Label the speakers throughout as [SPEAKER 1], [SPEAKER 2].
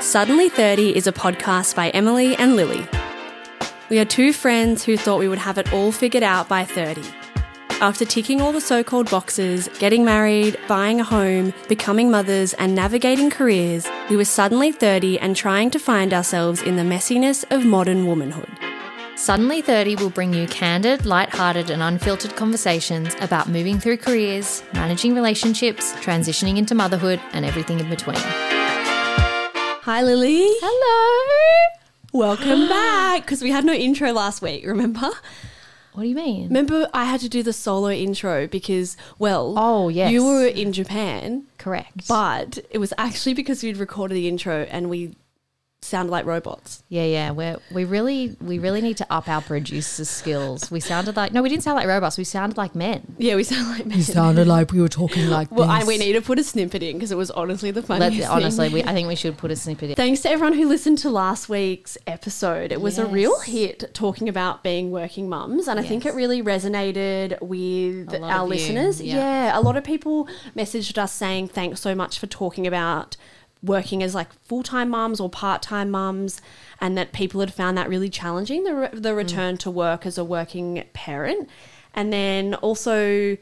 [SPEAKER 1] Suddenly 30 is a podcast by Emily and Lily. We are two friends who thought we would have it all figured out by 30. After ticking all the so called boxes, getting married, buying a home, becoming mothers, and navigating careers, we were suddenly 30 and trying to find ourselves in the messiness of modern womanhood.
[SPEAKER 2] Suddenly 30 will bring you candid, light-hearted and unfiltered conversations about moving through careers, managing relationships, transitioning into motherhood and everything in between.
[SPEAKER 1] Hi, Lily.
[SPEAKER 2] Hello.
[SPEAKER 1] Welcome back. Because we had no intro last week, remember?
[SPEAKER 2] What do you mean?
[SPEAKER 1] Remember, I had to do the solo intro because, well,
[SPEAKER 2] Oh, yes.
[SPEAKER 1] you were in Japan,
[SPEAKER 2] Correct.
[SPEAKER 1] but it was actually because we'd recorded the intro and we sounded like robots.
[SPEAKER 2] yeah, yeah, we we really we really need to up our producer skills. We sounded like No, we didn't sound like robots. We sounded like men.
[SPEAKER 1] Yeah, we sound like men.
[SPEAKER 3] You sounded like we were talking like
[SPEAKER 1] Well, I,
[SPEAKER 3] this.
[SPEAKER 1] we need to put a snippet in because it was honestly the
[SPEAKER 2] Let's
[SPEAKER 1] funniest. thing.
[SPEAKER 2] honestly, we, I think we should put a snippet in.
[SPEAKER 1] Thanks to everyone who listened to last week's episode. It was a
[SPEAKER 2] Yes.
[SPEAKER 1] real hit talking about being working mums, and I think it
[SPEAKER 2] Yes.
[SPEAKER 1] really resonated with
[SPEAKER 2] A lot
[SPEAKER 1] our
[SPEAKER 2] of you,
[SPEAKER 1] listeners.
[SPEAKER 2] yeah.
[SPEAKER 1] yeah, a lot of people messaged us saying thanks so much for talking about working as like full-time mums or part-time mums and that people had found that really challenging the re-
[SPEAKER 2] Mm.
[SPEAKER 1] the return to work as a working parent and then also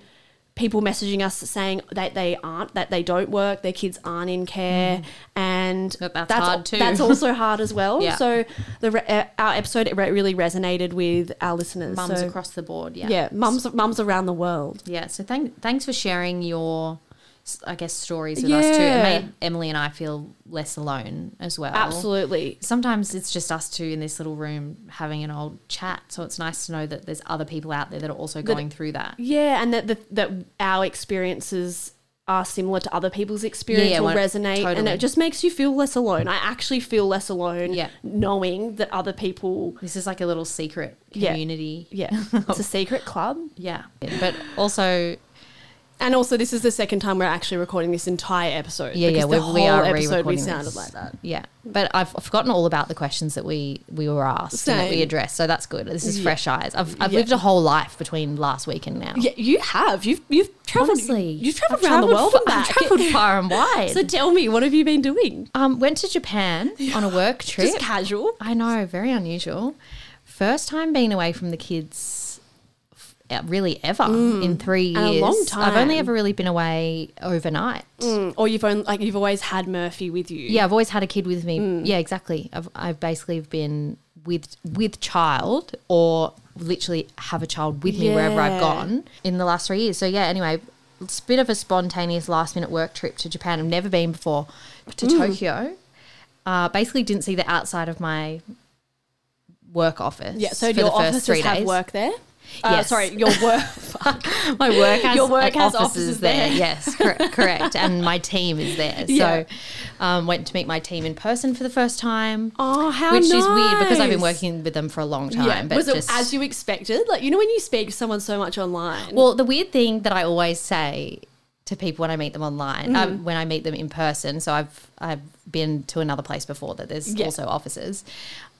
[SPEAKER 1] people messaging us saying that they aren't that they don't work their kids aren't in care and
[SPEAKER 2] Mm. That that's hard too.
[SPEAKER 1] that's also hard as well
[SPEAKER 2] Yeah.
[SPEAKER 1] so the re- uh, our episode it re- really resonated with our listeners
[SPEAKER 2] Mums
[SPEAKER 1] so,
[SPEAKER 2] across the board, yeah.
[SPEAKER 1] yeah mums mums around the world
[SPEAKER 2] Yeah, so thank, thanks for sharing your, s- I guess, stories with us too. It
[SPEAKER 1] Yeah.
[SPEAKER 2] made Emily and I feel less alone as well.
[SPEAKER 1] absolutely
[SPEAKER 2] Sometimes it's just us two in this little room having an old chat. So it's nice to know that there's other people out there that are also going through that.
[SPEAKER 1] Yeah, and that the, that our experiences are similar to other people's experience
[SPEAKER 2] yeah,
[SPEAKER 1] will
[SPEAKER 2] one-
[SPEAKER 1] resonate, and
[SPEAKER 2] totally.
[SPEAKER 1] it just makes you feel less alone. I actually feel less alone,
[SPEAKER 2] Yeah.
[SPEAKER 1] knowing that other people.
[SPEAKER 2] This is like a little secret
[SPEAKER 1] Yeah.
[SPEAKER 2] community.
[SPEAKER 1] Yeah, it's a secret club.
[SPEAKER 2] Yeah. But also,
[SPEAKER 1] And also, this is the second time we're actually recording this entire episode.
[SPEAKER 2] yeah, yeah,
[SPEAKER 1] because
[SPEAKER 2] we,
[SPEAKER 1] the
[SPEAKER 2] we
[SPEAKER 1] whole
[SPEAKER 2] are
[SPEAKER 1] episode we
[SPEAKER 2] re-recording
[SPEAKER 1] sounded
[SPEAKER 2] this.
[SPEAKER 1] like that.
[SPEAKER 2] Yeah. But I've forgotten all about the questions that we, we were asked and that we
[SPEAKER 1] Same.
[SPEAKER 2] addressed. So that's good. This is
[SPEAKER 1] Yeah.
[SPEAKER 2] fresh eyes. I've, I've
[SPEAKER 1] Yeah.
[SPEAKER 2] lived a whole life between last week and now.
[SPEAKER 1] Yeah, you have. You've you've traveled.
[SPEAKER 2] Honestly,
[SPEAKER 1] you've traveled
[SPEAKER 2] I've
[SPEAKER 1] around the world
[SPEAKER 2] travelled fa-
[SPEAKER 1] and back.
[SPEAKER 2] I've traveled far and wide.
[SPEAKER 1] so tell me, what have you been doing?
[SPEAKER 2] um, went to Japan on a work trip.
[SPEAKER 1] Just casual.
[SPEAKER 2] I know, very unusual. First time being away from the kids, f- uh, really ever in three
[SPEAKER 1] and a
[SPEAKER 2] years.
[SPEAKER 1] long
[SPEAKER 2] I've only
[SPEAKER 1] time.
[SPEAKER 2] ever really been away overnight.
[SPEAKER 1] Mm, Or you've only, like you've always had Murphy with you.
[SPEAKER 2] Yeah, I've always had a kid with me.
[SPEAKER 1] Mm.
[SPEAKER 2] Yeah, exactly. I've I've basically been with with child or literally have a child with me wherever
[SPEAKER 1] Yeah.
[SPEAKER 2] I've gone in the last three years. So yeah, anyway, it's a bit of a spontaneous last minute work trip to Japan. I've never been before to
[SPEAKER 1] Mm.
[SPEAKER 2] Tokyo. Uh, basically, didn't see the outside of my work office.
[SPEAKER 1] Yeah, so
[SPEAKER 2] for
[SPEAKER 1] your
[SPEAKER 2] the first
[SPEAKER 1] offices
[SPEAKER 2] three
[SPEAKER 1] have
[SPEAKER 2] days.
[SPEAKER 1] work there. Uh,
[SPEAKER 2] Yes.
[SPEAKER 1] Sorry, your work.
[SPEAKER 2] My work has
[SPEAKER 1] Your work
[SPEAKER 2] like,
[SPEAKER 1] has
[SPEAKER 2] offices,
[SPEAKER 1] offices
[SPEAKER 2] there.
[SPEAKER 1] there.
[SPEAKER 2] Yes, correct, correct. And my team is there.
[SPEAKER 1] Yeah.
[SPEAKER 2] So um, went to meet my team in person for the first time.
[SPEAKER 1] Oh, how
[SPEAKER 2] which is weird because I've been
[SPEAKER 1] nice.
[SPEAKER 2] working with them for a long time.
[SPEAKER 1] yeah,
[SPEAKER 2] But
[SPEAKER 1] was it
[SPEAKER 2] just,
[SPEAKER 1] as you expected? Like you know when you speak to someone so much online.
[SPEAKER 2] well, the weird thing that I always say to people when I meet them online,
[SPEAKER 1] Mm-hmm.
[SPEAKER 2] um, when I meet them in person, so I've I've been to another place before that there's
[SPEAKER 1] Yeah.
[SPEAKER 2] also offices,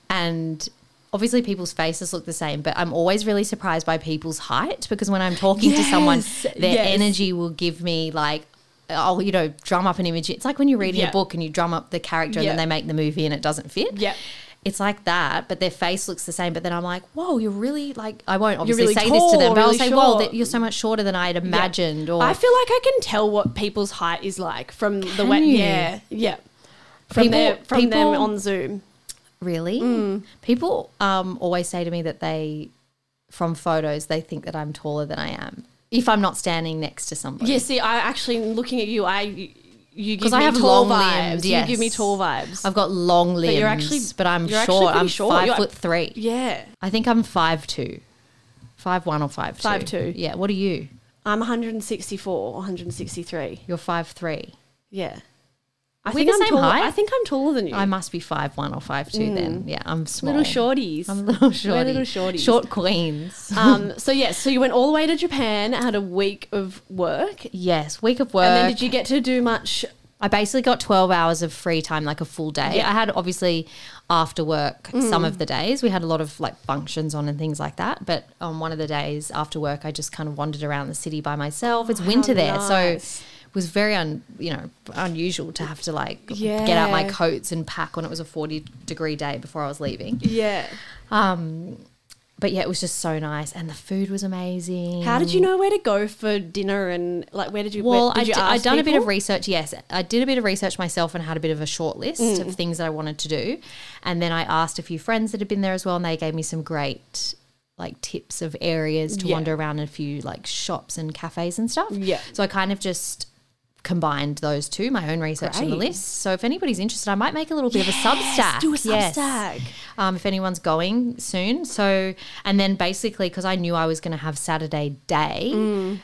[SPEAKER 2] and. Obviously, people's faces look the same, but I'm always really surprised by people's height because when I'm talking to someone,
[SPEAKER 1] Yes,
[SPEAKER 2] their
[SPEAKER 1] yes.
[SPEAKER 2] energy will give me like, oh, you know, drum up an image. It's like when you're reading
[SPEAKER 1] Yeah.
[SPEAKER 2] a book and you drum up the character and
[SPEAKER 1] Yeah.
[SPEAKER 2] then they make the movie and it doesn't fit.
[SPEAKER 1] Yeah.
[SPEAKER 2] It's like that, but their face looks the same. But then I'm like, whoa, you're really like, I won't obviously
[SPEAKER 1] really
[SPEAKER 2] say this to
[SPEAKER 1] tall,
[SPEAKER 2] them, but I'll
[SPEAKER 1] really
[SPEAKER 2] say, whoa,
[SPEAKER 1] short."
[SPEAKER 2] that you're so much shorter than I had
[SPEAKER 1] Yeah.
[SPEAKER 2] imagined. Or
[SPEAKER 1] I feel like I can tell what people's height is like from the way.
[SPEAKER 2] you?
[SPEAKER 1] Yeah, yeah. From
[SPEAKER 2] People-
[SPEAKER 1] their, from them
[SPEAKER 2] people-
[SPEAKER 1] on Zoom.
[SPEAKER 2] really, Mm. people um, always say to me that they, from photos, they think that I'm taller than I am if I'm not standing next to somebody.
[SPEAKER 1] Yeah. See, I actually looking at you. I you give
[SPEAKER 2] 'Cause
[SPEAKER 1] me
[SPEAKER 2] I have
[SPEAKER 1] tall
[SPEAKER 2] long
[SPEAKER 1] vibes.
[SPEAKER 2] limbs,
[SPEAKER 1] You give me
[SPEAKER 2] yes.
[SPEAKER 1] tall vibes.
[SPEAKER 2] I've got long limbs, but,
[SPEAKER 1] you're actually-
[SPEAKER 2] I'm
[SPEAKER 1] you're
[SPEAKER 2] short.
[SPEAKER 1] actually pretty
[SPEAKER 2] I'm
[SPEAKER 1] short.
[SPEAKER 2] five
[SPEAKER 1] You're-
[SPEAKER 2] foot three.
[SPEAKER 1] yeah.
[SPEAKER 2] I think I'm five two, five one or five two.
[SPEAKER 1] 5'2".
[SPEAKER 2] Yeah. What are you?
[SPEAKER 1] I'm 164, 163.
[SPEAKER 2] You're five three.
[SPEAKER 1] Yeah. I
[SPEAKER 2] We're the
[SPEAKER 1] I'm
[SPEAKER 2] same
[SPEAKER 1] taller,
[SPEAKER 2] height.
[SPEAKER 1] I think I'm taller than you.
[SPEAKER 2] I must be five one or five two then. Yeah, I'm small.
[SPEAKER 1] Mm. little shorties.
[SPEAKER 2] I'm little shorty.
[SPEAKER 1] We're little shorties.
[SPEAKER 2] Short queens.
[SPEAKER 1] um, so yes, so you went all the way to Japan, had a week of work,
[SPEAKER 2] Yes, week of work.
[SPEAKER 1] and then did you get to do much?
[SPEAKER 2] I basically got 12 hours of free time, like a full day. I had obviously after work
[SPEAKER 1] Mm.
[SPEAKER 2] some of the days. We had a lot of like functions on and things like that. But on one of the days after work, I just kind of wandered around the city by myself. It's winter there.
[SPEAKER 1] Oh, nice.
[SPEAKER 2] So was very un you know unusual to have to like get out my
[SPEAKER 1] Yeah.
[SPEAKER 2] coats and pack when it was a 40 degree day before I was leaving.
[SPEAKER 1] Yeah.
[SPEAKER 2] Um, but yeah, it was just so nice, and the food was amazing.
[SPEAKER 1] How did you know where to go for dinner and like where did you?
[SPEAKER 2] Well,
[SPEAKER 1] where, did you
[SPEAKER 2] I
[SPEAKER 1] ask
[SPEAKER 2] done a bit of
[SPEAKER 1] people?
[SPEAKER 2] research. Yes, I did a bit of research myself and had a bit of a short list
[SPEAKER 1] Mm.
[SPEAKER 2] of things that I wanted to do, and then I asked a few friends that had been there as well, and they gave me some great like tips of areas to
[SPEAKER 1] Yeah.
[SPEAKER 2] wander around in a few like shops and cafes and stuff.
[SPEAKER 1] Yeah.
[SPEAKER 2] So I kind of just combined those two, my own research and the
[SPEAKER 1] Great.
[SPEAKER 2] list. So if anybody's interested, I might make a little bit of a Substack.
[SPEAKER 1] do a
[SPEAKER 2] Yes
[SPEAKER 1] Substack.
[SPEAKER 2] um, if anyone's going soon. So, and then basically, because I knew I was going to have Saturday day as
[SPEAKER 1] Mm.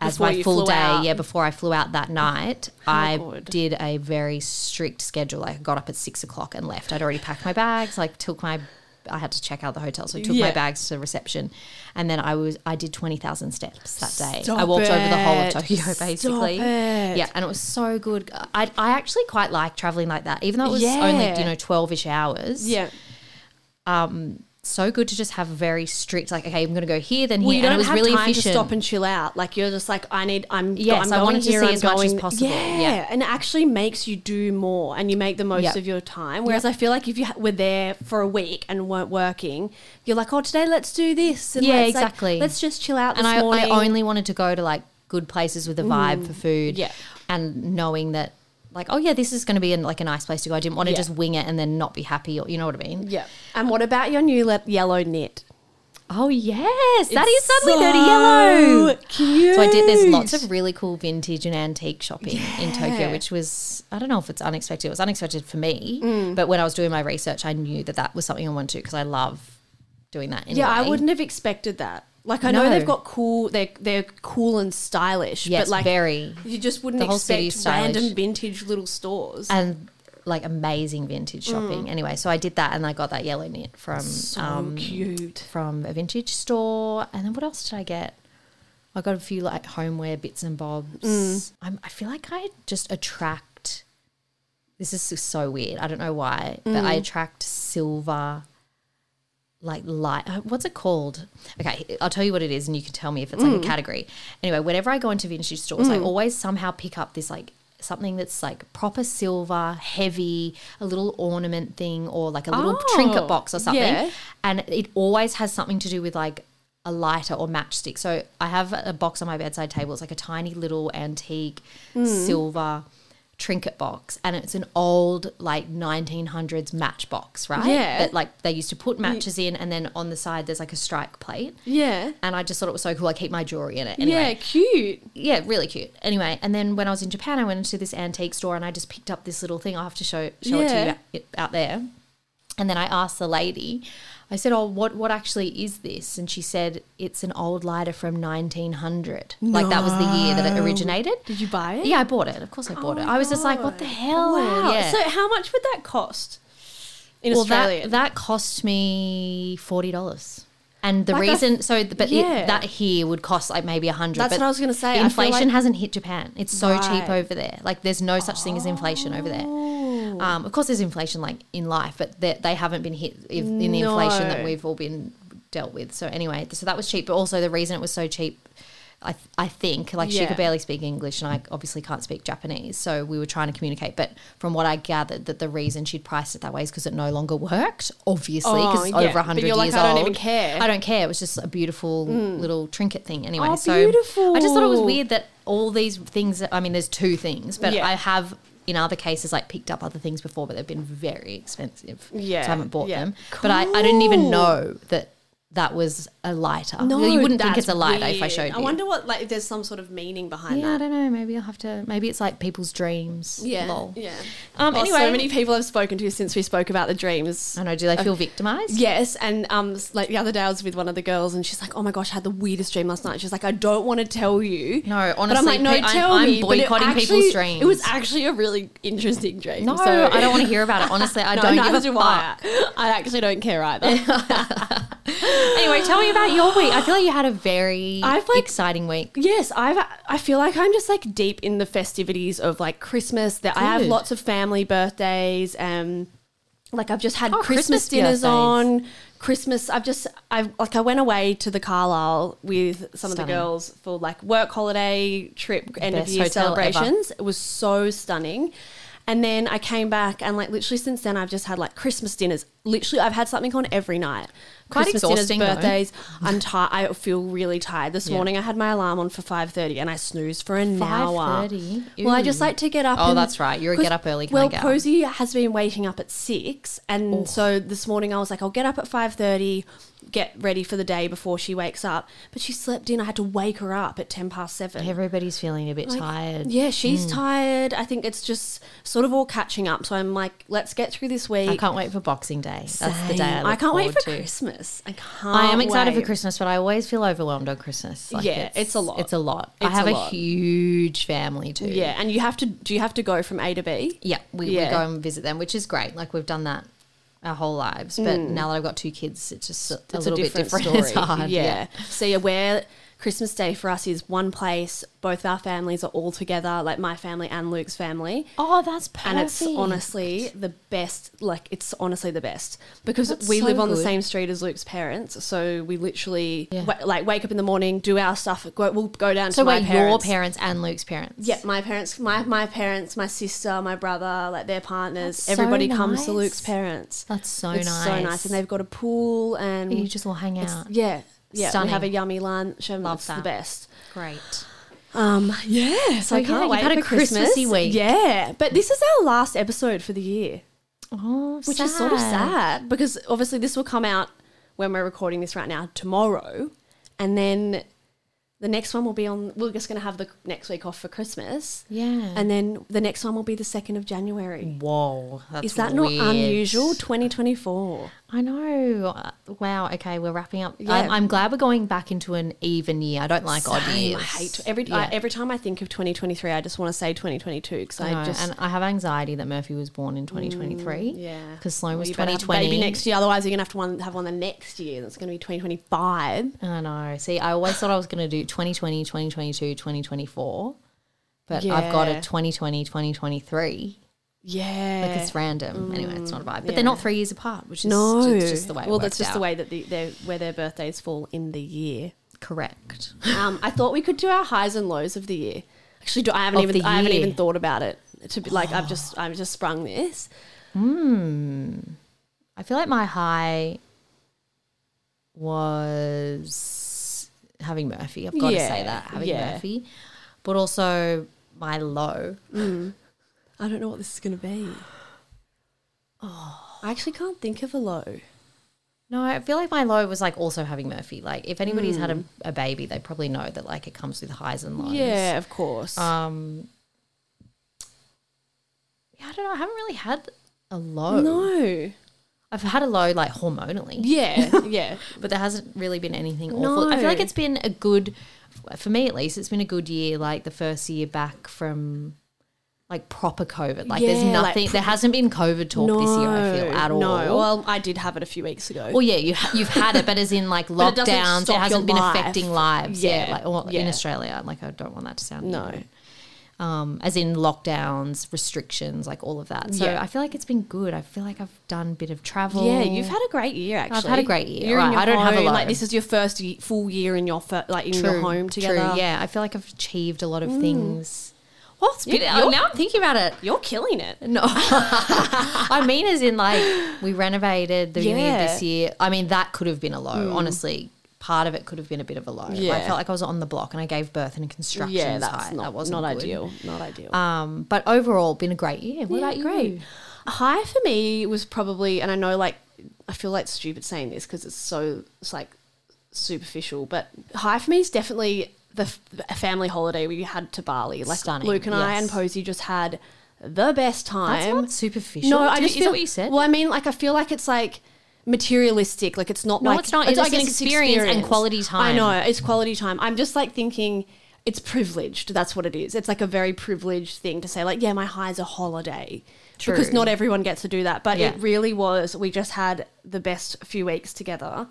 [SPEAKER 1] Before
[SPEAKER 2] my
[SPEAKER 1] you
[SPEAKER 2] full
[SPEAKER 1] flew
[SPEAKER 2] day,
[SPEAKER 1] out. Oh,
[SPEAKER 2] yeah, before I flew out that night, I
[SPEAKER 1] good.
[SPEAKER 2] did a very strict schedule. I got up at six o'clock and left. I'd already packed my bags, like, took my. I had to check out the hotel, so I took my
[SPEAKER 1] Yeah.
[SPEAKER 2] bags to reception, and then I was I did twenty thousand steps that day.
[SPEAKER 1] Stop
[SPEAKER 2] I walked over the whole of
[SPEAKER 1] it.
[SPEAKER 2] Tokyo,
[SPEAKER 1] Stop
[SPEAKER 2] basically.
[SPEAKER 1] it.
[SPEAKER 2] Yeah, and it was so good. I, I actually quite like traveling like that, even though it was
[SPEAKER 1] Yeah.
[SPEAKER 2] only you know twelve ish hours
[SPEAKER 1] Yeah.
[SPEAKER 2] so good to just have a very strict like okay i'm going to go here then here
[SPEAKER 1] Well, you
[SPEAKER 2] and
[SPEAKER 1] don't
[SPEAKER 2] it was
[SPEAKER 1] have
[SPEAKER 2] really
[SPEAKER 1] time
[SPEAKER 2] efficient
[SPEAKER 1] to stop and chill out. Like you're just like, I need. I'm. go-
[SPEAKER 2] Yes,
[SPEAKER 1] I'm
[SPEAKER 2] I
[SPEAKER 1] going
[SPEAKER 2] wanted to
[SPEAKER 1] here,
[SPEAKER 2] see
[SPEAKER 1] I'm
[SPEAKER 2] as much as
[SPEAKER 1] going-
[SPEAKER 2] possible.
[SPEAKER 1] Yeah.
[SPEAKER 2] Yeah.
[SPEAKER 1] and it actually makes you do more, and you make the most
[SPEAKER 2] Yep.
[SPEAKER 1] of your time. Whereas I feel like if you ha- were there for a week and weren't working, you're like, oh, today let's do this. And
[SPEAKER 2] Yeah,
[SPEAKER 1] let's, like,
[SPEAKER 2] exactly.
[SPEAKER 1] let's just chill out.
[SPEAKER 2] and
[SPEAKER 1] this
[SPEAKER 2] I, I
[SPEAKER 1] morning. Mm.
[SPEAKER 2] only wanted to go to like good places with a vibe for food
[SPEAKER 1] yeah.
[SPEAKER 2] and knowing that like oh yeah this is going to be in, like a nice place to go i didn't want to
[SPEAKER 1] Yeah.
[SPEAKER 2] just wing it and then not be happy or you know what i mean
[SPEAKER 1] Yeah. And what about your new le- yellow knit?
[SPEAKER 2] oh yes that is
[SPEAKER 1] It's
[SPEAKER 2] suddenly dirty
[SPEAKER 1] so
[SPEAKER 2] yellow
[SPEAKER 1] Cute.
[SPEAKER 2] so i did there's lots of really cool vintage and antique shopping in tokyo
[SPEAKER 1] Yeah.
[SPEAKER 2] which was i don't know if it's unexpected it was unexpected for me
[SPEAKER 1] Mm.
[SPEAKER 2] but when i was doing my research i knew that that was something i wanted to because i love doing that anyway.
[SPEAKER 1] Yeah, I wouldn't have expected that. Like I know
[SPEAKER 2] No.
[SPEAKER 1] they've got cool. They're they're cool and stylish.
[SPEAKER 2] Yes,
[SPEAKER 1] but like
[SPEAKER 2] very.
[SPEAKER 1] You just wouldn't
[SPEAKER 2] The whole
[SPEAKER 1] expect
[SPEAKER 2] city's stylish.
[SPEAKER 1] random vintage little stores.
[SPEAKER 2] and like amazing vintage shopping. Anyway, so I did that and I got that yellow knit from
[SPEAKER 1] so
[SPEAKER 2] um,
[SPEAKER 1] cute.
[SPEAKER 2] from a vintage store. And then what else did I get? I got a few like homeware bits and bobs.
[SPEAKER 1] Mm.
[SPEAKER 2] I'm, I feel like I just attract. This is so weird. I don't know why, but
[SPEAKER 1] Mm.
[SPEAKER 2] I attract silver. Like light, uh, what's it called? Okay, I'll tell you what it is, and you can tell me if it's like
[SPEAKER 1] Mm.
[SPEAKER 2] a category. Anyway, whenever I go into vintage stores, I always somehow pick up this like something that's like proper silver, heavy, a little ornament thing, or like a little
[SPEAKER 1] Oh,
[SPEAKER 2] trinket box or something
[SPEAKER 1] yeah.
[SPEAKER 2] and it always has something to do with like a lighter or matchstick. So I have a box on my bedside table. It's like a tiny little antique
[SPEAKER 1] Hmm.
[SPEAKER 2] silver trinket box, and it's an old like 1900s matchbox, right?
[SPEAKER 1] Yeah.
[SPEAKER 2] That like they used to put matches in, and then on the side there's like a strike plate.
[SPEAKER 1] Yeah.
[SPEAKER 2] And I just thought it was so cool. I keep my jewelry in it. Anyway,
[SPEAKER 1] Yeah, cute.
[SPEAKER 2] yeah, really cute. Anyway, and then when I was in Japan, I went into this antique store and I just picked up this little thing. I'll have to show show it to
[SPEAKER 1] Yeah.
[SPEAKER 2] you out- it- out there. And then I asked the lady, I said, "Oh, what what actually is this?" And she said, "It's an old lighter from 1900. Like that was the year that it originated."
[SPEAKER 1] Did you buy it?
[SPEAKER 2] Yeah, I bought it. Of course, I bought it. I was just like, "What the hell?"
[SPEAKER 1] Wow.
[SPEAKER 2] Yeah.
[SPEAKER 1] So how much would that cost in
[SPEAKER 2] well,
[SPEAKER 1] Australia?
[SPEAKER 2] that that cost me forty dollars. And the
[SPEAKER 1] Like I-
[SPEAKER 2] reason, so, but
[SPEAKER 1] Yeah.
[SPEAKER 2] it, that here would cost like maybe a hundred.
[SPEAKER 1] That's
[SPEAKER 2] but
[SPEAKER 1] what I was gonna say. I feel
[SPEAKER 2] Inflation
[SPEAKER 1] like-
[SPEAKER 2] hasn't hit Japan. It's so cheap
[SPEAKER 1] Right. Oh.
[SPEAKER 2] over there. Like, there's no such thing as inflation over there. Um, of course, there's inflation like in life, but they, they haven't been hit if, in the inflation that
[SPEAKER 1] No.
[SPEAKER 2] we've all been dealt with. So anyway, so that was cheap. But also the reason it was so cheap. I, th- I think like she
[SPEAKER 1] Yeah.
[SPEAKER 2] could barely speak English and I obviously can't speak Japanese so we were trying to communicate but from what I gathered that the reason she'd priced it that way is because it no longer worked obviously because
[SPEAKER 1] Oh,
[SPEAKER 2] it's
[SPEAKER 1] yeah.
[SPEAKER 2] over
[SPEAKER 1] But
[SPEAKER 2] 100
[SPEAKER 1] you're like,
[SPEAKER 2] years
[SPEAKER 1] "I don't
[SPEAKER 2] old
[SPEAKER 1] even care." Mm.
[SPEAKER 2] I don't care it was just a beautiful little trinket thing anyway
[SPEAKER 1] Oh,
[SPEAKER 2] so I just thought it was
[SPEAKER 1] beautiful.
[SPEAKER 2] weird that all these things that- I mean there's two things but
[SPEAKER 1] Yeah.
[SPEAKER 2] I have in other cases like picked up other things before but they've been very expensive
[SPEAKER 1] Yeah,
[SPEAKER 2] so I haven't bought
[SPEAKER 1] yeah.
[SPEAKER 2] them but I, I didn't even
[SPEAKER 1] Cool.
[SPEAKER 2] know that that was a lighter you wouldn't think
[SPEAKER 1] that's
[SPEAKER 2] it's a lighter if I
[SPEAKER 1] weird.
[SPEAKER 2] showed you
[SPEAKER 1] I wonder what like if there's some sort of meaning behind
[SPEAKER 2] yeah I
[SPEAKER 1] that.
[SPEAKER 2] don't know maybe I'll have to maybe it's like people's dreams
[SPEAKER 1] Yeah.
[SPEAKER 2] lol.
[SPEAKER 1] Yeah.
[SPEAKER 2] um
[SPEAKER 1] Oh,
[SPEAKER 2] anyway
[SPEAKER 1] so many people I've spoken to since we spoke about the dreams.
[SPEAKER 2] I know do they feel victimized
[SPEAKER 1] Yes, and um, s- like the other day I was with one of the girls, and she's like, "Oh my gosh, I had the weirdest dream last night." She's like, "I don't want to tell you."
[SPEAKER 2] No,
[SPEAKER 1] but I'm
[SPEAKER 2] honestly,
[SPEAKER 1] like, "No,
[SPEAKER 2] pe- I'm-
[SPEAKER 1] tell
[SPEAKER 2] I'm
[SPEAKER 1] me." but it
[SPEAKER 2] boycotting
[SPEAKER 1] actually-
[SPEAKER 2] people's dreams.
[SPEAKER 1] It was actually a really interesting dream.
[SPEAKER 2] no
[SPEAKER 1] so-
[SPEAKER 2] I don't want to hear about it honestly I
[SPEAKER 1] No,
[SPEAKER 2] don't
[SPEAKER 1] neither
[SPEAKER 2] give a
[SPEAKER 1] do
[SPEAKER 2] fuck
[SPEAKER 1] I. I actually don't care either.
[SPEAKER 2] anyway tell me about your week I feel like you had a very
[SPEAKER 1] I've, like-
[SPEAKER 2] exciting week
[SPEAKER 1] yes, I've. I feel like I'm just like deep in the festivities of like Christmas. That I have
[SPEAKER 2] Good.
[SPEAKER 1] lots of family birthdays. Um, like I've just had
[SPEAKER 2] Oh,
[SPEAKER 1] Christmas,
[SPEAKER 2] Christmas
[SPEAKER 1] dinners
[SPEAKER 2] birthdays.
[SPEAKER 1] on. Christmas, I've just I like I went away to the Carlisle with some of the
[SPEAKER 2] Stunning.
[SPEAKER 1] girls for like work holiday trip end
[SPEAKER 2] Best
[SPEAKER 1] of year
[SPEAKER 2] hotel ever.
[SPEAKER 1] celebrations. It was so stunning. And then I came back and like literally since then I've just had like Christmas dinners. Literally I've had something on every night.
[SPEAKER 2] Quite
[SPEAKER 1] Christmas
[SPEAKER 2] exhausting, though.
[SPEAKER 1] dinners, birthdays. I'm tired. I feel really tired. This morning I had my alarm on for 5:30 and I snoozed for an hour.
[SPEAKER 2] 5:30?
[SPEAKER 1] Well, I
[SPEAKER 2] Ooh.
[SPEAKER 1] just like to get up
[SPEAKER 2] Oh,
[SPEAKER 1] and-
[SPEAKER 2] that's right. You're a
[SPEAKER 1] 'cause-
[SPEAKER 2] get up early kinda
[SPEAKER 1] well,
[SPEAKER 2] gal. Oh.
[SPEAKER 1] Posy has been waking up at six, and so this morning I was like, I'll get up at five thirty, get ready for the day before she wakes up. But she slept in. I had to wake her up at ten past seven.
[SPEAKER 2] Everybody's feeling a bit
[SPEAKER 1] Like,
[SPEAKER 2] tired. Mm.
[SPEAKER 1] Yeah, she's tired. I think it's just sort of all catching up. So I'm like, let's get through this week.
[SPEAKER 2] I can't wait for Boxing Day. That's the day I,
[SPEAKER 1] Same.
[SPEAKER 2] look
[SPEAKER 1] can't wait
[SPEAKER 2] forward
[SPEAKER 1] for
[SPEAKER 2] to.
[SPEAKER 1] Christmas. I can't.
[SPEAKER 2] I am excited
[SPEAKER 1] wait.
[SPEAKER 2] for Christmas, but I always feel overwhelmed on Christmas.
[SPEAKER 1] Yeah, it's a lot.
[SPEAKER 2] It's a lot. I
[SPEAKER 1] It's
[SPEAKER 2] have
[SPEAKER 1] a
[SPEAKER 2] a,
[SPEAKER 1] lot.
[SPEAKER 2] huge family too.
[SPEAKER 1] Yeah, and you have to. Do you have to go from A to B?
[SPEAKER 2] Yeah, we,
[SPEAKER 1] Yeah.
[SPEAKER 2] we go and visit them, which is great. Like we've done that our whole lives, but now that I've got two kids, it's just a, a
[SPEAKER 1] Mm. it's
[SPEAKER 2] little bit different.
[SPEAKER 1] story.
[SPEAKER 2] It's hard.
[SPEAKER 1] Yeah. So yeah, where Christmas Day for us is one place. Both of our families are all together, like my family and Luke's family.
[SPEAKER 2] Oh, that's perfect.
[SPEAKER 1] And it's honestly the best. Like it's honestly the best because
[SPEAKER 2] That's
[SPEAKER 1] we
[SPEAKER 2] so
[SPEAKER 1] live on the
[SPEAKER 2] good.
[SPEAKER 1] same street as Luke's parents, so we literally
[SPEAKER 2] Yeah.
[SPEAKER 1] wa- like wake up in the morning, do our stuff, go, we'll go down
[SPEAKER 2] So
[SPEAKER 1] to my
[SPEAKER 2] wait,
[SPEAKER 1] parents.
[SPEAKER 2] your parents and Luke's parents.
[SPEAKER 1] Yeah, my parents, my my parents, my sister, my brother, like their partners.
[SPEAKER 2] That's so
[SPEAKER 1] everybody comes to
[SPEAKER 2] nice.
[SPEAKER 1] Luke's parents.
[SPEAKER 2] That's so
[SPEAKER 1] it's
[SPEAKER 2] nice.
[SPEAKER 1] so nice, and they've got a pool and
[SPEAKER 2] you just all hang
[SPEAKER 1] it's-
[SPEAKER 2] out.
[SPEAKER 1] Yeah. Yeah,
[SPEAKER 2] Stunning.
[SPEAKER 1] we have a yummy lunch and
[SPEAKER 2] Love
[SPEAKER 1] it's the
[SPEAKER 2] that.
[SPEAKER 1] best.
[SPEAKER 2] Great.
[SPEAKER 1] Um, yeah, so I
[SPEAKER 2] yeah,
[SPEAKER 1] can't
[SPEAKER 2] you've
[SPEAKER 1] wait
[SPEAKER 2] had a
[SPEAKER 1] for
[SPEAKER 2] Christmassy
[SPEAKER 1] Christmas.
[SPEAKER 2] week.
[SPEAKER 1] Yeah, but this is our last episode for the year,
[SPEAKER 2] Oh,
[SPEAKER 1] which is sort of sad because obviously this will come out when we're recording this right now tomorrow, and then the next one will be on. We're just going to have the next week off for Christmas,
[SPEAKER 2] Yeah.
[SPEAKER 1] and then the next one will be the second of January.
[SPEAKER 2] whoa, that's
[SPEAKER 1] Is that
[SPEAKER 2] weird.
[SPEAKER 1] not unusual? Twenty twenty four.
[SPEAKER 2] I know. Uh, Wow. Okay, we're wrapping up.
[SPEAKER 1] Yeah.
[SPEAKER 2] I'm, I'm glad we're going back into an even year. I don't like odd
[SPEAKER 1] Same.
[SPEAKER 2] years.
[SPEAKER 1] I hate every
[SPEAKER 2] every
[SPEAKER 1] I- every time I think of 2023, I just want to say 2022 because I,
[SPEAKER 2] I
[SPEAKER 1] just Mm,
[SPEAKER 2] and I have anxiety that Murphy was born in 2023.
[SPEAKER 1] yeah
[SPEAKER 2] because Sloan
[SPEAKER 1] Well,
[SPEAKER 2] was
[SPEAKER 1] you better have a
[SPEAKER 2] 2020.
[SPEAKER 1] Baby next year, otherwise you're gonna have to one, have one the next year. That's gonna be 2025.
[SPEAKER 2] I know. See, I always thought I was going to do 2020, 2022, 2024, but I've got a
[SPEAKER 1] Yeah.
[SPEAKER 2] 2020, 2023.
[SPEAKER 1] Yeah, Mm.
[SPEAKER 2] Like it's random. Anyway, it's not a vibe. But they're not three years apart, which is
[SPEAKER 1] no,
[SPEAKER 2] ju- just the way. it
[SPEAKER 1] Well, that's
[SPEAKER 2] worked
[SPEAKER 1] just the
[SPEAKER 2] out.
[SPEAKER 1] way that the, their where their birthdays fall in the year.
[SPEAKER 2] Correct.
[SPEAKER 1] Um, I thought we could do our highs and lows of the year. Actually, do, I haven't
[SPEAKER 2] Of
[SPEAKER 1] even
[SPEAKER 2] the
[SPEAKER 1] I haven't
[SPEAKER 2] year.
[SPEAKER 1] even thought about it. To be like, I've just I've just sprung this.
[SPEAKER 2] I feel like my high was having Murphy. I've got to say
[SPEAKER 1] Yeah,
[SPEAKER 2] that having
[SPEAKER 1] yeah.
[SPEAKER 2] Murphy, but also my low.
[SPEAKER 1] I don't know what this is gonna be. Oh, I actually can't think of a low.
[SPEAKER 2] No, I feel like my low was like also having Murphy. Like if anybody's had
[SPEAKER 1] Hmm.
[SPEAKER 2] a, a baby, they probably know that like it comes with highs and lows.
[SPEAKER 1] Yeah, of course.
[SPEAKER 2] Um. Yeah, I don't know. I haven't really had a
[SPEAKER 1] Oh.
[SPEAKER 2] low.
[SPEAKER 1] no.
[SPEAKER 2] I've had a low like hormonally.
[SPEAKER 1] Yeah, yeah.
[SPEAKER 2] but there hasn't really been anything awful. I feel like
[SPEAKER 1] No.
[SPEAKER 2] it's been a good, for me at least, it's been a good year. Like the first year back from like proper COVID. Like there's
[SPEAKER 1] Yeah, like
[SPEAKER 2] nothing. there hasn't been COVID talk this year. I feel at all.
[SPEAKER 1] No, well, I did have it a few weeks ago.
[SPEAKER 2] well, yeah, you, ha- you've had it, but as in like
[SPEAKER 1] But it doesn't
[SPEAKER 2] lockdowns, it,
[SPEAKER 1] stop
[SPEAKER 2] hasn't
[SPEAKER 1] your
[SPEAKER 2] been
[SPEAKER 1] life.
[SPEAKER 2] affecting lives. Yeah,
[SPEAKER 1] Yeah,
[SPEAKER 2] like or in
[SPEAKER 1] yeah.
[SPEAKER 2] Australia, like I don't want that to sound
[SPEAKER 1] No.
[SPEAKER 2] ignorant. Um, as in lockdowns, restrictions, like all of that. So
[SPEAKER 1] Yeah.
[SPEAKER 2] I feel like it's been good. I feel like I've done a bit of travel.
[SPEAKER 1] yeah, you've had a great year. Actually,
[SPEAKER 2] Oh. had a great year.
[SPEAKER 1] You're in
[SPEAKER 2] Right,
[SPEAKER 1] your
[SPEAKER 2] I don't have a
[SPEAKER 1] home,
[SPEAKER 2] low.
[SPEAKER 1] Like this is your first ye- full year in your fir- like in your home together. Mm.
[SPEAKER 2] True, yeah. I feel like I've achieved a lot of things. Well, it's been,
[SPEAKER 1] Yeah, you're-
[SPEAKER 2] now I'm thinking about it.
[SPEAKER 1] You're killing it.
[SPEAKER 2] No, I mean, as in like we renovated the unit
[SPEAKER 1] Yeah. Mm.
[SPEAKER 2] this year. I mean, that could have been a low. Honestly, part of it could have been a bit of a low.
[SPEAKER 1] Yeah.
[SPEAKER 2] I felt like I was on the block and I gave birth in a construction
[SPEAKER 1] Yeah, that's
[SPEAKER 2] site.
[SPEAKER 1] not
[SPEAKER 2] that wasn't
[SPEAKER 1] not
[SPEAKER 2] good.
[SPEAKER 1] ideal. Not ideal.
[SPEAKER 2] Um, but overall, been a great year. What
[SPEAKER 1] Yeah,
[SPEAKER 2] about you?
[SPEAKER 1] great. A high for me was probably, and I know like I feel like stupid saying this because it's so it's like superficial, but high for me is definitely the f- a family holiday we had to Bali. Like
[SPEAKER 2] Stunning,
[SPEAKER 1] Luke and I
[SPEAKER 2] yes.
[SPEAKER 1] and Posey just had the best time.
[SPEAKER 2] That's not superficial.
[SPEAKER 1] No, I
[SPEAKER 2] Did-
[SPEAKER 1] just
[SPEAKER 2] is
[SPEAKER 1] feel
[SPEAKER 2] that what you said?
[SPEAKER 1] Well, I mean, like I feel like it's like materialistic. Like it's not
[SPEAKER 2] No,
[SPEAKER 1] like
[SPEAKER 2] it's not. It's
[SPEAKER 1] I
[SPEAKER 2] like an
[SPEAKER 1] guess
[SPEAKER 2] experience and quality
[SPEAKER 1] I
[SPEAKER 2] time.
[SPEAKER 1] know it's quality time. I'm just like thinking it's privileged. That's what it is. It's like a very privileged thing to say. Like yeah, my high's a holiday
[SPEAKER 2] True.
[SPEAKER 1] because not everyone gets to do that. But
[SPEAKER 2] Yeah.
[SPEAKER 1] it really was. We just had the best few weeks together.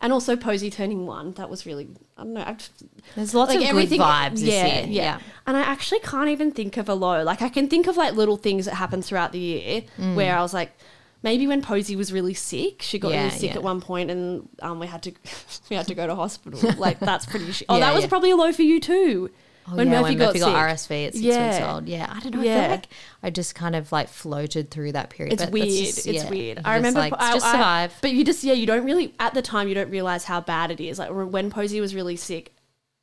[SPEAKER 1] And also Posey turning one, that was really I don't know. I've,
[SPEAKER 2] There's lots of good vibes this year. Yeah.
[SPEAKER 1] and I actually
[SPEAKER 4] Mm.
[SPEAKER 1] can't even think of a low. Like I can think of like little things that happened throughout the year where I was like, maybe when Posey was really sick, she got
[SPEAKER 4] Yeah,
[SPEAKER 1] really sick
[SPEAKER 4] yeah.
[SPEAKER 1] at one point, and um, we had to we had to go to hospital. like that's pretty. Sh- oh,
[SPEAKER 4] Yeah,
[SPEAKER 1] that was
[SPEAKER 4] yeah.
[SPEAKER 1] probably a low for you too.
[SPEAKER 4] Oh, yeah, when Murphy got, RSV at six weeks old. Yeah, I don't know. I
[SPEAKER 1] Yeah.
[SPEAKER 4] feel like I just kind of like floated through that period.
[SPEAKER 1] It's
[SPEAKER 4] but
[SPEAKER 1] weird.
[SPEAKER 4] that's just-
[SPEAKER 1] it's
[SPEAKER 4] yeah,
[SPEAKER 1] weird.
[SPEAKER 4] you're
[SPEAKER 1] I
[SPEAKER 4] just
[SPEAKER 1] remember.
[SPEAKER 4] like,
[SPEAKER 1] I-
[SPEAKER 4] just
[SPEAKER 1] I-
[SPEAKER 4] survive.
[SPEAKER 1] but you just yeah, you don't really at the time you don't realize how bad it is. Like re- when Posey was really sick,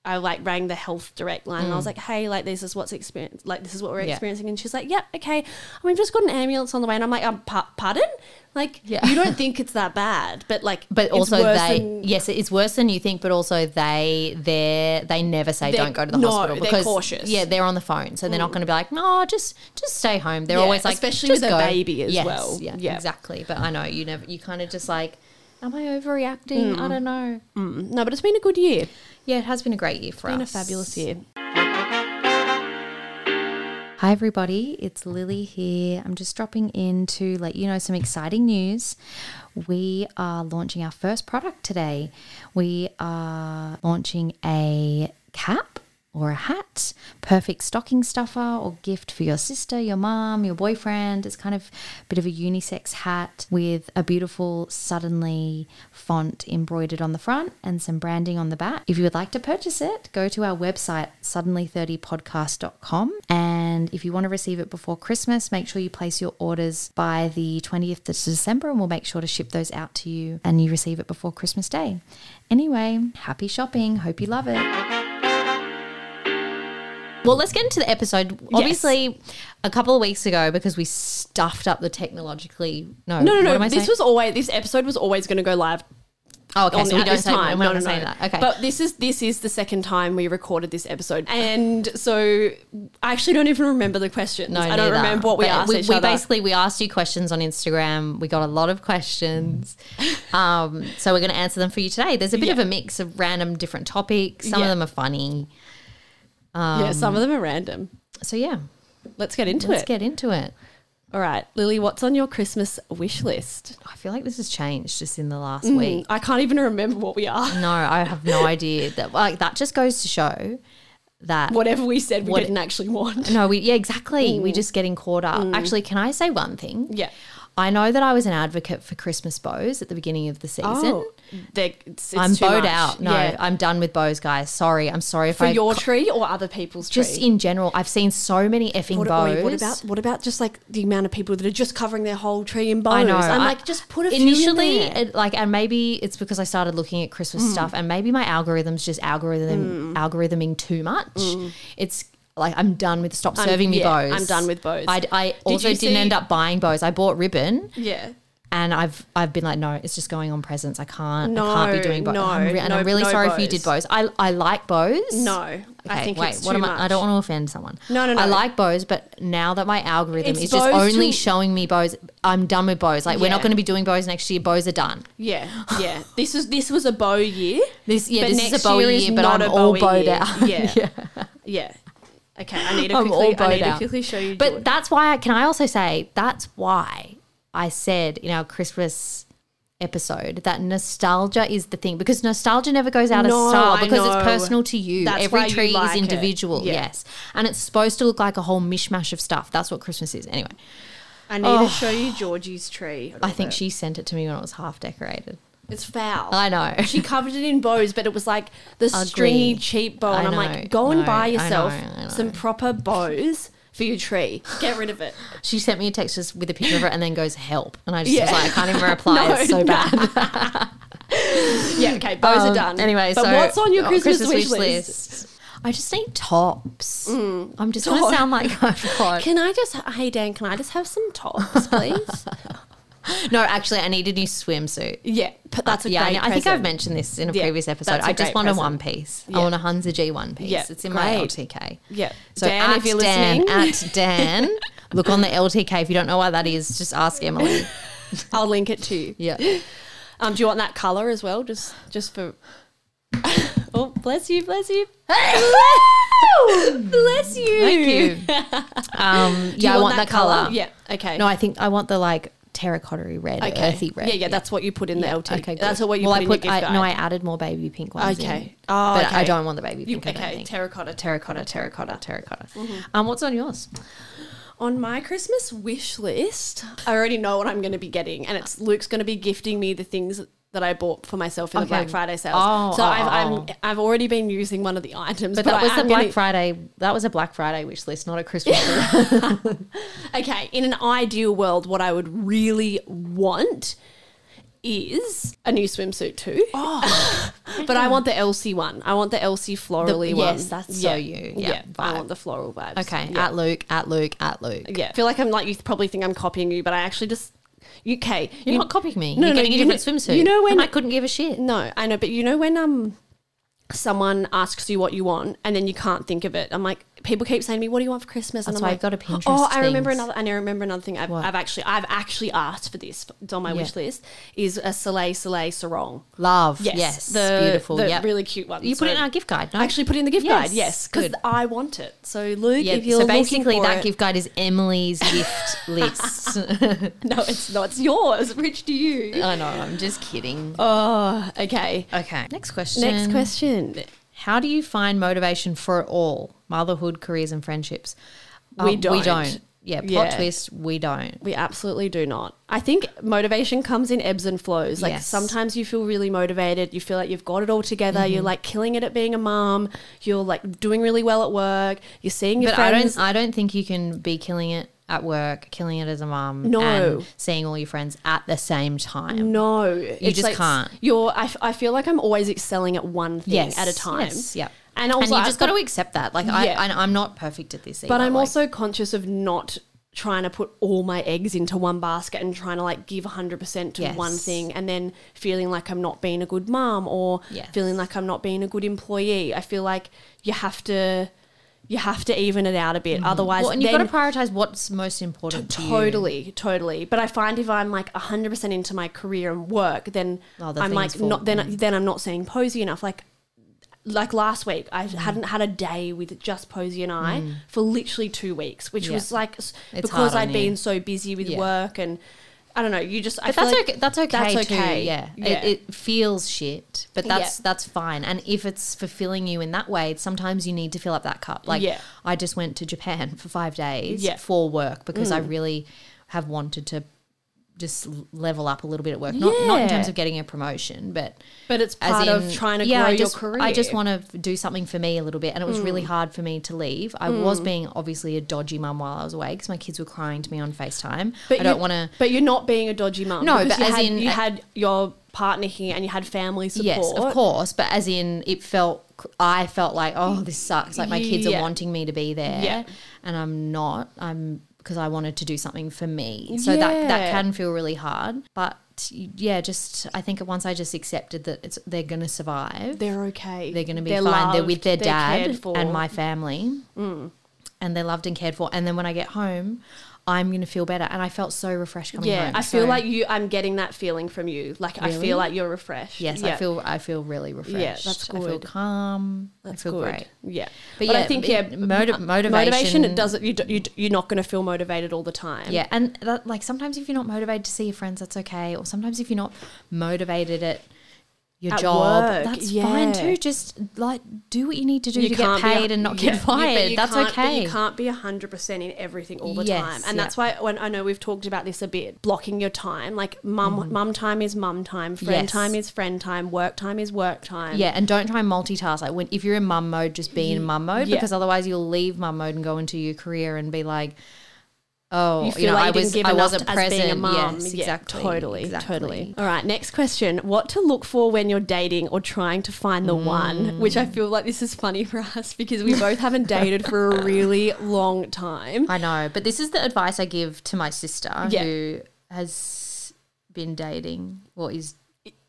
[SPEAKER 1] I like rang the health direct line and I was like, hey, like this is what's experience. Like this is what we're
[SPEAKER 4] Mm. Yeah.
[SPEAKER 1] experiencing, and she's like, yep, okay. I mean, just got an ambulance on the way, and I'm like, um, pa- pardon. Like
[SPEAKER 4] Yeah.
[SPEAKER 1] you don't think it's that bad, but like,
[SPEAKER 4] but
[SPEAKER 1] it's
[SPEAKER 4] also
[SPEAKER 1] worse
[SPEAKER 4] they
[SPEAKER 1] than-
[SPEAKER 4] yes it's worse than you think but also they they they never say
[SPEAKER 1] They're-
[SPEAKER 4] don't go to the
[SPEAKER 1] no,
[SPEAKER 4] hospital
[SPEAKER 1] they're cautious. Mm.
[SPEAKER 4] yeah they're on the phone so they're not going to be like no just just stay home they're
[SPEAKER 1] Yeah,
[SPEAKER 4] always like
[SPEAKER 1] especially
[SPEAKER 4] just
[SPEAKER 1] with a
[SPEAKER 4] go.
[SPEAKER 1] baby as
[SPEAKER 4] Yes,
[SPEAKER 1] well.
[SPEAKER 4] yeah,
[SPEAKER 1] Yeah.
[SPEAKER 4] exactly but I know you never you kind of just like am I overreacting
[SPEAKER 1] Mm.
[SPEAKER 4] I don't know
[SPEAKER 1] no, but it's been a good year.
[SPEAKER 4] yeah it has been a great year for
[SPEAKER 1] Been a
[SPEAKER 4] us
[SPEAKER 1] fabulous year.
[SPEAKER 4] Hi, everybody. It's Lily here. I'm just dropping in to let you know some exciting news. We are launching our first product today. We are launching a cap or a hat, perfect stocking stuffer or gift for your sister, your mom, your boyfriend. It's kind of a bit of a unisex hat with a beautiful suddenly font embroidered on the front and some branding on the back. If you would like to purchase it, go to our website suddenly30podcast.com and if you want to receive it before Christmas, make sure you place your orders by the 20th of December and we'll make sure to ship those out to you and you receive it before Christmas Day. Anyway, happy shopping. Hope you love it. Well, let's get into the episode. Obviously, a couple of weeks ago, because we stuffed up the technologically. No,
[SPEAKER 1] No,
[SPEAKER 4] what
[SPEAKER 1] no,
[SPEAKER 4] am I
[SPEAKER 1] no.
[SPEAKER 4] saying?
[SPEAKER 1] This was always this episode was always going to go live
[SPEAKER 4] Oh, okay.
[SPEAKER 1] on
[SPEAKER 4] So we
[SPEAKER 1] at
[SPEAKER 4] don't
[SPEAKER 1] this
[SPEAKER 4] say
[SPEAKER 1] time.
[SPEAKER 4] We're
[SPEAKER 1] No,
[SPEAKER 4] not
[SPEAKER 1] no,
[SPEAKER 4] saying
[SPEAKER 1] no.
[SPEAKER 4] that. Okay.
[SPEAKER 1] But this is this is the second time we recorded this episode, and so I actually don't even remember the questions. I don't
[SPEAKER 4] neither.
[SPEAKER 1] remember what we
[SPEAKER 4] But
[SPEAKER 1] asked
[SPEAKER 4] We,
[SPEAKER 1] each
[SPEAKER 4] we
[SPEAKER 1] other.
[SPEAKER 4] basically we asked you questions on Instagram. We got a lot of questions, um, so we're going to answer them for you today. There's a bit of a mix of random different topics. Some of
[SPEAKER 1] Yeah.
[SPEAKER 4] them are funny. Um,
[SPEAKER 1] yeah, some of them are random.
[SPEAKER 4] So yeah,
[SPEAKER 1] um, Let's get into
[SPEAKER 4] let's
[SPEAKER 1] it.
[SPEAKER 4] get into it.
[SPEAKER 1] All right, Lily, what's on your Christmas wish list?
[SPEAKER 4] I feel like this has changed just in the last
[SPEAKER 1] Mm.
[SPEAKER 4] week.
[SPEAKER 1] I can't even remember what we are.
[SPEAKER 4] No, I have no idea. That like that just goes to show that
[SPEAKER 1] Whatever we said, we
[SPEAKER 4] What-
[SPEAKER 1] didn't actually want.
[SPEAKER 4] No, we yeah, exactly. We're just getting caught up. Actually, can I say one thing?
[SPEAKER 1] Mm. Yeah.
[SPEAKER 4] I know that I was an advocate for Christmas bows at the beginning of the season.
[SPEAKER 1] They're- Oh, it's, it's
[SPEAKER 4] I'm
[SPEAKER 1] too
[SPEAKER 4] bowed
[SPEAKER 1] much.
[SPEAKER 4] out. No,
[SPEAKER 1] Yeah.
[SPEAKER 4] I'm done with bows, guys. Sorry. I'm sorry if
[SPEAKER 1] for
[SPEAKER 4] I
[SPEAKER 1] your tree or other people's
[SPEAKER 4] just
[SPEAKER 1] tree.
[SPEAKER 4] in general, I've seen so many effing
[SPEAKER 1] What,
[SPEAKER 4] bows.
[SPEAKER 1] wait, what about what about just like the amount of people that are just covering their whole tree in bows?
[SPEAKER 4] I know.
[SPEAKER 1] am
[SPEAKER 4] I-
[SPEAKER 1] like, just put a few in
[SPEAKER 4] initially,
[SPEAKER 1] there. Mm.
[SPEAKER 4] It, like, and maybe it's because I started looking at Christmas stuff, and maybe my algorithms just algorithm algorithming too much. It's like I'm done with stop
[SPEAKER 1] Mm. I'm-
[SPEAKER 4] serving me
[SPEAKER 1] yeah,
[SPEAKER 4] bows.
[SPEAKER 1] I'm done with bows.
[SPEAKER 4] I, I also
[SPEAKER 1] you
[SPEAKER 4] did
[SPEAKER 1] see-
[SPEAKER 4] not end up buying bows. I bought ribbon,
[SPEAKER 1] Yeah.
[SPEAKER 4] and I've I've been like, no, it's just going on presents. I can't,
[SPEAKER 1] No,
[SPEAKER 4] I can't be doing bows.
[SPEAKER 1] no,
[SPEAKER 4] I'm re- and
[SPEAKER 1] no-
[SPEAKER 4] I'm really
[SPEAKER 1] no
[SPEAKER 4] sorry if you
[SPEAKER 1] bows.
[SPEAKER 4] did bows. I I like bows.
[SPEAKER 1] No, I
[SPEAKER 4] Okay,
[SPEAKER 1] think
[SPEAKER 4] wait,
[SPEAKER 1] it's
[SPEAKER 4] what
[SPEAKER 1] too
[SPEAKER 4] am
[SPEAKER 1] much.
[SPEAKER 4] I? I don't want to offend someone.
[SPEAKER 1] No, no, no.
[SPEAKER 4] I like bows, but now that my algorithm
[SPEAKER 1] It's
[SPEAKER 4] is just
[SPEAKER 1] bows
[SPEAKER 4] only
[SPEAKER 1] to-
[SPEAKER 4] showing me bows, I'm done with bows. Like we're not
[SPEAKER 1] Yeah.
[SPEAKER 4] going to be doing bows next year. Bows are done.
[SPEAKER 1] Yeah, yeah. This is this was a bow year.
[SPEAKER 4] This yeah,
[SPEAKER 1] But
[SPEAKER 4] this is
[SPEAKER 1] next
[SPEAKER 4] a bow
[SPEAKER 1] year is
[SPEAKER 4] year, but
[SPEAKER 1] not
[SPEAKER 4] I'm
[SPEAKER 1] a
[SPEAKER 4] all
[SPEAKER 1] bow
[SPEAKER 4] bowed
[SPEAKER 1] year.
[SPEAKER 4] out.
[SPEAKER 1] Yeah. Yeah. Okay, I need to
[SPEAKER 4] I'm all
[SPEAKER 1] quickly, I
[SPEAKER 4] bowed
[SPEAKER 1] need to
[SPEAKER 4] out.
[SPEAKER 1] quickly show you.
[SPEAKER 4] But
[SPEAKER 1] Jordan.
[SPEAKER 4] that's why. I, can I also say that's why I said in our Christmas episode that nostalgia is the thing because nostalgia never goes out
[SPEAKER 1] No,
[SPEAKER 4] of style
[SPEAKER 1] I
[SPEAKER 4] because
[SPEAKER 1] know.
[SPEAKER 4] it's personal to you.
[SPEAKER 1] That's
[SPEAKER 4] Every
[SPEAKER 1] why you
[SPEAKER 4] tree
[SPEAKER 1] like
[SPEAKER 4] is
[SPEAKER 1] it.
[SPEAKER 4] individual.
[SPEAKER 1] Yeah.
[SPEAKER 4] Yes, and it's supposed to look like a whole mishmash of stuff. That's what Christmas is. Anyway,
[SPEAKER 1] I need to show you Georgie's tree.
[SPEAKER 4] Oh. I think she sent it to me when it was half decorated.
[SPEAKER 1] it's foul.
[SPEAKER 4] I know.
[SPEAKER 1] she covered it in bows, but it was like the stringy, cheap bow.
[SPEAKER 4] I
[SPEAKER 1] And I'm
[SPEAKER 4] know.
[SPEAKER 1] like, go and
[SPEAKER 4] No,
[SPEAKER 1] buy
[SPEAKER 4] I know,
[SPEAKER 1] yourself
[SPEAKER 4] I know.
[SPEAKER 1] some proper bows for your tree. Get rid of it.
[SPEAKER 4] She sent me a text just with a picture of it and then goes help, and I just
[SPEAKER 1] Yeah.
[SPEAKER 4] was like, I can't even reply. it's so bad.
[SPEAKER 1] Yeah, okay, bows
[SPEAKER 4] Um,
[SPEAKER 1] are done.
[SPEAKER 4] Anyway,
[SPEAKER 1] but
[SPEAKER 4] so
[SPEAKER 1] what's on your
[SPEAKER 4] oh,
[SPEAKER 1] Christmas, wish list?
[SPEAKER 4] I just need tops. I'm just going
[SPEAKER 1] Top.
[SPEAKER 4] to sound like I've got.
[SPEAKER 1] Can I just, hey Dan, can I just have some tops, please?
[SPEAKER 4] No, actually, I need a new swimsuit.
[SPEAKER 1] yeah, but that's a
[SPEAKER 4] yeah, I
[SPEAKER 1] great
[SPEAKER 4] know- I think I've
[SPEAKER 1] present.
[SPEAKER 4] mentioned this in a
[SPEAKER 1] Yeah,
[SPEAKER 4] previous episode.
[SPEAKER 1] that's a
[SPEAKER 4] I just
[SPEAKER 1] great
[SPEAKER 4] want a
[SPEAKER 1] present.
[SPEAKER 4] one piece.
[SPEAKER 1] Yeah.
[SPEAKER 4] I want a Hunza G one piece.
[SPEAKER 1] Yeah,
[SPEAKER 4] It's in
[SPEAKER 1] great.
[SPEAKER 4] my LTK.
[SPEAKER 1] Yeah.
[SPEAKER 4] So
[SPEAKER 1] Dan,
[SPEAKER 4] at
[SPEAKER 1] if you're
[SPEAKER 4] Dan,
[SPEAKER 1] listening,
[SPEAKER 4] at Dan, look on the LTK. If you don't know why that is, just ask Emily.
[SPEAKER 1] I'll link it to you.
[SPEAKER 4] Yeah.
[SPEAKER 1] Um, do you want that color as well? Just, just for. oh, bless you, bless you, bless you.
[SPEAKER 4] Thank you. Um, yeah, I want that color.
[SPEAKER 1] Yeah. Okay.
[SPEAKER 4] No, I think I want the like terracotta red,
[SPEAKER 1] okay.
[SPEAKER 4] earthy red.
[SPEAKER 1] Yeah, yeah, That's what you put in the LT.
[SPEAKER 4] Okay, good.
[SPEAKER 1] That's what you
[SPEAKER 4] well,
[SPEAKER 1] put
[SPEAKER 4] I
[SPEAKER 1] in
[SPEAKER 4] put.
[SPEAKER 1] your gift
[SPEAKER 4] I,
[SPEAKER 1] guide.
[SPEAKER 4] no, I added more baby pink ones.
[SPEAKER 1] Okay.
[SPEAKER 4] in.
[SPEAKER 1] Oh,
[SPEAKER 4] but I
[SPEAKER 1] okay.
[SPEAKER 4] don't want the baby
[SPEAKER 1] You-
[SPEAKER 4] pink. I don't
[SPEAKER 1] okay,
[SPEAKER 4] think.
[SPEAKER 1] terracotta. Mm-hmm.
[SPEAKER 4] Terracotta, terracotta, terracotta. Um, what's on yours?
[SPEAKER 1] On my Christmas wish list, I already know what I'm going to be getting, and it's Luke's going to be gifting me the things that I bought for myself in the
[SPEAKER 4] Okay.
[SPEAKER 1] Black Friday sales.
[SPEAKER 4] Oh,
[SPEAKER 1] so
[SPEAKER 4] oh,
[SPEAKER 1] I've,
[SPEAKER 4] oh.
[SPEAKER 1] I'm, I've already been using one of the items,
[SPEAKER 4] But, that was
[SPEAKER 1] I
[SPEAKER 4] the
[SPEAKER 1] am
[SPEAKER 4] Black
[SPEAKER 1] gonna-
[SPEAKER 4] Friday. That was a Black Friday wish list, not a Christmas list.
[SPEAKER 1] Okay, in an ideal world, what I would really want is a new swimsuit too. but I want the Elsie one. I want the Elsie florally
[SPEAKER 4] Oh. The-
[SPEAKER 1] one.
[SPEAKER 4] yes, that's so you. Yeah,
[SPEAKER 1] I
[SPEAKER 4] vibe.
[SPEAKER 1] want the floral vibes.
[SPEAKER 4] Okay,
[SPEAKER 1] yeah.
[SPEAKER 4] at Luke, at Luke, at Luke.
[SPEAKER 1] yeah. I feel like I'm like you probably think I'm copying you, but I actually just UK.
[SPEAKER 4] You're not copying me.
[SPEAKER 1] No,
[SPEAKER 4] You're
[SPEAKER 1] no,
[SPEAKER 4] getting
[SPEAKER 1] you
[SPEAKER 4] a different
[SPEAKER 1] kn-
[SPEAKER 4] swimsuit.
[SPEAKER 1] you know when-
[SPEAKER 4] and I couldn't give a shit.
[SPEAKER 1] No, I know, but you know when um someone asks you what you want and then you can't think of it. I'm like, people keep saying to me, "What do you want for Christmas?" And
[SPEAKER 4] That's
[SPEAKER 1] I'm
[SPEAKER 4] why
[SPEAKER 1] like,
[SPEAKER 4] I've got a
[SPEAKER 1] Oh,
[SPEAKER 4] Pinterest
[SPEAKER 1] I remember
[SPEAKER 4] things.
[SPEAKER 1] another, and I remember another thing. I've,
[SPEAKER 4] What?
[SPEAKER 1] I've actually, I've actually asked for this. It's on my
[SPEAKER 4] Yeah.
[SPEAKER 1] wish list. Is a Soleil Soleil sarong.
[SPEAKER 4] Love.
[SPEAKER 1] Yes,
[SPEAKER 4] Yes.
[SPEAKER 1] the
[SPEAKER 4] Beautiful.
[SPEAKER 1] the
[SPEAKER 4] yep.
[SPEAKER 1] really cute one.
[SPEAKER 4] You put
[SPEAKER 1] So-
[SPEAKER 4] it in our gift guide. No?
[SPEAKER 1] I actually put it in the gift
[SPEAKER 4] Yes,
[SPEAKER 1] guide. Yes, because
[SPEAKER 4] good.
[SPEAKER 1] I want it. So Luke,
[SPEAKER 4] yeah.
[SPEAKER 1] if you're
[SPEAKER 4] So basically,
[SPEAKER 1] looking for
[SPEAKER 4] that
[SPEAKER 1] it-
[SPEAKER 4] gift guide is Emily's gift list.
[SPEAKER 1] no, it's not. It's yours. Rich to you.
[SPEAKER 4] I know. I'm just kidding.
[SPEAKER 1] Oh, okay.
[SPEAKER 4] Okay. Next question.
[SPEAKER 1] Next question.
[SPEAKER 4] How do you find motivation for it all? Motherhood, careers, and friendships. Um,
[SPEAKER 1] We
[SPEAKER 4] We
[SPEAKER 1] don't.
[SPEAKER 4] don't. Yeah. Plot
[SPEAKER 1] Yeah.
[SPEAKER 4] twist. We don't.
[SPEAKER 1] We absolutely do not. I think motivation comes in ebbs and flows. Like
[SPEAKER 4] Yes.
[SPEAKER 1] sometimes you feel really motivated, you feel like you've got it all together,
[SPEAKER 4] Mm-hmm.
[SPEAKER 1] you're like killing it at being a mum, you're like doing really well at work, you're seeing your
[SPEAKER 4] But I
[SPEAKER 1] friends.
[SPEAKER 4] don't. I don't think you can be killing it at work, killing it as a mum,
[SPEAKER 1] No.
[SPEAKER 4] and seeing all your friends at the same time.
[SPEAKER 1] no, you
[SPEAKER 4] um, just can't.
[SPEAKER 1] You're. I, f- I feel like I'm always excelling at one thing at a time.
[SPEAKER 4] Yes. Yep.
[SPEAKER 1] And
[SPEAKER 4] And
[SPEAKER 1] also,
[SPEAKER 4] you
[SPEAKER 1] I-
[SPEAKER 4] just got to accept that. Like I,
[SPEAKER 1] Yeah.
[SPEAKER 4] I, I'm not perfect at this. Either.
[SPEAKER 1] But I'm
[SPEAKER 4] Like,
[SPEAKER 1] also conscious of not trying to put all my eggs into one basket and trying to like give 100% to
[SPEAKER 4] Yes.
[SPEAKER 1] one thing and then feeling like I'm not being a good mom or
[SPEAKER 4] Yes.
[SPEAKER 1] feeling like I'm not being a good employee. I feel like you have to you have to even it out a bit otherwise
[SPEAKER 4] Mm-hmm. Well, and you've
[SPEAKER 1] then
[SPEAKER 4] got to prioritize what's most important to you.
[SPEAKER 1] totally totally but i find if i'm like 100% into my career and work then
[SPEAKER 4] Other
[SPEAKER 1] i'm
[SPEAKER 4] things
[SPEAKER 1] like
[SPEAKER 4] fall-
[SPEAKER 1] not then then i'm not seeing posy enough like like last week i
[SPEAKER 4] Mm.
[SPEAKER 1] hadn't had a day with just posy and i for literally two weeks which
[SPEAKER 4] Yeah.
[SPEAKER 1] was like s
[SPEAKER 4] It's
[SPEAKER 1] because
[SPEAKER 4] hard on
[SPEAKER 1] i'd
[SPEAKER 4] you.
[SPEAKER 1] been so busy with
[SPEAKER 4] Yeah.
[SPEAKER 1] work and i don't know you just i
[SPEAKER 4] But
[SPEAKER 1] feel
[SPEAKER 4] that's
[SPEAKER 1] like
[SPEAKER 4] okay. That's okay.
[SPEAKER 1] that's
[SPEAKER 4] too,
[SPEAKER 1] okay.
[SPEAKER 4] Yeah.
[SPEAKER 1] Yeah.
[SPEAKER 4] It, it feels shit, but that's
[SPEAKER 1] Yeah.
[SPEAKER 4] that's fine. And if it's fulfilling you in that way, sometimes you need to fill up that cup. Like
[SPEAKER 1] Yeah.
[SPEAKER 4] I just went to Japan for five days
[SPEAKER 1] Yeah. Mm.
[SPEAKER 4] for work because I really have wanted to just level up a little bit at work. Not not in terms
[SPEAKER 1] Yeah.
[SPEAKER 4] of getting a promotion, but
[SPEAKER 1] but it's
[SPEAKER 4] as
[SPEAKER 1] part
[SPEAKER 4] in,
[SPEAKER 1] of trying to grow
[SPEAKER 4] I
[SPEAKER 1] your
[SPEAKER 4] just,
[SPEAKER 1] career Mm.
[SPEAKER 4] I just want to do something for me a little bit, and it was really hard for me to leave. I was being obviously a dodgy mum while I was away because my kids were crying to me on Facetime. I don't
[SPEAKER 1] you-
[SPEAKER 4] want to.
[SPEAKER 1] but you're not being a dodgy mum
[SPEAKER 4] No,
[SPEAKER 1] because
[SPEAKER 4] but
[SPEAKER 1] you
[SPEAKER 4] as
[SPEAKER 1] had,
[SPEAKER 4] in-
[SPEAKER 1] you had your partner here and you had family support
[SPEAKER 4] Yes, of course, but as in, it felt I felt like, oh, this sucks. Like my kids
[SPEAKER 1] Yeah.
[SPEAKER 4] are wanting me to be there,
[SPEAKER 1] Yeah.
[SPEAKER 4] and I'm not. I'm because I wanted to do something for me, so that
[SPEAKER 1] Yeah.
[SPEAKER 4] that can feel really hard. But yeah, just I think once I just accepted that it's they're gonna survive.
[SPEAKER 1] they're okay
[SPEAKER 4] they're going to be fine. they're with their
[SPEAKER 1] loved, they're cared
[SPEAKER 4] dad
[SPEAKER 1] for. Mm.
[SPEAKER 4] and my family, and they're loved and cared for. And then when I get home, I'm going to feel better. And I felt so refreshed coming
[SPEAKER 1] Yeah,
[SPEAKER 4] home.
[SPEAKER 1] I feel
[SPEAKER 4] So,
[SPEAKER 1] like you. I'm getting that feeling from you. Like I
[SPEAKER 4] Really?
[SPEAKER 1] feel like you're refreshed.
[SPEAKER 4] yes, I
[SPEAKER 1] Yeah,
[SPEAKER 4] feel I feel really refreshed.
[SPEAKER 1] that's
[SPEAKER 4] I feel
[SPEAKER 1] good.
[SPEAKER 4] calm. I feel
[SPEAKER 1] good.
[SPEAKER 4] great.
[SPEAKER 1] Yeah,
[SPEAKER 4] But
[SPEAKER 1] but, I
[SPEAKER 4] yeah,
[SPEAKER 1] think
[SPEAKER 4] but
[SPEAKER 1] yeah,
[SPEAKER 4] motiv-
[SPEAKER 1] m- uh,
[SPEAKER 4] motivation-
[SPEAKER 1] motivation. It doesn't. You, do, you d- you're not going to feel motivated all the time.
[SPEAKER 4] Yeah, and that, like sometimes if you're not motivated to see your friends, that's okay. Or sometimes if you're not motivated at your
[SPEAKER 1] At
[SPEAKER 4] job,
[SPEAKER 1] work,
[SPEAKER 4] that's
[SPEAKER 1] yeah.
[SPEAKER 4] fine too. Just like do what you need to do
[SPEAKER 1] You
[SPEAKER 4] to
[SPEAKER 1] can't
[SPEAKER 4] get
[SPEAKER 1] be-
[SPEAKER 4] paid and not
[SPEAKER 1] yeah,
[SPEAKER 4] get
[SPEAKER 1] you- but
[SPEAKER 4] fired.
[SPEAKER 1] you
[SPEAKER 4] that's
[SPEAKER 1] can't- but
[SPEAKER 4] okay.
[SPEAKER 1] You can't be hundred percent in everything all the
[SPEAKER 4] Yes,
[SPEAKER 1] time,
[SPEAKER 4] yeah.
[SPEAKER 1] and that's why when I know we've talked about this a bit, blocking your time, like mum, mum time is mum time, friend
[SPEAKER 4] Mm-hmm. Yes.
[SPEAKER 1] time is friend time, work time is work time.
[SPEAKER 4] Yeah, and don't try and multitask. Like when if you're in mum mode, just be in mum mode
[SPEAKER 1] yeah.
[SPEAKER 4] because otherwise you'll leave mum mode and go into your career and be like, oh,
[SPEAKER 1] you
[SPEAKER 4] you,
[SPEAKER 1] feel
[SPEAKER 4] know,
[SPEAKER 1] like
[SPEAKER 4] I
[SPEAKER 1] you
[SPEAKER 4] was
[SPEAKER 1] didn't give
[SPEAKER 4] I
[SPEAKER 1] enough
[SPEAKER 4] wasn't
[SPEAKER 1] as
[SPEAKER 4] present.
[SPEAKER 1] being a mom.
[SPEAKER 4] Yes,
[SPEAKER 1] Yeah,
[SPEAKER 4] exactly,
[SPEAKER 1] totally,
[SPEAKER 4] exactly.
[SPEAKER 1] totally. All right, next question: What to look for when you're dating or trying to find the one?
[SPEAKER 4] Mm.
[SPEAKER 1] Which I feel like this is funny for us because we both haven't dated for a really long time.
[SPEAKER 4] I know, but this is the advice I give to my sister
[SPEAKER 1] Yeah.
[SPEAKER 4] who has been dating or is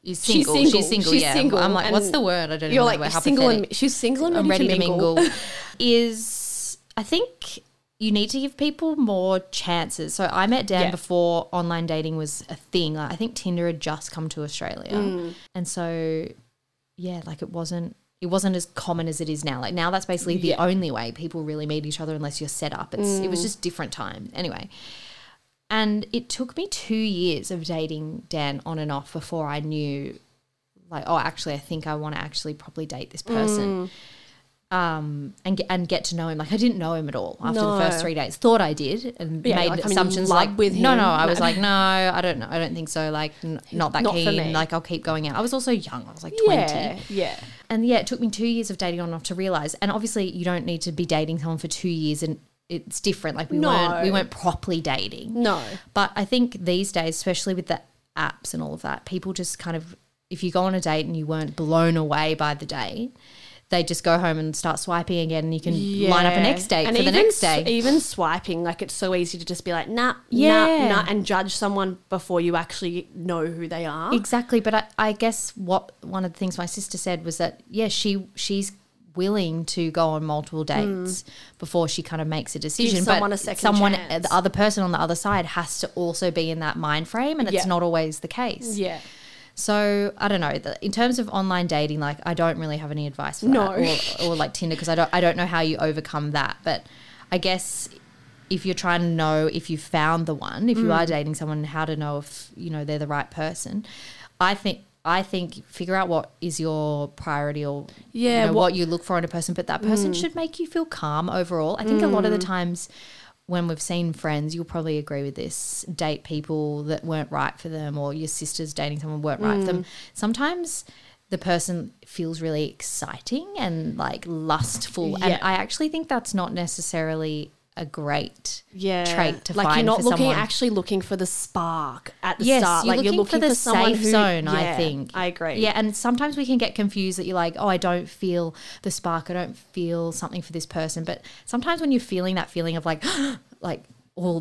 [SPEAKER 4] is
[SPEAKER 1] She's
[SPEAKER 4] single.
[SPEAKER 1] single.
[SPEAKER 4] She's single.
[SPEAKER 1] She's
[SPEAKER 4] yeah,
[SPEAKER 1] single,
[SPEAKER 4] I'm like, what's
[SPEAKER 1] and
[SPEAKER 4] the word? I don't.
[SPEAKER 1] You're
[SPEAKER 4] know
[SPEAKER 1] like
[SPEAKER 4] We're
[SPEAKER 1] single
[SPEAKER 4] hypothetical.
[SPEAKER 1] and she's single and ready,
[SPEAKER 4] I'm ready to mingle.
[SPEAKER 1] mingle.
[SPEAKER 4] is I think you need to give people more chances. So I met Dan
[SPEAKER 1] Yeah.
[SPEAKER 4] before online dating was a thing. Like, I think Tinder had just come to Australia, and so yeah, like it wasn't. It wasn't as common as it is now. Like now, that's basically the
[SPEAKER 1] Yeah. Mm.
[SPEAKER 4] only way people really meet each other, unless you're set up. It's it was just different time anyway. And it took me two years of dating Dan on and off before
[SPEAKER 1] Mm.
[SPEAKER 4] I knew, like, oh, actually, I think I want to actually properly date this person. um, and get, and get to know him. Like I didn't know him at all after
[SPEAKER 1] No.
[SPEAKER 4] the first three dates. Thought I did and
[SPEAKER 1] Yeah,
[SPEAKER 4] made
[SPEAKER 1] like, I'm in
[SPEAKER 4] assumptions
[SPEAKER 1] love
[SPEAKER 4] like
[SPEAKER 1] with
[SPEAKER 4] No,
[SPEAKER 1] him.
[SPEAKER 4] no, I was like, no, I don't know, I don't think so. Like n- not that
[SPEAKER 1] Not for me.
[SPEAKER 4] keen. Like I'll keep going out. I was also young. I was like twenty.
[SPEAKER 1] Yeah, yeah.
[SPEAKER 4] And yeah, it took me two years of dating on and off to realize. And obviously, you don't need to be dating someone for two years, and it's different. Like we
[SPEAKER 1] No.
[SPEAKER 4] weren't we weren't properly dating.
[SPEAKER 1] No.
[SPEAKER 4] But I think these days, especially with the apps and all of that, people just kind of if you go on a date and you weren't blown away by the date, they just go home and start swiping again, and you can line up a
[SPEAKER 1] Yeah.
[SPEAKER 4] next date
[SPEAKER 1] And
[SPEAKER 4] for the
[SPEAKER 1] even
[SPEAKER 4] next
[SPEAKER 1] s-
[SPEAKER 4] day.
[SPEAKER 1] Even swiping, like it's so easy to just be like, nah,
[SPEAKER 4] Yeah.
[SPEAKER 1] nah, nah, and judge someone before you actually know who they are.
[SPEAKER 4] Exactly, but I, I guess what one of the things my sister said was that yeah, she she's willing to go on multiple dates before she kind of makes a decision.
[SPEAKER 1] Hmm. someone
[SPEAKER 4] but
[SPEAKER 1] a second
[SPEAKER 4] someone,
[SPEAKER 1] chance.
[SPEAKER 4] the other person on the other side has to also be in that mind frame, and it's
[SPEAKER 1] Yeah.
[SPEAKER 4] not always the case.
[SPEAKER 1] yeah.
[SPEAKER 4] So I don't know. The, in terms of online dating, like I don't really have any advice for
[SPEAKER 1] No.
[SPEAKER 4] that, or, or like Tinder, because I don't I don't know how you overcome that. But I guess if you're trying to know if you found the one, if
[SPEAKER 1] Mm.
[SPEAKER 4] you are dating someone, how to know if you know they're the right person, I think. I think figure out what is your priority or you
[SPEAKER 1] Yeah,
[SPEAKER 4] know,
[SPEAKER 1] what-
[SPEAKER 4] what, you look for in a person, but that person
[SPEAKER 1] Mm.
[SPEAKER 4] should make you feel calm overall. I think a lot of the times when we've seen friends, you'll probably agree with this, date people that weren't right for them or your sisters dating someone weren't right for
[SPEAKER 1] Mm.
[SPEAKER 4] them. Sometimes the person feels really exciting and like lustful.
[SPEAKER 1] Yeah.
[SPEAKER 4] And I actually think that's not necessarily a great
[SPEAKER 1] Yeah,
[SPEAKER 4] trait to
[SPEAKER 1] like
[SPEAKER 4] find
[SPEAKER 1] you're not
[SPEAKER 4] for
[SPEAKER 1] looking
[SPEAKER 4] someone.
[SPEAKER 1] actually looking for the spark at the
[SPEAKER 4] yes,
[SPEAKER 1] start.
[SPEAKER 4] you're
[SPEAKER 1] like
[SPEAKER 4] looking
[SPEAKER 1] you're looking
[SPEAKER 4] for the
[SPEAKER 1] someone
[SPEAKER 4] safe
[SPEAKER 1] who,
[SPEAKER 4] zone. I
[SPEAKER 1] Yeah,
[SPEAKER 4] think
[SPEAKER 1] I agree.
[SPEAKER 4] Yeah, and sometimes we can get confused that you're like, oh, I don't feel the spark. I don't feel something for this person. But sometimes when you're feeling that feeling of like, like all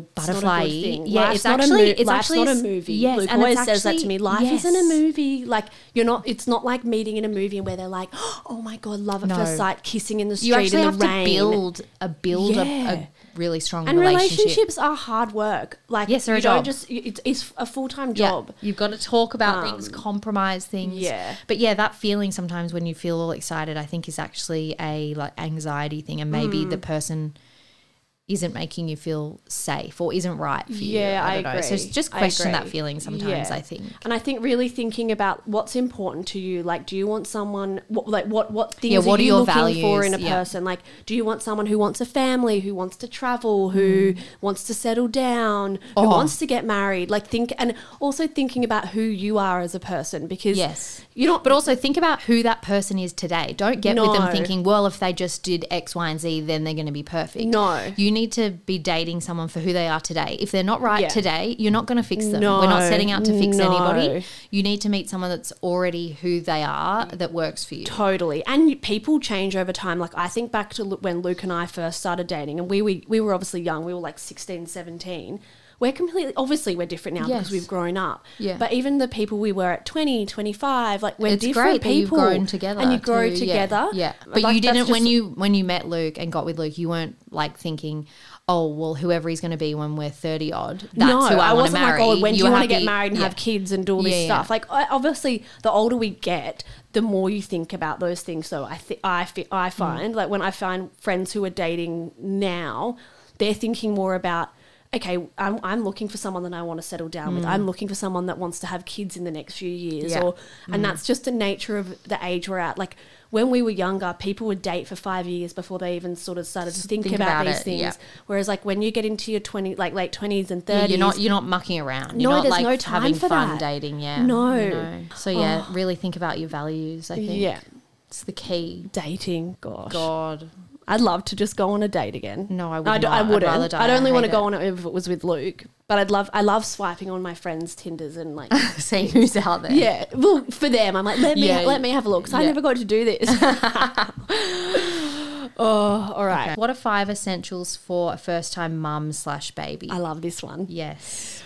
[SPEAKER 1] not a good
[SPEAKER 4] butterfly,
[SPEAKER 1] thing.
[SPEAKER 4] yeah,
[SPEAKER 1] Life's
[SPEAKER 4] it's
[SPEAKER 1] not a
[SPEAKER 4] actually
[SPEAKER 1] mo-
[SPEAKER 4] it's
[SPEAKER 1] life's
[SPEAKER 4] actually
[SPEAKER 1] not
[SPEAKER 4] s-
[SPEAKER 1] a movie.
[SPEAKER 4] Yes,
[SPEAKER 1] Luke
[SPEAKER 4] and
[SPEAKER 1] always
[SPEAKER 4] it's
[SPEAKER 1] says that to
[SPEAKER 4] actually-
[SPEAKER 1] me. Life
[SPEAKER 4] yes.
[SPEAKER 1] isn't a movie. Like you're not. It's not like meeting in a movie and where they're like, oh my god, love at
[SPEAKER 4] No.
[SPEAKER 1] first sight, kissing in the street
[SPEAKER 4] You actually
[SPEAKER 1] in the
[SPEAKER 4] have
[SPEAKER 1] rain.
[SPEAKER 4] to build a build
[SPEAKER 1] Yeah.
[SPEAKER 4] a, a really strong
[SPEAKER 1] and
[SPEAKER 4] relationship.
[SPEAKER 1] relationships are hard work. Like
[SPEAKER 4] Yes, they're
[SPEAKER 1] you
[SPEAKER 4] a
[SPEAKER 1] don't
[SPEAKER 4] job.
[SPEAKER 1] just it's, it's a full time
[SPEAKER 4] Yeah.
[SPEAKER 1] job. Um,
[SPEAKER 4] You've got to talk about things, compromise things.
[SPEAKER 1] yeah.
[SPEAKER 4] But yeah, that feeling sometimes when you feel all excited, I think is actually a like anxiety thing and maybe
[SPEAKER 1] Mm.
[SPEAKER 4] the person isn't making you feel safe or isn't right for you.
[SPEAKER 1] Yeah, I
[SPEAKER 4] don't know. So
[SPEAKER 1] agree.
[SPEAKER 4] it's just
[SPEAKER 1] I
[SPEAKER 4] question that
[SPEAKER 1] agree.
[SPEAKER 4] feeling sometimes,
[SPEAKER 1] Yeah.
[SPEAKER 4] I think.
[SPEAKER 1] And I think really thinking about what's important to you. Like, do you want someone? What, like, what what things
[SPEAKER 4] Yeah, what
[SPEAKER 1] are
[SPEAKER 4] are
[SPEAKER 1] you
[SPEAKER 4] your
[SPEAKER 1] looking for
[SPEAKER 4] values?
[SPEAKER 1] in a
[SPEAKER 4] Yeah.
[SPEAKER 1] person? Like, do you want someone who wants a family, who wants to travel, who wants to settle down, who
[SPEAKER 4] Mm. Oh.
[SPEAKER 1] wants to get married? Like, think and also thinking about who you are as a person because
[SPEAKER 4] Yes.
[SPEAKER 1] you don't.
[SPEAKER 4] But also think about who that person is today. Don't get with
[SPEAKER 1] No.
[SPEAKER 4] them thinking, well, if they just did X, Y, and Z, then they're going to be perfect.
[SPEAKER 1] No.
[SPEAKER 4] You need to be dating someone for who they are today. If they're not right
[SPEAKER 1] Yeah.
[SPEAKER 4] today, you're not going to fix them.
[SPEAKER 1] No.
[SPEAKER 4] We're not setting out to fix
[SPEAKER 1] No.
[SPEAKER 4] anybody. You need to meet someone that's already who they are that works for you.
[SPEAKER 1] Totally, and you- people change over time. Like I think back to Lu- when Luke and I first started dating, and we we, we were obviously young. We were like 16, 17. We're completely obviously we're different now because
[SPEAKER 4] Yes.
[SPEAKER 1] we've grown up.
[SPEAKER 4] Yeah.
[SPEAKER 1] But even the people we were at 20, 25, like we're
[SPEAKER 4] it's
[SPEAKER 1] different
[SPEAKER 4] great that you've
[SPEAKER 1] people.
[SPEAKER 4] grown together
[SPEAKER 1] and you grow
[SPEAKER 4] too, yeah,
[SPEAKER 1] together.
[SPEAKER 4] Yeah, but
[SPEAKER 1] Like,
[SPEAKER 4] you
[SPEAKER 1] that's
[SPEAKER 4] didn't when
[SPEAKER 1] just-
[SPEAKER 4] you when you met Luke and got with Luke. You weren't like thinking, oh well, whoever he's going to be when we're thirty odd. That's
[SPEAKER 1] no,
[SPEAKER 4] who I,
[SPEAKER 1] I,
[SPEAKER 4] want to
[SPEAKER 1] wasn't
[SPEAKER 4] marry.
[SPEAKER 1] like, oh, when do you
[SPEAKER 4] were
[SPEAKER 1] want to get
[SPEAKER 4] happy-
[SPEAKER 1] married and
[SPEAKER 4] yeah.
[SPEAKER 1] have kids and do all this
[SPEAKER 4] Yeah, yeah.
[SPEAKER 1] stuff? Like, I, obviously, the older we get, the more you think about those things. So I, th- I, fi- I
[SPEAKER 4] Mm.
[SPEAKER 1] find, like, when I find friends who are dating now, they're thinking more about, okay, I'm, I'm looking for someone that I want to settle down with. I'm looking for someone that wants to have kids in the next few years.
[SPEAKER 4] Mm. Yeah. Mm.
[SPEAKER 1] Or, and that's just the nature of the age we're at. Like, when we were younger, people would date for five years before they even sort of started to think,
[SPEAKER 4] think
[SPEAKER 1] about,
[SPEAKER 4] about
[SPEAKER 1] these
[SPEAKER 4] it,
[SPEAKER 1] things.
[SPEAKER 4] yeah.
[SPEAKER 1] Whereas, like, when you get into your 20, like late 20s and 30s,
[SPEAKER 4] Yeah, You're not you're not mucking around. You're
[SPEAKER 1] No,
[SPEAKER 4] not
[SPEAKER 1] there's
[SPEAKER 4] like
[SPEAKER 1] no time
[SPEAKER 4] having
[SPEAKER 1] for
[SPEAKER 4] fun
[SPEAKER 1] that.
[SPEAKER 4] dating. Yeah,
[SPEAKER 1] No. Oh.
[SPEAKER 4] So yeah, really think about your values. I think
[SPEAKER 1] Yeah.
[SPEAKER 4] it's the key.
[SPEAKER 1] dating. Gosh,
[SPEAKER 4] God,
[SPEAKER 1] I'd love to just go on a date again.
[SPEAKER 4] No, I would
[SPEAKER 1] I'd,
[SPEAKER 4] not.
[SPEAKER 1] I
[SPEAKER 4] I'd
[SPEAKER 1] wouldn't.
[SPEAKER 4] rather
[SPEAKER 1] I'd,
[SPEAKER 4] die.
[SPEAKER 1] only
[SPEAKER 4] I
[SPEAKER 1] want to
[SPEAKER 4] hate
[SPEAKER 1] go on it if it was with Luke. But I'd love. I love swiping on my friends' Tinders and like.
[SPEAKER 4] seeing who's out there.
[SPEAKER 1] yeah, well, for them, I'm like, let me
[SPEAKER 4] Yeah.
[SPEAKER 1] let me have a look. 'cause I
[SPEAKER 4] Yeah.
[SPEAKER 1] never got to do this. oh, all right.
[SPEAKER 4] What are five essentials for a first time mum slash baby?
[SPEAKER 1] I love this one.
[SPEAKER 4] yes.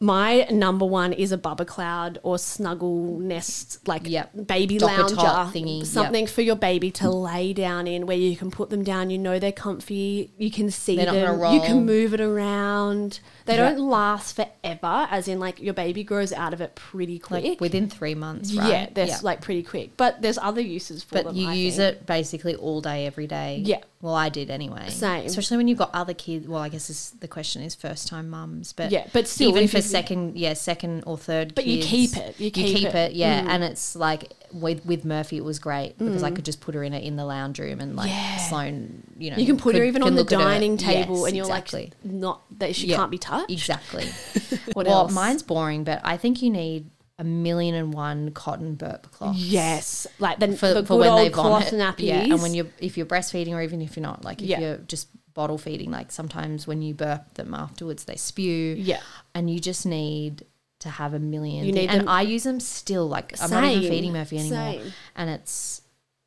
[SPEAKER 1] My number one is a bubba cloud or snuggle nest, like
[SPEAKER 4] Yep.
[SPEAKER 1] baby
[SPEAKER 4] Docker
[SPEAKER 1] lounger
[SPEAKER 4] tot thingy, yep.
[SPEAKER 1] something for your baby to lay down in, where you can put them down. You know they're comfy. You can see
[SPEAKER 4] They're not
[SPEAKER 1] them.
[SPEAKER 4] gonna
[SPEAKER 1] You can
[SPEAKER 4] roll.
[SPEAKER 1] move it around. They
[SPEAKER 4] Yep.
[SPEAKER 1] don't last forever, as in like your baby grows out of it pretty quick.
[SPEAKER 4] like within three months, right?
[SPEAKER 1] Yeah, they're s- like pretty quick. But there's other uses for
[SPEAKER 4] but
[SPEAKER 1] them.
[SPEAKER 4] you
[SPEAKER 1] I
[SPEAKER 4] use
[SPEAKER 1] think.
[SPEAKER 4] it basically all day, every day.
[SPEAKER 1] Yeah.
[SPEAKER 4] Well, I did anyway.
[SPEAKER 1] Same.
[SPEAKER 4] Especially when you've got other kids. Well, I guess this, the question is first time mums, but
[SPEAKER 1] Yeah, but still,
[SPEAKER 4] even
[SPEAKER 1] if
[SPEAKER 4] for
[SPEAKER 1] you've
[SPEAKER 4] second, yeah, second or third.
[SPEAKER 1] But you
[SPEAKER 4] kids.
[SPEAKER 1] keep it. You keep it. Mm.
[SPEAKER 4] yeah. And it's like with with Murphy, it was great because I could just put her in it in the lounge room and like
[SPEAKER 1] Yeah.
[SPEAKER 4] Sloan, you know,
[SPEAKER 1] You can put her
[SPEAKER 4] could-
[SPEAKER 1] even
[SPEAKER 4] could
[SPEAKER 1] on the
[SPEAKER 4] look at her.
[SPEAKER 1] dining table,
[SPEAKER 4] Yes,
[SPEAKER 1] and you're
[SPEAKER 4] exactly.
[SPEAKER 1] like, not that she
[SPEAKER 4] Yeah.
[SPEAKER 1] can't be touched.
[SPEAKER 4] Exactly.
[SPEAKER 1] What
[SPEAKER 4] well,
[SPEAKER 1] else?
[SPEAKER 4] mine's boring, but I think you need a million and one cotton burp cloths.
[SPEAKER 1] yes, like the,
[SPEAKER 4] for,
[SPEAKER 1] the
[SPEAKER 4] for
[SPEAKER 1] good
[SPEAKER 4] when
[SPEAKER 1] old
[SPEAKER 4] they
[SPEAKER 1] cloth
[SPEAKER 4] vomit.
[SPEAKER 1] nappies.
[SPEAKER 4] Yeah, and when you're if you're breastfeeding or even if you're not, like if
[SPEAKER 1] Yeah.
[SPEAKER 4] you're just bottle feeding, like sometimes when you burp them afterwards, they spew.
[SPEAKER 1] Yeah.
[SPEAKER 4] and you just need to have a million.
[SPEAKER 1] You
[SPEAKER 4] thing-
[SPEAKER 1] need
[SPEAKER 4] and
[SPEAKER 1] them-
[SPEAKER 4] I use them still. Like I'm not even
[SPEAKER 1] Same,
[SPEAKER 4] feeding Murphy anymore,
[SPEAKER 1] same.
[SPEAKER 4] and it's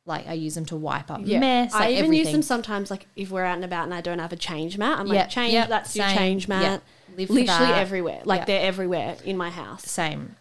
[SPEAKER 4] like I use them to wipe up
[SPEAKER 1] Yeah.
[SPEAKER 4] mess.
[SPEAKER 1] I
[SPEAKER 4] like
[SPEAKER 1] even use
[SPEAKER 4] everything.
[SPEAKER 1] them sometimes, like if we're out and about and I don't have a change mat. I'm
[SPEAKER 4] Yeah,
[SPEAKER 1] like, change,
[SPEAKER 4] yeah,
[SPEAKER 1] that's your
[SPEAKER 4] same,
[SPEAKER 1] change
[SPEAKER 4] yeah.
[SPEAKER 1] mat.
[SPEAKER 4] Live for
[SPEAKER 1] Literally
[SPEAKER 4] that.
[SPEAKER 1] everywhere. Like
[SPEAKER 4] Yeah.
[SPEAKER 1] they're everywhere in my house.
[SPEAKER 4] Same.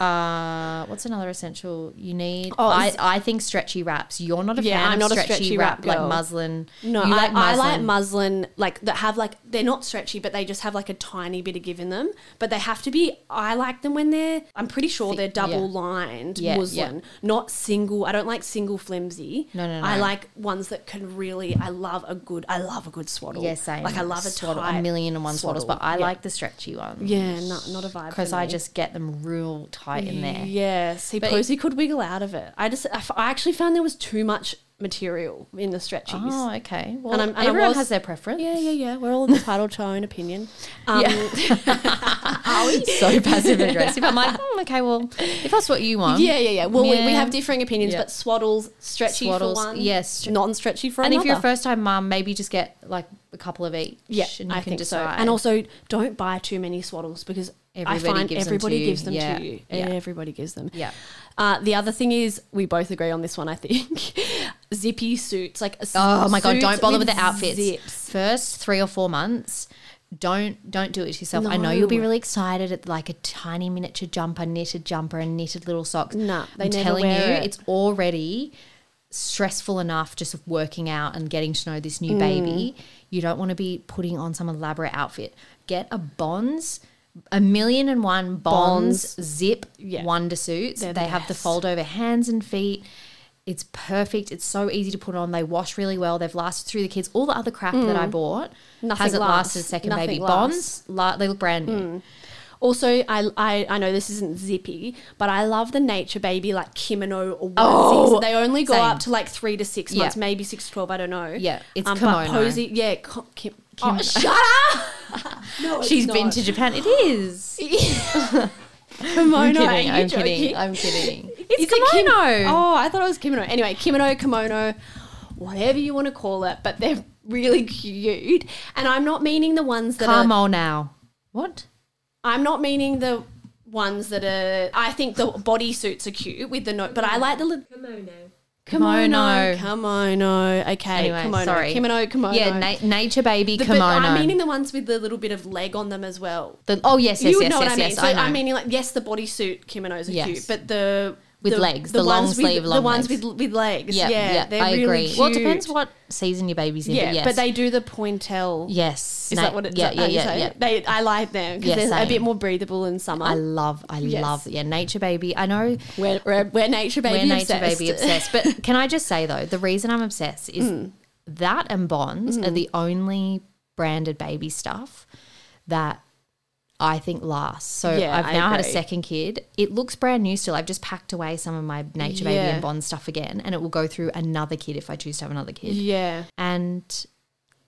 [SPEAKER 4] Uh, what's another essential you need?
[SPEAKER 1] Oh,
[SPEAKER 4] I,
[SPEAKER 1] it's-
[SPEAKER 4] I think stretchy wraps. You're not a
[SPEAKER 1] Yeah,
[SPEAKER 4] fan
[SPEAKER 1] I'm
[SPEAKER 4] of
[SPEAKER 1] not a
[SPEAKER 4] stretchy,
[SPEAKER 1] stretchy
[SPEAKER 4] wrap,
[SPEAKER 1] wrap
[SPEAKER 4] like
[SPEAKER 1] girl.
[SPEAKER 4] muslin.
[SPEAKER 1] No,
[SPEAKER 4] You
[SPEAKER 1] I, like I like muslin, like that have like they're not stretchy, but they just have like a tiny bit of give in them. But they have to be. I like them when they're. I'm pretty sure
[SPEAKER 4] Thick,
[SPEAKER 1] they're
[SPEAKER 4] yeah.
[SPEAKER 1] double lined
[SPEAKER 4] Yeah, yeah.
[SPEAKER 1] muslin, not single. I don't like single flimsy.
[SPEAKER 4] No, no,
[SPEAKER 1] I
[SPEAKER 4] no.
[SPEAKER 1] like ones that can really. I love a good. I love a good swaddle.
[SPEAKER 4] Yeah, same.
[SPEAKER 1] Like I love a
[SPEAKER 4] swaddle,
[SPEAKER 1] tight
[SPEAKER 4] a million and one swaddles, but I
[SPEAKER 1] yeah.
[SPEAKER 4] like the stretchy ones.
[SPEAKER 1] Yeah, no, not a vibe.
[SPEAKER 4] because
[SPEAKER 1] for
[SPEAKER 4] I
[SPEAKER 1] me.
[SPEAKER 4] just get them real tight in there.
[SPEAKER 1] Yeah, see,
[SPEAKER 4] But-
[SPEAKER 1] Posy could wiggle out of it. I just, I, f- I actually found there was too much material in the stretchies.
[SPEAKER 4] Oh, okay. Well,
[SPEAKER 1] And I'm- and I
[SPEAKER 4] everyone
[SPEAKER 1] was-
[SPEAKER 4] has their preference.
[SPEAKER 1] Yeah, yeah, yeah. We're all entitled to our own opinion. Um,
[SPEAKER 4] Are we so passive aggressive? I'm like, "Hmm, okay, well, if that's what you want,
[SPEAKER 1] Yeah, yeah, yeah. Well, We, we
[SPEAKER 4] Yeah.
[SPEAKER 1] have differing opinions,
[SPEAKER 4] Yeah.
[SPEAKER 1] but swaddles, stretchy
[SPEAKER 4] Swaddles,
[SPEAKER 1] for one,
[SPEAKER 4] yes.
[SPEAKER 1] non-stretchy for
[SPEAKER 4] And
[SPEAKER 1] another.
[SPEAKER 4] if you're a first time mum, maybe just get like a couple of each,
[SPEAKER 1] yeah,
[SPEAKER 4] and you
[SPEAKER 1] I
[SPEAKER 4] can
[SPEAKER 1] think
[SPEAKER 4] decide.
[SPEAKER 1] so. And also, don't buy too many swaddles because
[SPEAKER 4] Everybody
[SPEAKER 1] I find
[SPEAKER 4] gives them
[SPEAKER 1] everybody
[SPEAKER 4] to you.
[SPEAKER 1] gives them
[SPEAKER 4] Yeah,
[SPEAKER 1] to you.
[SPEAKER 4] yeah.
[SPEAKER 1] Everybody gives them.
[SPEAKER 4] Yeah.
[SPEAKER 1] Uh, the other thing is, we both agree on this one. I think zippy suits, like a
[SPEAKER 4] Oh my god,
[SPEAKER 1] suits
[SPEAKER 4] don't bother with, the outfits.
[SPEAKER 1] zips.
[SPEAKER 4] First three or four months, don't don't do it to yourself. I know you'll be
[SPEAKER 1] No.
[SPEAKER 4] really excited at like a tiny miniature jumper, knitted jumper, and knitted little socks.
[SPEAKER 1] Nah, they
[SPEAKER 4] I'm
[SPEAKER 1] never
[SPEAKER 4] telling
[SPEAKER 1] wear
[SPEAKER 4] you,
[SPEAKER 1] it.
[SPEAKER 4] it's already stressful enough just working out and getting to know this new
[SPEAKER 1] Mm.
[SPEAKER 4] baby. You don't want to be putting on some elaborate outfit. Get a bonds. A million and one bonds, zip
[SPEAKER 1] Yeah.
[SPEAKER 4] wonder suits.
[SPEAKER 1] They're the
[SPEAKER 4] they have the
[SPEAKER 1] best.
[SPEAKER 4] fold over hands and feet. It's perfect. It's so easy to put on. They wash really well. They've lasted through the kids. All the other crap that I bought
[SPEAKER 1] Mm. Nothing
[SPEAKER 4] hasn't
[SPEAKER 1] lasts.
[SPEAKER 4] lasted second
[SPEAKER 1] Nothing
[SPEAKER 4] baby.
[SPEAKER 1] lasts. Mm.
[SPEAKER 4] Bonds, la- they look brand new.
[SPEAKER 1] Also, I, I I know this isn't zippy, but I love the nature baby like kimono or onesies.
[SPEAKER 4] Oh,
[SPEAKER 1] they only go
[SPEAKER 4] same.
[SPEAKER 1] up to like three to six
[SPEAKER 4] Yeah.
[SPEAKER 1] months, maybe six to twelve. I don't know. Um,
[SPEAKER 4] Yeah, it's
[SPEAKER 1] But
[SPEAKER 4] kimono.
[SPEAKER 1] posy, yeah. Co- ki-
[SPEAKER 4] Kimono.
[SPEAKER 1] Oh, shut up! no,
[SPEAKER 4] She's
[SPEAKER 1] it's
[SPEAKER 4] been
[SPEAKER 1] not.
[SPEAKER 4] to Japan. It is.
[SPEAKER 1] kimono.
[SPEAKER 4] I'm kidding.
[SPEAKER 1] are you
[SPEAKER 4] I'm
[SPEAKER 1] joking?
[SPEAKER 4] kidding. I'm kidding.
[SPEAKER 1] It's
[SPEAKER 4] It's kimono.
[SPEAKER 1] oh, I thought it was kimono. Anyway, kimono, kimono, whatever you want to call it, but they're really cute. And I'm not meaning the ones that are
[SPEAKER 4] Come on now. What?
[SPEAKER 1] I'm not meaning the ones that are. I think the bodysuits are cute with the note, but I like the little
[SPEAKER 4] Kimono.
[SPEAKER 1] kimono. Kimono. Okay.
[SPEAKER 4] Anyway,
[SPEAKER 1] kimono.
[SPEAKER 4] sorry.
[SPEAKER 1] Kimono. Kimono.
[SPEAKER 4] Yeah, na- nature baby
[SPEAKER 1] The- but
[SPEAKER 4] kimono.
[SPEAKER 1] I'm meaning the ones with the little bit of leg on them as well.
[SPEAKER 4] The- oh yes, yes,
[SPEAKER 1] you would
[SPEAKER 4] yes,
[SPEAKER 1] know
[SPEAKER 4] yes,
[SPEAKER 1] what I mean.
[SPEAKER 4] yes.
[SPEAKER 1] so
[SPEAKER 4] I know.
[SPEAKER 1] am meaning like yes, the bodysuit kimonos are
[SPEAKER 4] Yes.
[SPEAKER 1] cute, but the
[SPEAKER 4] With legs, the long
[SPEAKER 1] ones
[SPEAKER 4] sleeve,
[SPEAKER 1] with,
[SPEAKER 4] long
[SPEAKER 1] the ones
[SPEAKER 4] legs.
[SPEAKER 1] with with legs.
[SPEAKER 4] yeah,
[SPEAKER 1] Yeah,
[SPEAKER 4] yeah.
[SPEAKER 1] they're
[SPEAKER 4] I
[SPEAKER 1] really
[SPEAKER 4] agree.
[SPEAKER 1] cute.
[SPEAKER 4] Well, it depends what season your baby's in.
[SPEAKER 1] Yeah,
[SPEAKER 4] but, yes.
[SPEAKER 1] but they do the pointel.
[SPEAKER 4] Yes.
[SPEAKER 1] Is
[SPEAKER 4] Na-
[SPEAKER 1] that what it's
[SPEAKER 4] Yeah,
[SPEAKER 1] how
[SPEAKER 4] yeah,
[SPEAKER 1] you
[SPEAKER 4] yeah,
[SPEAKER 1] say
[SPEAKER 4] yeah.
[SPEAKER 1] it? They, I like them
[SPEAKER 4] Yeah,
[SPEAKER 1] because they're
[SPEAKER 4] same.
[SPEAKER 1] a bit more breathable in summer.
[SPEAKER 4] I love, I
[SPEAKER 1] Yes.
[SPEAKER 4] love, yeah, nature baby. I know
[SPEAKER 1] We're, we're, we're nature baby
[SPEAKER 4] we're
[SPEAKER 1] obsessed. Mm.
[SPEAKER 4] nature baby obsessed, but can I just say though, the reason I'm obsessed is that and Bonds are the only branded baby stuff that I think lasts. So
[SPEAKER 1] Yeah,
[SPEAKER 4] I've
[SPEAKER 1] I
[SPEAKER 4] now had a
[SPEAKER 1] agree.
[SPEAKER 4] second kid. It looks brand new still. I've just packed away some of my nature baby
[SPEAKER 1] Yeah.
[SPEAKER 4] and Bond stuff again, and it will go through another kid if I choose to have another kid
[SPEAKER 1] yeah.
[SPEAKER 4] and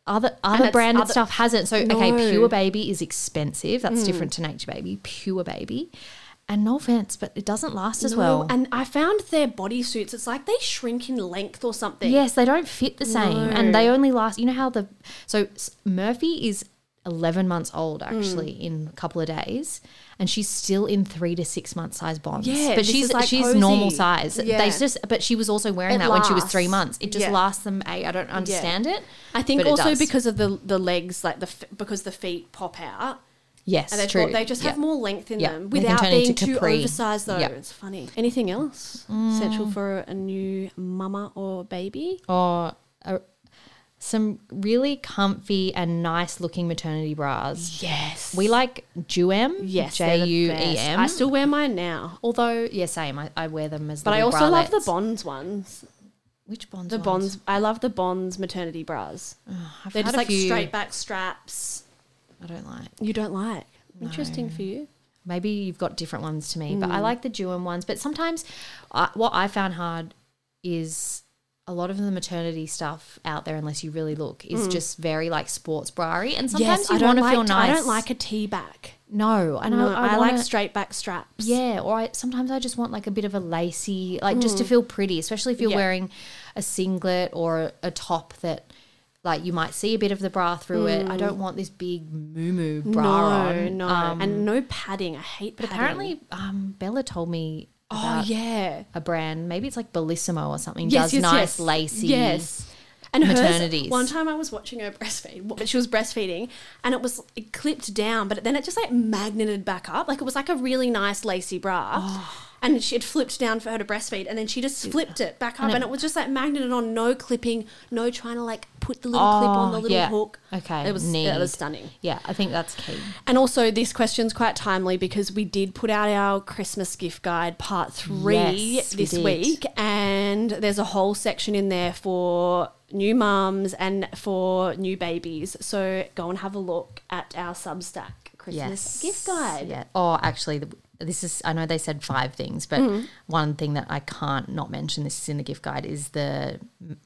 [SPEAKER 4] other
[SPEAKER 1] And
[SPEAKER 4] other
[SPEAKER 1] it's
[SPEAKER 4] branded
[SPEAKER 1] other-
[SPEAKER 4] stuff hasn't. So okay,
[SPEAKER 1] No. Mm.
[SPEAKER 4] Pure Baby is expensive. That's different to Nature Baby. Pure Baby, and no offense, but it doesn't last as
[SPEAKER 1] No,
[SPEAKER 4] well.
[SPEAKER 1] And I found their bodysuits, it's like they shrink in length or something.
[SPEAKER 4] yes, they don't fit the same, and
[SPEAKER 1] No.
[SPEAKER 4] they only last. You know how the so S- Murphy is. 11 months old actually
[SPEAKER 1] Hmm.
[SPEAKER 4] in a couple of days and she's still in three to six month size bonds
[SPEAKER 1] Yeah,
[SPEAKER 4] but
[SPEAKER 1] this
[SPEAKER 4] she's
[SPEAKER 1] is like
[SPEAKER 4] she's
[SPEAKER 1] cozy.
[SPEAKER 4] normal size they
[SPEAKER 1] Yeah.
[SPEAKER 4] just but she was also wearing
[SPEAKER 1] It
[SPEAKER 4] that when she was three
[SPEAKER 1] lasts.
[SPEAKER 4] months it just
[SPEAKER 1] Yeah.
[SPEAKER 4] lasts them I I don't understand it
[SPEAKER 1] I think
[SPEAKER 4] but it
[SPEAKER 1] also
[SPEAKER 4] does.
[SPEAKER 1] because of the the legs, like the f- because the feet pop out,
[SPEAKER 4] yes
[SPEAKER 1] and they
[SPEAKER 4] true
[SPEAKER 1] thought they just
[SPEAKER 4] Yeah.
[SPEAKER 1] have more length in
[SPEAKER 4] Yeah.
[SPEAKER 1] them
[SPEAKER 4] They can
[SPEAKER 1] without
[SPEAKER 4] turn into
[SPEAKER 1] being too
[SPEAKER 4] capri.
[SPEAKER 1] oversized. Though
[SPEAKER 4] Yeah. Mm.
[SPEAKER 1] it's funny. Anything else essential for a new mama or baby?
[SPEAKER 4] or a, Oh, uh, some really comfy and nice looking maternity bras.
[SPEAKER 1] Yes,
[SPEAKER 4] We like Juem,
[SPEAKER 1] yes they're
[SPEAKER 4] J
[SPEAKER 1] the
[SPEAKER 4] U E
[SPEAKER 1] best.
[SPEAKER 4] M.
[SPEAKER 1] I still wear mine now,
[SPEAKER 4] Although, yeah, same. I, I wear them as.
[SPEAKER 1] but I also
[SPEAKER 4] little
[SPEAKER 1] love the
[SPEAKER 4] bralettes.
[SPEAKER 1] bonds ones.
[SPEAKER 4] Which bonds?
[SPEAKER 1] The
[SPEAKER 4] ones?
[SPEAKER 1] bonds. I love the bonds maternity bras.
[SPEAKER 4] I've
[SPEAKER 1] They're just
[SPEAKER 4] had a
[SPEAKER 1] like
[SPEAKER 4] few
[SPEAKER 1] straight back straps.
[SPEAKER 4] I don't like.
[SPEAKER 1] You don't like. Interesting for you.
[SPEAKER 4] Maybe you've got different ones to me, but
[SPEAKER 1] Mm.
[SPEAKER 4] I like the Duum ones. But sometimes I, what I found hard is a lot of the maternity stuff out there, unless you really look, is
[SPEAKER 1] Mm.
[SPEAKER 4] just very like sports brary. And sometimes
[SPEAKER 1] yes,
[SPEAKER 4] you
[SPEAKER 1] I don't
[SPEAKER 4] want to
[SPEAKER 1] like.
[SPEAKER 4] feel nice.
[SPEAKER 1] I don't like a tea back.
[SPEAKER 4] No, and
[SPEAKER 1] No,
[SPEAKER 4] I,
[SPEAKER 1] I,
[SPEAKER 4] I,
[SPEAKER 1] like
[SPEAKER 4] wanna-
[SPEAKER 1] straight back straps.
[SPEAKER 4] yeah, or I, sometimes I just want like a bit of a lacy, like just to feel pretty, especially if you're
[SPEAKER 1] Yeah.
[SPEAKER 4] wearing a singlet or a, a top that like you might see a bit of the bra through it. I don't want this big moo bra
[SPEAKER 1] no,
[SPEAKER 4] on.
[SPEAKER 1] no,
[SPEAKER 4] Um,
[SPEAKER 1] and no padding. I hate.
[SPEAKER 4] but
[SPEAKER 1] padding.
[SPEAKER 4] apparently, um, Bella told me
[SPEAKER 1] oh
[SPEAKER 4] about
[SPEAKER 1] yeah,
[SPEAKER 4] a brand. Maybe it's like Bellissimo or something.
[SPEAKER 1] Yes,
[SPEAKER 4] does
[SPEAKER 1] yes,
[SPEAKER 4] nice
[SPEAKER 1] yes.
[SPEAKER 4] lacy.
[SPEAKER 1] Yes. and hers-
[SPEAKER 4] maternities.
[SPEAKER 1] one time I was watching her breastfeed. wa- She was breastfeeding, and it was it clipped down, but then it just like magneted back up. Like it was like a really nice lacy bra.
[SPEAKER 4] Oh.
[SPEAKER 1] And she had flipped down for her to breastfeed, and then she just flipped it back up, and it, was just like magneted on, no clipping, no trying to like put the little clip on the
[SPEAKER 4] Oh,
[SPEAKER 1] little
[SPEAKER 4] yeah.
[SPEAKER 1] hook.
[SPEAKER 4] Okay,
[SPEAKER 1] it was it
[SPEAKER 4] need.
[SPEAKER 1] was stunning.
[SPEAKER 4] Yeah, I think that's key.
[SPEAKER 1] And also, this question's quite timely because we did put out our Christmas gift guide part three
[SPEAKER 4] Yes, we
[SPEAKER 1] this
[SPEAKER 4] did.
[SPEAKER 1] week, and there's a whole section in there for new mums and for new babies. So go and have a look at our Substack Christmas
[SPEAKER 4] Yes.
[SPEAKER 1] gift guide.
[SPEAKER 4] Yeah. Oh, actually, the, this is, I know they said five things, but
[SPEAKER 1] Mm-hmm.
[SPEAKER 4] one thing that I can't not mention, this is in the gift guide, is the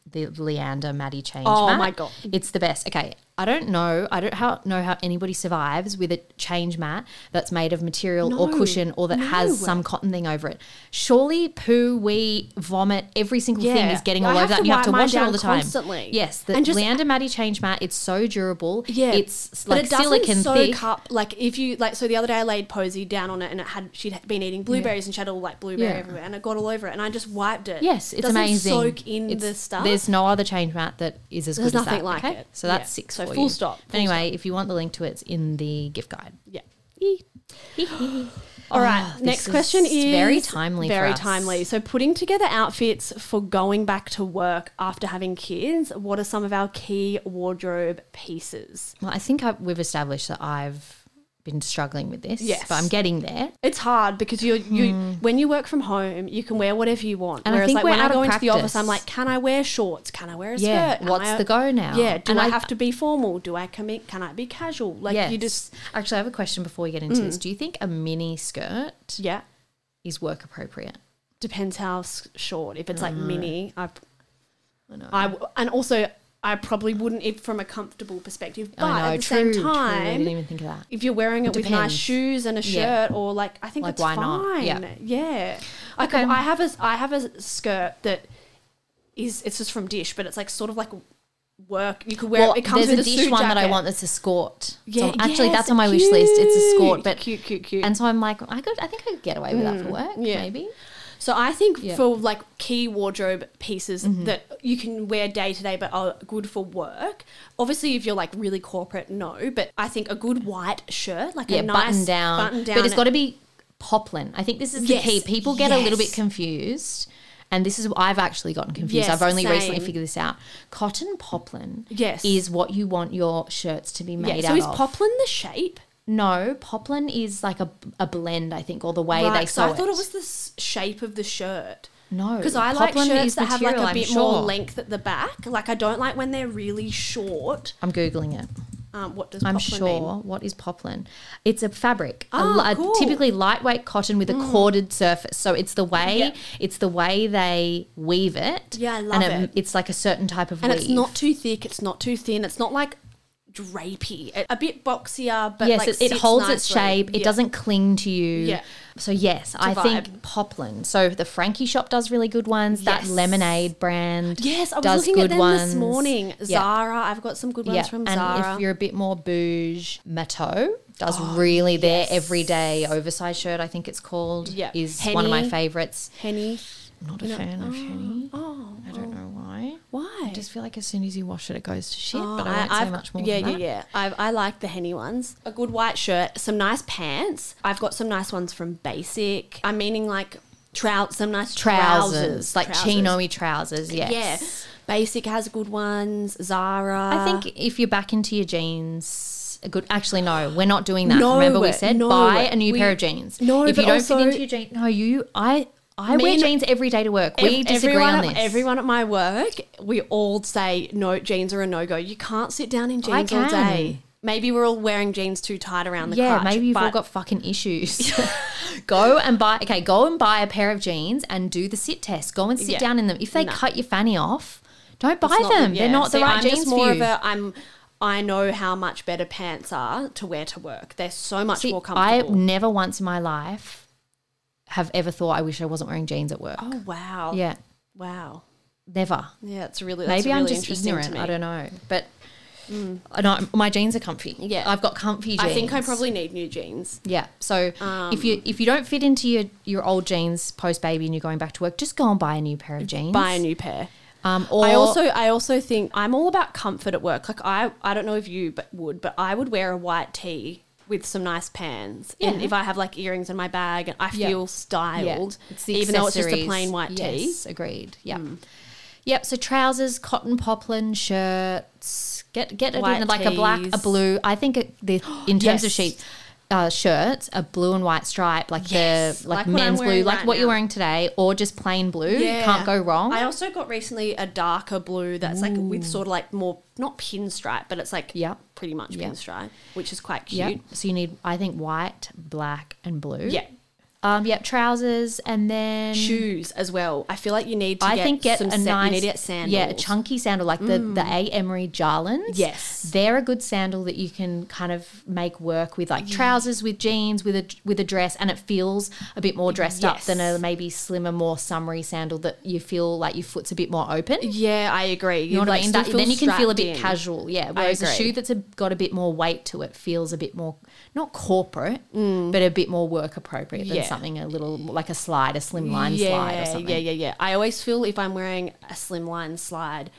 [SPEAKER 4] the Leander Maddie change.
[SPEAKER 1] Oh
[SPEAKER 4] mat.
[SPEAKER 1] my God.
[SPEAKER 4] It's the best. Okay. I don't know. I don't how, know how anybody survives with a change mat that's made of material or
[SPEAKER 1] No.
[SPEAKER 4] cushion or that has
[SPEAKER 1] No.
[SPEAKER 4] some cotton thing over it. Surely poo, wee, vomit, every single thing
[SPEAKER 1] Yeah.
[SPEAKER 4] is getting
[SPEAKER 1] I
[SPEAKER 4] all over
[SPEAKER 1] have
[SPEAKER 4] that
[SPEAKER 1] to
[SPEAKER 4] and you have
[SPEAKER 1] wipe
[SPEAKER 4] to
[SPEAKER 1] mine
[SPEAKER 4] wash it all
[SPEAKER 1] down
[SPEAKER 4] the time.
[SPEAKER 1] constantly.
[SPEAKER 4] Yes. The
[SPEAKER 1] And just-
[SPEAKER 4] Leander Maddie change mat, it's so durable.
[SPEAKER 1] Yeah,
[SPEAKER 4] It's
[SPEAKER 1] but
[SPEAKER 4] like
[SPEAKER 1] it doesn't
[SPEAKER 4] silicon thick.
[SPEAKER 1] soak up. Like if you like, so the other day I laid Posy down on it, and it had she'd been eating blueberries, and she had all like blueberry
[SPEAKER 4] Yeah.
[SPEAKER 1] everywhere, and it got all over it, and I just wiped it.
[SPEAKER 4] Yes, it's
[SPEAKER 1] doesn't
[SPEAKER 4] amazing.
[SPEAKER 1] Soak in
[SPEAKER 4] It's-
[SPEAKER 1] the stuff.
[SPEAKER 4] There's no other change mat that is as
[SPEAKER 1] There's
[SPEAKER 4] good as
[SPEAKER 1] nothing
[SPEAKER 4] that,
[SPEAKER 1] like
[SPEAKER 4] okay?
[SPEAKER 1] it.
[SPEAKER 4] So that's
[SPEAKER 1] Yeah.
[SPEAKER 4] six.
[SPEAKER 1] So
[SPEAKER 4] for
[SPEAKER 1] full
[SPEAKER 4] you.
[SPEAKER 1] stop, full
[SPEAKER 4] anyway, if you want the link to it, it's in the gift guide.
[SPEAKER 1] yeah.
[SPEAKER 4] Oh,
[SPEAKER 1] All right.
[SPEAKER 4] Ah, this
[SPEAKER 1] Next question is
[SPEAKER 4] very timely. for
[SPEAKER 1] Very
[SPEAKER 4] us.
[SPEAKER 1] timely. So, putting together outfits for going back to work after having kids. What are some of our key wardrobe pieces?
[SPEAKER 4] Well, I think I, we've established that I've been struggling with this.
[SPEAKER 1] Yes.
[SPEAKER 4] but I'm getting there.
[SPEAKER 1] It's hard because you you when you work from home, you can wear whatever you want.
[SPEAKER 4] Hmm. And I
[SPEAKER 1] Whereas,
[SPEAKER 4] think
[SPEAKER 1] like
[SPEAKER 4] we're
[SPEAKER 1] when
[SPEAKER 4] out
[SPEAKER 1] I
[SPEAKER 4] of
[SPEAKER 1] go into the office,
[SPEAKER 4] practice.
[SPEAKER 1] I'm like, can I wear shorts? Can I wear a
[SPEAKER 4] Yeah,
[SPEAKER 1] skirt? Can
[SPEAKER 4] what's
[SPEAKER 1] I-
[SPEAKER 4] the go now?
[SPEAKER 1] Yeah. Do
[SPEAKER 4] And
[SPEAKER 1] I,
[SPEAKER 4] I-
[SPEAKER 1] have to be formal? Do I commit? Can I be casual? Like
[SPEAKER 4] Yes.
[SPEAKER 1] you just Mm.
[SPEAKER 4] actually, I have a question before we get into this. Do you think a mini skirt
[SPEAKER 1] yeah.
[SPEAKER 4] is work appropriate?
[SPEAKER 1] Depends how s- short. If it's like mini, I
[SPEAKER 4] I know.
[SPEAKER 1] I w- and also I probably wouldn't if from a comfortable perspective. But
[SPEAKER 4] I know.
[SPEAKER 1] at the
[SPEAKER 4] true,
[SPEAKER 1] same
[SPEAKER 4] true. I
[SPEAKER 1] time,
[SPEAKER 4] didn't even think of that.
[SPEAKER 1] if you're wearing it with nice
[SPEAKER 4] Depends.
[SPEAKER 1] shoes and a shirt,
[SPEAKER 4] Yeah.
[SPEAKER 1] or like I think
[SPEAKER 4] Like,
[SPEAKER 1] it's
[SPEAKER 4] why not?
[SPEAKER 1] fine.
[SPEAKER 4] Yeah.
[SPEAKER 1] Yeah. Like
[SPEAKER 4] Okay.
[SPEAKER 1] I have a I have a skirt that is it's just from Dish, but it's like sort of like work. You could wear.
[SPEAKER 4] well,
[SPEAKER 1] it comes
[SPEAKER 4] there's
[SPEAKER 1] with
[SPEAKER 4] a dish
[SPEAKER 1] suit
[SPEAKER 4] one that I
[SPEAKER 1] jacket.
[SPEAKER 4] want that's a skort.
[SPEAKER 1] Yeah,
[SPEAKER 4] So- actually,
[SPEAKER 1] yes,
[SPEAKER 4] that's on my wish list. It's a skort,
[SPEAKER 1] cute,
[SPEAKER 4] but
[SPEAKER 1] cute, cute, cute.
[SPEAKER 4] And so I'm like, I could, I think I could get away with that for work,
[SPEAKER 1] Mm. yeah.
[SPEAKER 4] maybe.
[SPEAKER 1] So I think
[SPEAKER 4] Yeah. Mm-hmm.
[SPEAKER 1] for like key wardrobe pieces that you can wear day to day but are good for work. Obviously, if you're like really corporate, no. But I think a good white shirt, like
[SPEAKER 4] Yeah,
[SPEAKER 1] a nice
[SPEAKER 4] button down.
[SPEAKER 1] button down,
[SPEAKER 4] But it's got to be poplin. I think this is the
[SPEAKER 1] Yes,
[SPEAKER 4] key. People get a little bit
[SPEAKER 1] yes.
[SPEAKER 4] confused, and this is I've actually gotten confused.
[SPEAKER 1] Yes,
[SPEAKER 4] I've only recently
[SPEAKER 1] same.
[SPEAKER 4] figured this out. Cotton poplin,
[SPEAKER 1] Yes.
[SPEAKER 4] is what you want your shirts to be made
[SPEAKER 1] yeah. So
[SPEAKER 4] out
[SPEAKER 1] is
[SPEAKER 4] of.
[SPEAKER 1] poplin the shape?
[SPEAKER 4] no, poplin is like a, a blend, I think, or the way they
[SPEAKER 1] Right,
[SPEAKER 4] sew
[SPEAKER 1] so I thought it was the s- shape of the shirt.
[SPEAKER 4] no
[SPEAKER 1] Because I like
[SPEAKER 4] poplin
[SPEAKER 1] shirts
[SPEAKER 4] is
[SPEAKER 1] that have like
[SPEAKER 4] material,
[SPEAKER 1] a
[SPEAKER 4] I'm
[SPEAKER 1] bit more
[SPEAKER 4] sure.
[SPEAKER 1] length at the back. Like I don't like when they're really short.
[SPEAKER 4] I'm googling it.
[SPEAKER 1] Um, what does
[SPEAKER 4] I'm
[SPEAKER 1] poplin
[SPEAKER 4] sure.
[SPEAKER 1] mean?
[SPEAKER 4] What is poplin? It's a fabric, a
[SPEAKER 1] Ah,
[SPEAKER 4] li- a,
[SPEAKER 1] cool. Mm.
[SPEAKER 4] typically lightweight cotton with a corded surface. So it's the way
[SPEAKER 1] Yeah.
[SPEAKER 4] it's the way they weave it.
[SPEAKER 1] Yeah, I love
[SPEAKER 4] and
[SPEAKER 1] it.
[SPEAKER 4] It's like a certain type of
[SPEAKER 1] and
[SPEAKER 4] weave.
[SPEAKER 1] it's not too thick. It's not too thin. It's not like drapey. It- a bit boxier, but
[SPEAKER 4] yes,
[SPEAKER 1] like
[SPEAKER 4] it, it
[SPEAKER 1] sits
[SPEAKER 4] holds its
[SPEAKER 1] nicely.
[SPEAKER 4] shape. It
[SPEAKER 1] Yeah.
[SPEAKER 4] doesn't cling to you.
[SPEAKER 1] Yeah.
[SPEAKER 4] So yes, I
[SPEAKER 1] vibe.
[SPEAKER 4] think poplin. So the Frankie shop does really good ones.
[SPEAKER 1] Yes.
[SPEAKER 4] That lemonade brand.
[SPEAKER 1] Yes, I was
[SPEAKER 4] does
[SPEAKER 1] looking
[SPEAKER 4] good
[SPEAKER 1] at them
[SPEAKER 4] ones.
[SPEAKER 1] this morning.
[SPEAKER 4] Yeah.
[SPEAKER 1] Zara, I've got some good ones
[SPEAKER 4] Yeah,
[SPEAKER 1] from
[SPEAKER 4] and
[SPEAKER 1] Zara. Oh,
[SPEAKER 4] if you're a bit more bouge, Mateau does really their everyday oversized shirt. I think it's called.
[SPEAKER 1] Yeah.
[SPEAKER 4] is one of my
[SPEAKER 1] Henny.
[SPEAKER 4] favorites.
[SPEAKER 1] Henny,
[SPEAKER 4] I'm not a fan of Henny.
[SPEAKER 1] oh,
[SPEAKER 4] I don't know why.
[SPEAKER 1] why?
[SPEAKER 4] I just feel like as soon as you wash it, it goes to shit.
[SPEAKER 1] Oh,
[SPEAKER 4] but I won't say
[SPEAKER 1] I've-
[SPEAKER 4] much more.
[SPEAKER 1] Yeah,
[SPEAKER 4] than
[SPEAKER 1] yeah,
[SPEAKER 4] that.
[SPEAKER 1] yeah. I've, I like the henny ones. A good white shirt, some nice pants. I've got some nice ones from Basic. I'm meaning like trout, some nice
[SPEAKER 4] Trousers,
[SPEAKER 1] trousers,
[SPEAKER 4] like
[SPEAKER 1] Trousers.
[SPEAKER 4] chino-y trousers. Yes.
[SPEAKER 1] Yeah, Basic has good ones. Zara,
[SPEAKER 4] I think if you're back into your jeans, a good. Actually, no, we're not doing that.
[SPEAKER 1] No,
[SPEAKER 4] Remember, we said
[SPEAKER 1] no,
[SPEAKER 4] buy a new
[SPEAKER 1] we-
[SPEAKER 4] pair of jeans.
[SPEAKER 1] No,
[SPEAKER 4] if
[SPEAKER 1] but
[SPEAKER 4] you don't
[SPEAKER 1] also-
[SPEAKER 4] fit into your jeans, no, you, I, I
[SPEAKER 1] Me
[SPEAKER 4] wear
[SPEAKER 1] and-
[SPEAKER 4] jeans every day to work.
[SPEAKER 1] Ev-
[SPEAKER 4] We disagree
[SPEAKER 1] everyone
[SPEAKER 4] on
[SPEAKER 1] at,
[SPEAKER 4] this.
[SPEAKER 1] Everyone at my work, we all say no jeans are a no go. You can't sit down in
[SPEAKER 4] I
[SPEAKER 1] jeans all
[SPEAKER 4] can.
[SPEAKER 1] day. Maybe we're all wearing jeans too tight around the
[SPEAKER 4] yeah,
[SPEAKER 1] crotch.
[SPEAKER 4] maybe you've all
[SPEAKER 1] but-
[SPEAKER 4] got fucking issues. go and buy okay, go and buy a pair of jeans and do the sit test. Go and sit
[SPEAKER 1] Yeah.
[SPEAKER 4] down in them. If they
[SPEAKER 1] No.
[SPEAKER 4] cut your fanny off, don't buy
[SPEAKER 1] It's not the-
[SPEAKER 4] them. They're
[SPEAKER 1] yeah.
[SPEAKER 4] not
[SPEAKER 1] See,
[SPEAKER 4] the right
[SPEAKER 1] I'm
[SPEAKER 4] jeans
[SPEAKER 1] just more
[SPEAKER 4] for
[SPEAKER 1] of
[SPEAKER 4] you.
[SPEAKER 1] a I'm I know how much better pants are to wear to work. They're so much
[SPEAKER 4] See,
[SPEAKER 1] more
[SPEAKER 4] I
[SPEAKER 1] comfortable.
[SPEAKER 4] never once in my life have ever thought I wish I wasn't wearing jeans at work.
[SPEAKER 1] oh wow.
[SPEAKER 4] Yeah,
[SPEAKER 1] Wow.
[SPEAKER 4] never.
[SPEAKER 1] Yeah, it's really that's
[SPEAKER 4] Maybe I'm
[SPEAKER 1] really
[SPEAKER 4] just
[SPEAKER 1] interesting to
[SPEAKER 4] ignorant.
[SPEAKER 1] me. Mm.
[SPEAKER 4] I don't know, but I know my jeans are comfy.
[SPEAKER 1] Yeah.
[SPEAKER 4] I've got comfy jeans.
[SPEAKER 1] I think Um. I probably need new jeans.
[SPEAKER 4] Yeah. So if you if you don't fit into your your old jeans post baby and you're going back to work, just go and buy a new pair of jeans.
[SPEAKER 1] Buy a new pair.
[SPEAKER 4] Um, or
[SPEAKER 1] I also I also think I'm all about comfort at work. Like I I don't know if you but would, but I would wear a white tee with some nice pants. And
[SPEAKER 4] Yeah.
[SPEAKER 1] if I have like earrings in my bag and I
[SPEAKER 4] Yeah.
[SPEAKER 1] feel styled, even though it's just a plain white tee. Hmm.
[SPEAKER 4] Yes, agreed. Yeah. Yep. So trousers, cotton poplin shirts. Get get it in
[SPEAKER 1] White
[SPEAKER 4] like a black, a
[SPEAKER 1] tees.
[SPEAKER 4] blue. I think it, the, in terms of
[SPEAKER 1] Yes.
[SPEAKER 4] sheets, uh, shirts, a blue and white stripe, like
[SPEAKER 1] Yes,
[SPEAKER 4] the like,
[SPEAKER 1] like what I'm
[SPEAKER 4] men's blue,
[SPEAKER 1] wearing
[SPEAKER 4] like
[SPEAKER 1] right
[SPEAKER 4] what you're
[SPEAKER 1] now.
[SPEAKER 4] wearing today, or just plain blue. Can't go wrong.
[SPEAKER 1] I also got recently a darker blue that's like with sort of like more not pinstripe, but it's like
[SPEAKER 4] Yep.
[SPEAKER 1] pretty much
[SPEAKER 4] Yep.
[SPEAKER 1] pinstripe, which is quite cute.
[SPEAKER 4] Yep. So you need, I think, white, black, and blue.
[SPEAKER 1] Yeah.
[SPEAKER 4] Um. Yep. Trousers, and then
[SPEAKER 1] Shoes as well. I feel like you need to
[SPEAKER 4] I
[SPEAKER 1] get
[SPEAKER 4] think get
[SPEAKER 1] some
[SPEAKER 4] a
[SPEAKER 1] sa-
[SPEAKER 4] nice,
[SPEAKER 1] you need to get sandals. Mm.
[SPEAKER 4] yeah, a chunky sandal like the the A Emery Jarlins.
[SPEAKER 1] Yes.
[SPEAKER 4] they're a good sandal that you can kind of make work with like trousers with jeans with a with a dress, and it feels a bit more dressed up
[SPEAKER 1] Yes.
[SPEAKER 4] than a maybe slimmer, more summery sandal that you feel like your foot's a bit more open.
[SPEAKER 1] Yeah, I agree.
[SPEAKER 4] You know what I mean? That, then you can feel a bit
[SPEAKER 1] casual.
[SPEAKER 4] casual. Yeah. Whereas a
[SPEAKER 1] agree.
[SPEAKER 4] shoe that's a, got a bit more weight to it feels a bit more, not corporate, but a bit more work appropriate than
[SPEAKER 1] Mm. Yeah.
[SPEAKER 4] something a little, like a slide, a slimline slide or something.
[SPEAKER 1] Yeah, yeah, yeah. I always feel if I'm wearing a slimline slide,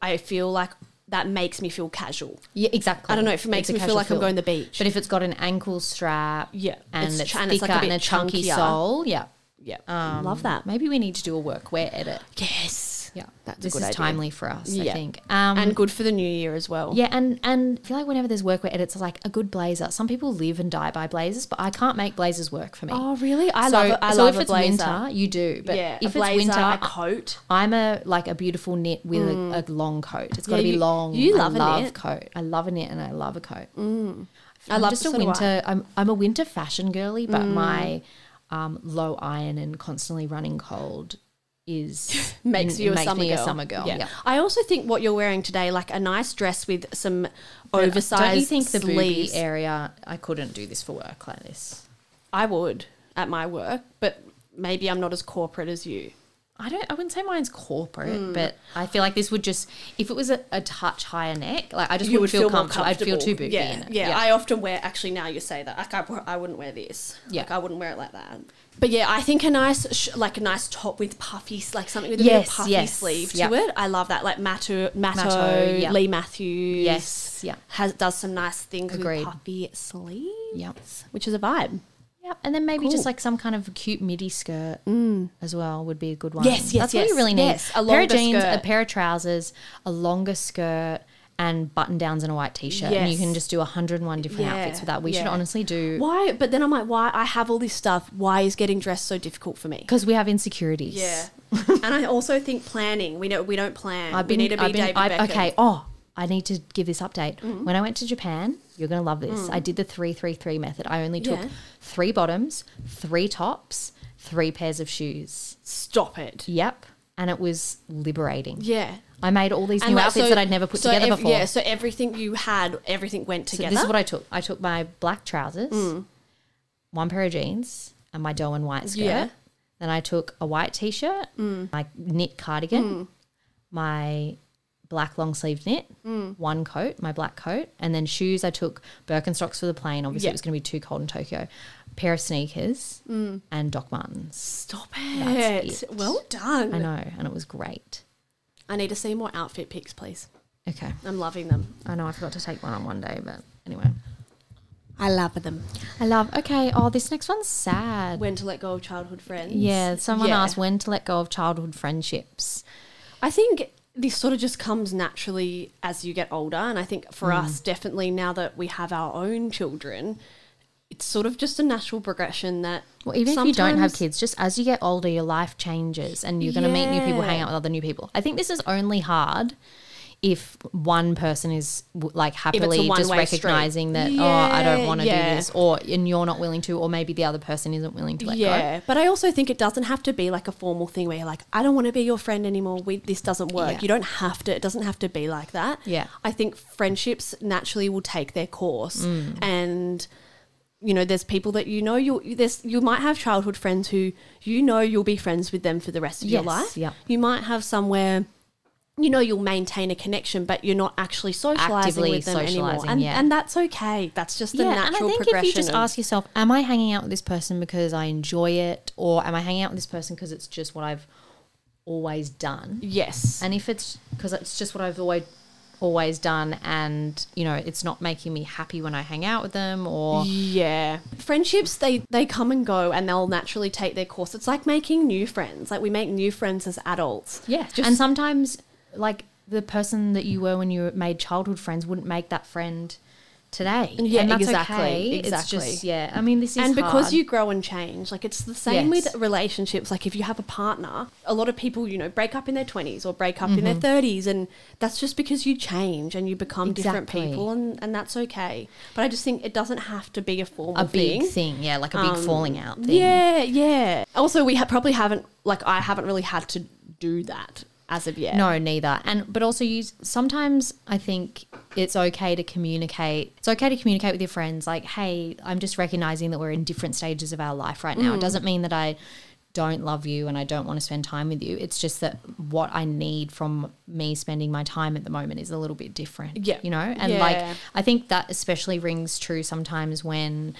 [SPEAKER 1] I feel like that makes me feel casual.
[SPEAKER 4] Yeah, exactly.
[SPEAKER 1] I don't know if it makes
[SPEAKER 4] It's a
[SPEAKER 1] me feel
[SPEAKER 4] casual
[SPEAKER 1] like I'm going to the beach.
[SPEAKER 4] But if it's got an ankle strap,
[SPEAKER 1] Yeah.
[SPEAKER 4] and it's,
[SPEAKER 1] It's ch- and
[SPEAKER 4] thicker
[SPEAKER 1] it's like a
[SPEAKER 4] and
[SPEAKER 1] bit
[SPEAKER 4] a chunky
[SPEAKER 1] chunkier.
[SPEAKER 4] sole, yeah,
[SPEAKER 1] Yeah, Um, love that.
[SPEAKER 4] maybe we need to do a workwear edit.
[SPEAKER 1] Yes,
[SPEAKER 4] Yeah,
[SPEAKER 1] That's a
[SPEAKER 4] this
[SPEAKER 1] good
[SPEAKER 4] is
[SPEAKER 1] idea.
[SPEAKER 4] timely for us, I
[SPEAKER 1] Yeah.
[SPEAKER 4] think. Um,
[SPEAKER 1] and good for the new year as well.
[SPEAKER 4] yeah, and and I feel like whenever there's workwear edits, it's like a good blazer. Some people live and die by blazers, but I can't make blazers work for me.
[SPEAKER 1] Oh, really? I
[SPEAKER 4] so,
[SPEAKER 1] love. it. I
[SPEAKER 4] so
[SPEAKER 1] love
[SPEAKER 4] if
[SPEAKER 1] a
[SPEAKER 4] it's
[SPEAKER 1] blazer.
[SPEAKER 4] winter, you do. But
[SPEAKER 1] yeah,
[SPEAKER 4] if
[SPEAKER 1] a blazer,
[SPEAKER 4] it's
[SPEAKER 1] a
[SPEAKER 4] winter,
[SPEAKER 1] coat.
[SPEAKER 4] I'm a like a beautiful knit with a, a long coat. It's got to
[SPEAKER 1] Mm. Yeah,
[SPEAKER 4] be
[SPEAKER 1] you-
[SPEAKER 4] long.
[SPEAKER 1] you
[SPEAKER 4] I
[SPEAKER 1] love a
[SPEAKER 4] love
[SPEAKER 1] knit.
[SPEAKER 4] coat. I love a knit and I love a coat.
[SPEAKER 1] I
[SPEAKER 4] I'm
[SPEAKER 1] love
[SPEAKER 4] just a
[SPEAKER 1] so do I.
[SPEAKER 4] winter. I'm I'm a winter fashion girly, but
[SPEAKER 1] Mm.
[SPEAKER 4] my um, low iron and constantly running cold is
[SPEAKER 1] Makes
[SPEAKER 4] m-
[SPEAKER 1] you a
[SPEAKER 4] makes
[SPEAKER 1] summer
[SPEAKER 4] me
[SPEAKER 1] girl.
[SPEAKER 4] a summer girl. Yeah.
[SPEAKER 1] I also think what you're wearing today, like a nice dress with some oversized
[SPEAKER 4] Don't you think the
[SPEAKER 1] sleeves.
[SPEAKER 4] booby area? I couldn't do this for work like this.
[SPEAKER 1] I would at my work, but maybe I'm not as corporate as you.
[SPEAKER 4] I don't. I wouldn't say mine's corporate,
[SPEAKER 1] Mm.
[SPEAKER 4] but I feel like this would just. If it was a, a touch higher neck, like I just
[SPEAKER 1] you
[SPEAKER 4] wouldn't feel,
[SPEAKER 1] more
[SPEAKER 4] comfortable. I'd feel too booby
[SPEAKER 1] yeah,
[SPEAKER 4] in it.
[SPEAKER 1] Yeah. I often wear. Actually, now you say that, like I, w- I wouldn't wear this.
[SPEAKER 4] Yeah.
[SPEAKER 1] like, I wouldn't wear it like that. But yeah, I think a nice, sh- like a nice top with puffy, s- like something with a bit
[SPEAKER 4] Yes,
[SPEAKER 1] of puffy
[SPEAKER 4] yes,
[SPEAKER 1] sleeve
[SPEAKER 4] yep.
[SPEAKER 1] to it. I love that, like Matto, Matto,
[SPEAKER 4] Matto, yep.
[SPEAKER 1] Lee Matthews.
[SPEAKER 4] Yes, yep.
[SPEAKER 1] has does some nice things
[SPEAKER 4] Agreed.
[SPEAKER 1] with puffy sleeves.
[SPEAKER 4] Yep.
[SPEAKER 1] which is a vibe.
[SPEAKER 4] Yep. And then maybe
[SPEAKER 1] Cool. Mm.
[SPEAKER 4] just like some kind of cute midi skirt as well would be a good one.
[SPEAKER 1] Yes, yes,
[SPEAKER 4] That's what you
[SPEAKER 1] yes,
[SPEAKER 4] really need.
[SPEAKER 1] yes, a
[SPEAKER 4] a pair of
[SPEAKER 1] longer
[SPEAKER 4] jeans, a
[SPEAKER 1] skirt.
[SPEAKER 4] pair of trousers, a longer skirt, and button downs and a white t shirt. And you
[SPEAKER 1] Yes.
[SPEAKER 4] can just do 101 different outfits
[SPEAKER 1] Yeah,
[SPEAKER 4] for that. We should
[SPEAKER 1] yeah.
[SPEAKER 4] honestly do
[SPEAKER 1] Why? But then I'm like, why? I have all this stuff. Why is getting dressed so difficult for me?
[SPEAKER 4] because we have insecurities.
[SPEAKER 1] Yeah. and I also think planning. We know we don't plan.
[SPEAKER 4] I've been,
[SPEAKER 1] we need to be
[SPEAKER 4] I've been,
[SPEAKER 1] David
[SPEAKER 4] I've-
[SPEAKER 1] Beckham. Mm-hmm.
[SPEAKER 4] Okay. Oh, I need to give this update. When I went to Japan, you're going to love this. I did the 333 method. I only took
[SPEAKER 1] Mm. Yeah.
[SPEAKER 4] three bottoms, three tops, three pairs of shoes.
[SPEAKER 1] Stop it.
[SPEAKER 4] Yep. And it was liberating.
[SPEAKER 1] Yeah.
[SPEAKER 4] I made all these new
[SPEAKER 1] like,
[SPEAKER 4] outfits
[SPEAKER 1] so-
[SPEAKER 4] that I'd never put
[SPEAKER 1] so
[SPEAKER 4] together
[SPEAKER 1] ev-
[SPEAKER 4] before.
[SPEAKER 1] Yeah, so everything you had, everything went
[SPEAKER 4] So
[SPEAKER 1] together. Mm.
[SPEAKER 4] this is what I took. I took my black trousers, one pair of jeans, and my dough and white skirt.
[SPEAKER 1] Yeah. Mm.
[SPEAKER 4] Then I took a white t-shirt, my knit cardigan, my black long sleeved knit,
[SPEAKER 1] Mm.
[SPEAKER 4] one coat, my black coat, and then shoes. I took Birkenstocks for the plane. Obviously,
[SPEAKER 1] Yeah.
[SPEAKER 4] it was going to be too cold in Tokyo. Pair of sneakers
[SPEAKER 1] Mm.
[SPEAKER 4] and Doc Martens.
[SPEAKER 1] Stop it.
[SPEAKER 4] That's it.
[SPEAKER 1] Well done.
[SPEAKER 4] I
[SPEAKER 1] I,
[SPEAKER 4] know, and it was great.
[SPEAKER 1] need to see more outfit pics, please.
[SPEAKER 4] Okay,
[SPEAKER 1] I'm loving them.
[SPEAKER 4] I know I forgot to take one on one day, but anyway.
[SPEAKER 1] I love them.
[SPEAKER 4] I love. Okay. Oh, this next one's sad.
[SPEAKER 1] When to let go of childhood friends.
[SPEAKER 4] Yeah. Someone
[SPEAKER 1] Yeah.
[SPEAKER 4] asked when to let go of childhood friendships.
[SPEAKER 1] I think this sort of just comes naturally as you get older. And I think for
[SPEAKER 4] Mm.
[SPEAKER 1] us, definitely now that we have our own children, it's sort of just a natural progression that.
[SPEAKER 4] Well, even if you don't have
[SPEAKER 1] sometimes-
[SPEAKER 4] kids, just as you get older, your life changes and you're going to meet new people, hang
[SPEAKER 1] Yeah.
[SPEAKER 4] out with other new people. I think this is only hard if one person is w- like
[SPEAKER 1] a
[SPEAKER 4] happily just
[SPEAKER 1] one-way street.
[SPEAKER 4] recognizing that oh I don't
[SPEAKER 1] Yeah,
[SPEAKER 4] want to
[SPEAKER 1] yeah.
[SPEAKER 4] do this or and you're not willing to or maybe the other person isn't willing to let go.
[SPEAKER 1] yeah, but I also think it doesn't have to be like a formal thing where you're like, I don't want to be your friend anymore. We, this doesn't work.
[SPEAKER 4] Yeah.
[SPEAKER 1] You don't have to. It doesn't have to be like that.
[SPEAKER 4] Yeah.
[SPEAKER 1] I think friendships naturally will take their course,
[SPEAKER 4] Mm.
[SPEAKER 1] and you know, there's people that you know you will there's you might have childhood friends who you know you'll be friends with them for the rest of your
[SPEAKER 4] Yes,
[SPEAKER 1] life.
[SPEAKER 4] yeah.
[SPEAKER 1] you might have somewhere. You know you'll maintain a connection, but you're not actually socializing
[SPEAKER 4] Actively
[SPEAKER 1] with them anymore,
[SPEAKER 4] socialising,
[SPEAKER 1] and,
[SPEAKER 4] yeah.
[SPEAKER 1] and that's okay. That's just the natural
[SPEAKER 4] and I think if
[SPEAKER 1] progression.
[SPEAKER 4] you just
[SPEAKER 1] of-
[SPEAKER 4] ask yourself, am I hanging out with this person because I enjoy it, or am I hanging out with this person because it's just what I've always done?
[SPEAKER 1] yes,
[SPEAKER 4] And if it's because it's just what I've always always done, and you know, it's not making me happy when I hang out with them, or
[SPEAKER 1] Yeah. Friendships they they come and go and they'll naturally take their course. It's like making new friends. Like we make new friends as adults.
[SPEAKER 4] yeah,
[SPEAKER 1] Just
[SPEAKER 4] and sometimes like the person that you were when you made childhood friends wouldn't make that friend today.
[SPEAKER 1] Yeah,
[SPEAKER 4] and that's
[SPEAKER 1] exactly,
[SPEAKER 4] okay. It's just
[SPEAKER 1] exactly.
[SPEAKER 4] yeah. I mean, this is
[SPEAKER 1] and because
[SPEAKER 4] hard.
[SPEAKER 1] you grow and change, like it's the same
[SPEAKER 4] Yes.
[SPEAKER 1] with relationships. Like if you have a partner, a lot of people, you know, break up in their 20s or break up
[SPEAKER 4] Mm-hmm.
[SPEAKER 1] in their 30s and that's just because you change and you become different
[SPEAKER 4] Exactly.
[SPEAKER 1] people and and that's okay. But I just think it doesn't have to be a formal
[SPEAKER 4] a big
[SPEAKER 1] thing. um,
[SPEAKER 4] thing, yeah, like a big falling out thing.
[SPEAKER 1] Yeah, yeah. Also, we ha- probably haven't like I haven't really had to do that as of yet.
[SPEAKER 4] No, neither. And but also you sometimes I think it's okay to communicate. It's okay to communicate with your friends like, "Hey, I'm just recognizing that we're in different stages of our life right now. It doesn't mean that I don't love you and I don't want to spend time with you. It's just that what I need from me spending my time at the moment is a little bit different."
[SPEAKER 1] Yeah.
[SPEAKER 4] You know? And like
[SPEAKER 1] Yeah.
[SPEAKER 4] I think that especially rings true sometimes when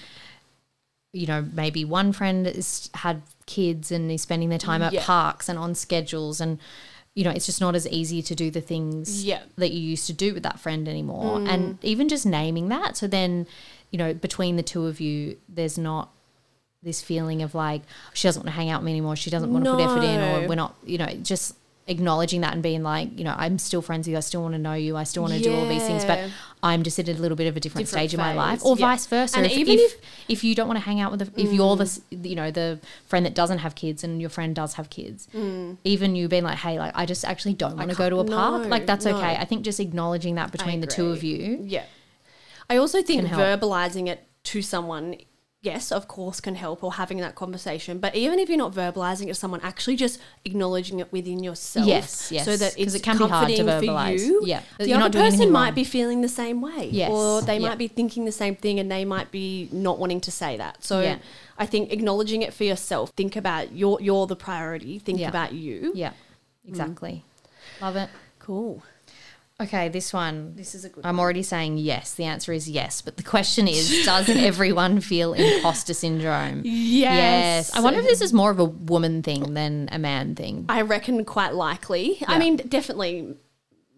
[SPEAKER 4] you know, maybe one friend has had kids and is spending their time at
[SPEAKER 1] Yeah.
[SPEAKER 4] parks and on schedules and you know, it's just not as easy to do the things
[SPEAKER 1] Yeah. Mm.
[SPEAKER 4] that you used to do with that friend anymore. And even just naming that. So then, you know, between the two of you, there's not this feeling of like, she doesn't want to hang out with me anymore. She doesn't want to put effort in or
[SPEAKER 1] No.
[SPEAKER 4] we're not, you know, just acknowledging that and being like, you know, I'm still friends with you. I still want to know you. I still want to do all these things, but
[SPEAKER 1] Yeah.
[SPEAKER 4] I'm just at a little bit of a different,
[SPEAKER 1] Different
[SPEAKER 4] stage in my
[SPEAKER 1] phase,
[SPEAKER 4] life or
[SPEAKER 1] yeah.
[SPEAKER 4] vice versa.
[SPEAKER 1] And
[SPEAKER 4] if,
[SPEAKER 1] even Mm.
[SPEAKER 4] if, if you don't want to hang out with, the, if you're the, s- you know, the friend that doesn't have kids and your friend does have kids, even you being like, hey, like I just actually don't want to go to a park.
[SPEAKER 1] Mm. no,
[SPEAKER 4] like that's
[SPEAKER 1] no.
[SPEAKER 4] okay. I think just acknowledging that between the two of
[SPEAKER 1] agree.
[SPEAKER 4] you.
[SPEAKER 1] Yeah. I also think
[SPEAKER 4] Can help.
[SPEAKER 1] verbalizing it to someone, yes, of course, can help or having that conversation. But even if you're not verbalizing it to someone, actually just acknowledging it within yourself.
[SPEAKER 4] Yes, yes.
[SPEAKER 1] So that it's
[SPEAKER 4] 'Cause it can be hard to
[SPEAKER 1] comforting
[SPEAKER 4] verbalise.
[SPEAKER 1] for you.
[SPEAKER 4] Yeah. That
[SPEAKER 1] The
[SPEAKER 4] you're
[SPEAKER 1] other
[SPEAKER 4] not doing
[SPEAKER 1] person
[SPEAKER 4] anything
[SPEAKER 1] might
[SPEAKER 4] wrong.
[SPEAKER 1] be feeling the same way.
[SPEAKER 4] Yes,
[SPEAKER 1] Or they
[SPEAKER 4] yeah.
[SPEAKER 1] might be thinking the same thing and they might be not wanting to say that. So
[SPEAKER 4] Yeah.
[SPEAKER 1] I think acknowledging it for yourself. Think about your you're the priority. Think
[SPEAKER 4] Yeah.
[SPEAKER 1] about you.
[SPEAKER 4] Yeah,
[SPEAKER 1] Mm.
[SPEAKER 4] exactly. Love it.
[SPEAKER 1] Cool.
[SPEAKER 4] Okay, this one. This
[SPEAKER 1] is a good
[SPEAKER 4] I'm already saying yes. The answer is yes, but the question is, does everyone feel imposter syndrome?
[SPEAKER 1] Yes.
[SPEAKER 4] I wonder if this is more of a woman thing than a man thing.
[SPEAKER 1] I reckon quite likely. I
[SPEAKER 4] Yeah.
[SPEAKER 1] mean, definitely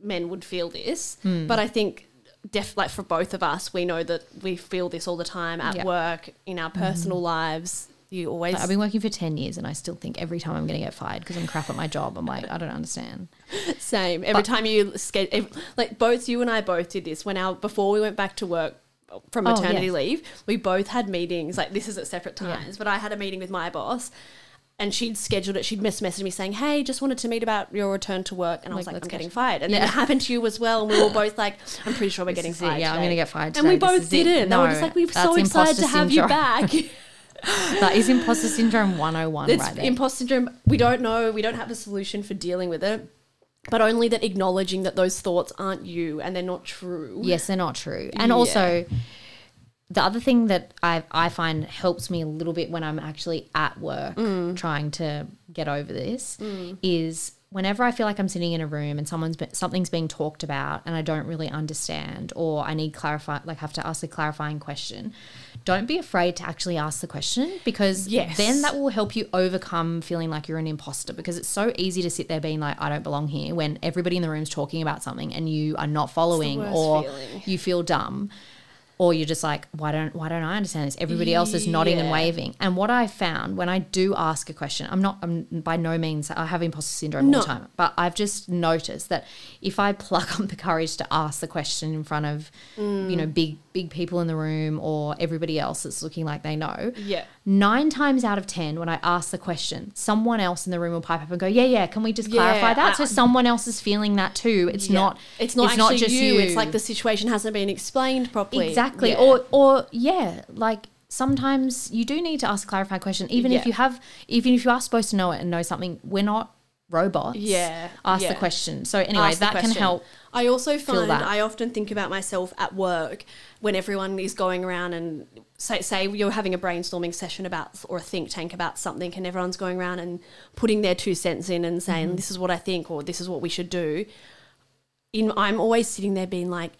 [SPEAKER 1] men would feel this,
[SPEAKER 4] Hmm.
[SPEAKER 1] but I think def- like for both of us, we know that we feel this all the time at
[SPEAKER 4] Yeah. Mm-hmm.
[SPEAKER 1] work, in our personal lives. You always
[SPEAKER 4] I've been working for 10 years and I still think every time I'm going to get fired because I'm crap at my job. I'm like, I don't understand.
[SPEAKER 1] same every time you ske- ev like both you and I both did this when our before we went back to work uh, from
[SPEAKER 4] Oh,
[SPEAKER 1] maternity
[SPEAKER 4] yes.
[SPEAKER 1] leave we both had meetings like this is at separate times but I had a meeting with my boss and she'd scheduled it she'd miss messaged me saying hey just wanted to meet about your return to work and I was
[SPEAKER 4] Like,
[SPEAKER 1] like
[SPEAKER 4] let's
[SPEAKER 1] I'm getting
[SPEAKER 4] catch
[SPEAKER 1] fired and then it happened to you as well and we were both like I'm pretty sure we're getting
[SPEAKER 4] is it.
[SPEAKER 1] fired
[SPEAKER 4] Yeah, I'm
[SPEAKER 1] today."
[SPEAKER 4] gonna get fired
[SPEAKER 1] and we
[SPEAKER 4] today. This
[SPEAKER 1] both
[SPEAKER 4] is it.
[SPEAKER 1] did it and I
[SPEAKER 4] No,
[SPEAKER 1] was just like we're so
[SPEAKER 4] that's
[SPEAKER 1] excited
[SPEAKER 4] imposter
[SPEAKER 1] to have you
[SPEAKER 4] syndrome.
[SPEAKER 1] back
[SPEAKER 4] That is imposter syndrome 101
[SPEAKER 1] it's
[SPEAKER 4] right there.
[SPEAKER 1] imposter syndrome. We don't know. We don't have a solution for dealing with it, but only that acknowledging that those thoughts aren't you and they're not true.
[SPEAKER 4] Yes, they're not true. And also, the other thing that I I find helps me a little bit when I'm actually at work
[SPEAKER 1] Mm.
[SPEAKER 4] trying to get over this is whenever I feel like I'm sitting in a room and someone's be- something's being talked about and I don't really understand or I need clarify like have to ask a clarifying question. Don't be afraid to actually ask the question because
[SPEAKER 1] Yes.
[SPEAKER 4] then that will help you overcome feeling like you're an imposter because it's so easy to sit there being like I don't belong here when everybody in the room's talking about something and you are not following
[SPEAKER 1] worst
[SPEAKER 4] or
[SPEAKER 1] feeling.
[SPEAKER 4] you feel dumb. or you're just like, why don't why don't I understand this? Everybody else is nodding and
[SPEAKER 1] Yeah.
[SPEAKER 4] waving. And what I found when I do ask a question, I'm not I'm by no means I have imposter syndrome all
[SPEAKER 1] No.
[SPEAKER 4] the time, but I've just noticed that if I pluck up the courage to ask the question in front of you know
[SPEAKER 1] Mm.
[SPEAKER 4] big big people in the room or everybody else that's looking like they know,
[SPEAKER 1] Yeah.
[SPEAKER 4] nine times out of ten when I ask the question, someone else in the room will pipe up and go, yeah yeah, can we just clarify
[SPEAKER 1] Yeah,
[SPEAKER 4] that? so
[SPEAKER 1] I-
[SPEAKER 4] someone else is feeling that too. It's
[SPEAKER 1] Yeah.
[SPEAKER 4] not
[SPEAKER 1] It's not. actually you. It's like the situation hasn't been explained properly.
[SPEAKER 4] Exactly.
[SPEAKER 1] Yeah.
[SPEAKER 4] Or or yeah, like sometimes you do need to ask a clarifying question, even if
[SPEAKER 1] Yeah.
[SPEAKER 4] you have even if you are supposed to know it and know something, we're not robots.
[SPEAKER 1] Yeah.
[SPEAKER 4] Ask
[SPEAKER 1] Yeah.
[SPEAKER 4] the question. So anyway,
[SPEAKER 1] ask the
[SPEAKER 4] that can
[SPEAKER 1] question.
[SPEAKER 4] help.
[SPEAKER 1] I also find
[SPEAKER 4] that.
[SPEAKER 1] I often think about myself at work when everyone is going around and say, say you're having a brainstorming session about or a think tank about something, and everyone's going around and putting their two cents in and saying
[SPEAKER 4] Mm-hmm.
[SPEAKER 1] this is what I think or this is what we should do. In I'm always sitting there being like.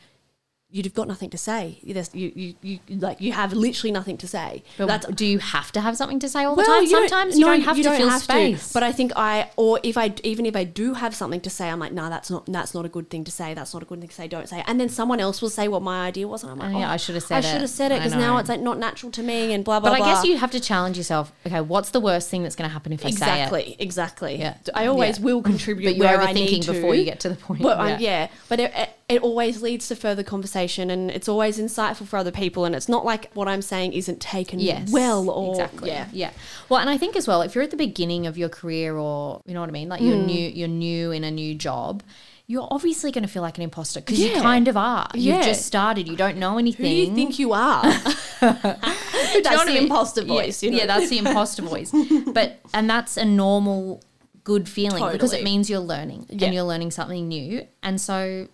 [SPEAKER 1] You've got nothing to say. You, just- you, you, you, like you have literally nothing to say.
[SPEAKER 4] But
[SPEAKER 1] That's
[SPEAKER 4] do you have to have something to say all the
[SPEAKER 1] Well,
[SPEAKER 4] time?
[SPEAKER 1] you don't-
[SPEAKER 4] Sometimes you
[SPEAKER 1] no,
[SPEAKER 4] don't have to fill
[SPEAKER 1] have
[SPEAKER 4] space.
[SPEAKER 1] but I think I, or if I, even if I do have something to say, I'm like, nah, that's not, that's not a good thing to say. That's not a good thing to say. Don't say. It. And then someone else will say what my idea was, and I'm like,
[SPEAKER 4] Oh, yeah,
[SPEAKER 1] oh,
[SPEAKER 4] I should have said
[SPEAKER 1] I
[SPEAKER 4] it.
[SPEAKER 1] should have said it
[SPEAKER 4] I
[SPEAKER 1] because
[SPEAKER 4] know.
[SPEAKER 1] now it's like not natural to me, and blah blah.
[SPEAKER 4] but I guess
[SPEAKER 1] blah.
[SPEAKER 4] you have to challenge yourself. Okay, what's the worst thing that's going to happen if I say it?
[SPEAKER 1] exactly, exactly.
[SPEAKER 4] Yeah.
[SPEAKER 1] I always
[SPEAKER 4] Yeah.
[SPEAKER 1] will contribute
[SPEAKER 4] But you're
[SPEAKER 1] where I need
[SPEAKER 4] overthinking
[SPEAKER 1] to
[SPEAKER 4] before you get to the point.
[SPEAKER 1] But um, yeah, but it, it, it always leads to further conversation, and it's always insightful for other people. And it's not like what I'm saying isn't taken
[SPEAKER 4] yes
[SPEAKER 1] well or
[SPEAKER 4] exactly
[SPEAKER 1] yeah,
[SPEAKER 4] yeah well and i think as well if you're at the beginning of your career or you know what i mean like
[SPEAKER 1] Hmm.
[SPEAKER 4] you're new you're new in a new job you're obviously going to feel like an imposter because you
[SPEAKER 1] Yeah.
[SPEAKER 4] kind of are
[SPEAKER 1] Yeah.
[SPEAKER 4] you've just started you don't know anything
[SPEAKER 1] Who do you think you are? that's
[SPEAKER 4] the-
[SPEAKER 1] the imposter
[SPEAKER 4] yeah,
[SPEAKER 1] voice. you know?
[SPEAKER 4] Yeah, that's the imposter voice. But and that's a normal good feeling because it
[SPEAKER 1] Totally.
[SPEAKER 4] means you're learning
[SPEAKER 1] Yeah.
[SPEAKER 4] and you're learning something new. And so,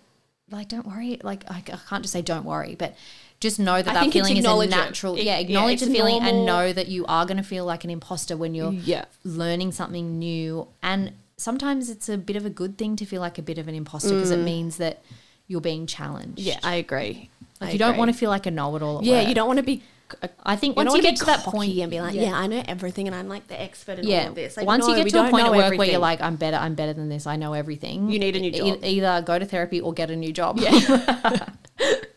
[SPEAKER 4] like, don't worry. Like, I, I can't just say don't worry, but just know that
[SPEAKER 1] I
[SPEAKER 4] that
[SPEAKER 1] think it's
[SPEAKER 4] feeling is a
[SPEAKER 1] acknowledge it.
[SPEAKER 4] natural.
[SPEAKER 1] It-
[SPEAKER 4] yeah,
[SPEAKER 1] yeah,
[SPEAKER 4] acknowledge
[SPEAKER 1] it's
[SPEAKER 4] the feeling and
[SPEAKER 1] normal. Mm-hmm.
[SPEAKER 4] know that you are going to feel like an imposter when you're
[SPEAKER 1] Yeah.
[SPEAKER 4] learning something new. And sometimes it's a bit of a good thing to feel like a bit of an imposter because it means that you're being challenged.
[SPEAKER 1] Mm. Yeah, I agree.
[SPEAKER 4] Like, you don't want to feel like a know-it-all. At
[SPEAKER 1] Yeah,
[SPEAKER 4] work.
[SPEAKER 1] you don't want to be. a-
[SPEAKER 4] I think
[SPEAKER 1] you
[SPEAKER 4] once
[SPEAKER 1] don't wanna
[SPEAKER 4] you get
[SPEAKER 1] be
[SPEAKER 4] to that
[SPEAKER 1] cocky
[SPEAKER 4] point
[SPEAKER 1] and be like, yeah. I know everything, and I'm like the expert in all
[SPEAKER 4] yeah.
[SPEAKER 1] of this. Like,
[SPEAKER 4] Once you
[SPEAKER 1] no,
[SPEAKER 4] get
[SPEAKER 1] we
[SPEAKER 4] to a
[SPEAKER 1] don't
[SPEAKER 4] point at
[SPEAKER 1] know
[SPEAKER 4] work where
[SPEAKER 1] everything.
[SPEAKER 4] you're like, I'm better, I'm better than this, I know everything.
[SPEAKER 1] You need a new
[SPEAKER 4] E-
[SPEAKER 1] job.
[SPEAKER 4] either go to therapy or get a new job. Yeah.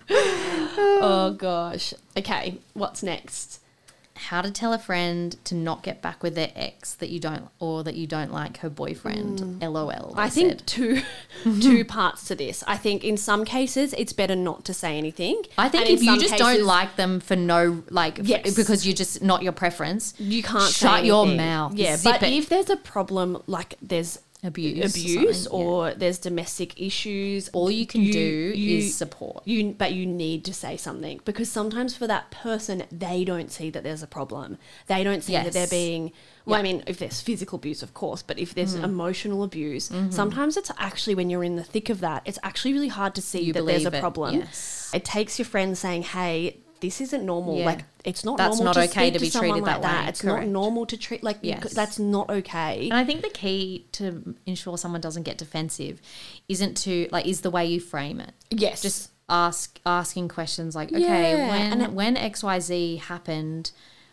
[SPEAKER 1] oh gosh, okay, what's next?
[SPEAKER 4] How to tell a friend to not get back with their ex that you don't or that you don't like her boyfriend. LOL.
[SPEAKER 1] Mm. I
[SPEAKER 4] they
[SPEAKER 1] think
[SPEAKER 4] said.
[SPEAKER 1] two two parts to this. I think in some cases it's better not to say anything.
[SPEAKER 4] I think
[SPEAKER 1] And in
[SPEAKER 4] if you
[SPEAKER 1] some
[SPEAKER 4] just
[SPEAKER 1] cases,
[SPEAKER 4] don't like them for no like f-
[SPEAKER 1] Yes.
[SPEAKER 4] because you're just not your preference.
[SPEAKER 1] you can't say
[SPEAKER 4] shut your
[SPEAKER 1] anything.
[SPEAKER 4] mouth.
[SPEAKER 1] Yeah,
[SPEAKER 4] Zip
[SPEAKER 1] but
[SPEAKER 4] it.
[SPEAKER 1] if there's a problem, like there's
[SPEAKER 4] Abuse or
[SPEAKER 1] abuse,
[SPEAKER 4] something, yeah.
[SPEAKER 1] or there's domestic issues,
[SPEAKER 4] all you can do
[SPEAKER 1] you-
[SPEAKER 4] is support.
[SPEAKER 1] You, but you need to say something because sometimes for that person, they don't see that there's a problem. They don't see that they're
[SPEAKER 4] Yes.
[SPEAKER 1] being. Well, I mean, if there's physical abuse, of course, but if
[SPEAKER 4] Mm-hmm.
[SPEAKER 1] there's emotional abuse, sometimes it's actually when you're in the thick of that, it's actually really hard to see
[SPEAKER 4] You
[SPEAKER 1] that there's
[SPEAKER 4] believe
[SPEAKER 1] a
[SPEAKER 4] it,
[SPEAKER 1] problem.
[SPEAKER 4] yes.
[SPEAKER 1] It takes your friend saying, "Hey." This isn't normal.
[SPEAKER 4] Yeah.
[SPEAKER 1] Like it's not
[SPEAKER 4] That's
[SPEAKER 1] normal
[SPEAKER 4] not
[SPEAKER 1] to
[SPEAKER 4] okay
[SPEAKER 1] speak
[SPEAKER 4] to
[SPEAKER 1] to
[SPEAKER 4] be
[SPEAKER 1] someone
[SPEAKER 4] treated
[SPEAKER 1] like
[SPEAKER 4] that way.
[SPEAKER 1] It's
[SPEAKER 4] Correct.
[SPEAKER 1] not normal to treat like you-
[SPEAKER 4] Yes.
[SPEAKER 1] that's not okay.
[SPEAKER 4] And I think the key to ensure someone doesn't get defensive isn't to like is the way you frame it.
[SPEAKER 1] Yes.
[SPEAKER 4] Just ask asking questions like, okay,
[SPEAKER 1] Yeah,
[SPEAKER 4] when
[SPEAKER 1] and it-
[SPEAKER 4] when XYZ happened,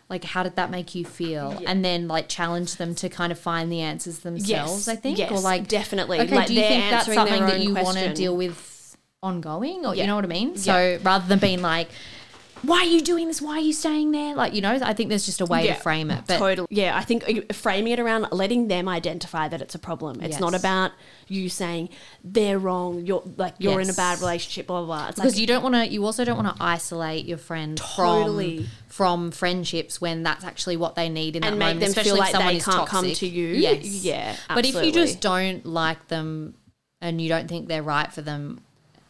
[SPEAKER 4] like how did that make you feel? And then like challenge them to kind of find the answers themselves, I think.
[SPEAKER 1] Yes,
[SPEAKER 4] or like
[SPEAKER 1] definitely.
[SPEAKER 4] Okay,
[SPEAKER 1] Like,
[SPEAKER 4] do you
[SPEAKER 1] they're
[SPEAKER 4] think that's
[SPEAKER 1] answering their
[SPEAKER 4] something that
[SPEAKER 1] own
[SPEAKER 4] you want to
[SPEAKER 1] question.
[SPEAKER 4] deal with ongoing? Or you
[SPEAKER 1] Yeah.
[SPEAKER 4] know what I mean? So rather than being like why are you doing this? Why are you staying there? Like, you know, I think there's just a way
[SPEAKER 1] Yeah,
[SPEAKER 4] to frame it. But
[SPEAKER 1] totally. Yeah, I think uh, framing it around letting them identify that it's a problem. It's not
[SPEAKER 4] Yes.
[SPEAKER 1] about you saying they're wrong. You're like you're in a
[SPEAKER 4] Yes.
[SPEAKER 1] bad relationship. Blah blah. blah. It's
[SPEAKER 4] because
[SPEAKER 1] like,
[SPEAKER 4] you don't want to you also don't want to isolate your friend
[SPEAKER 1] Totally.
[SPEAKER 4] from from friendships when that's actually what they need in that
[SPEAKER 1] And make
[SPEAKER 4] moment
[SPEAKER 1] them feel
[SPEAKER 4] especially
[SPEAKER 1] like
[SPEAKER 4] if
[SPEAKER 1] they
[SPEAKER 4] someone is
[SPEAKER 1] can't come
[SPEAKER 4] toxic.
[SPEAKER 1] to you.
[SPEAKER 4] yes
[SPEAKER 1] Yeah,
[SPEAKER 4] but if you
[SPEAKER 1] absolutely.
[SPEAKER 4] just don't like them and you don't think they're right for them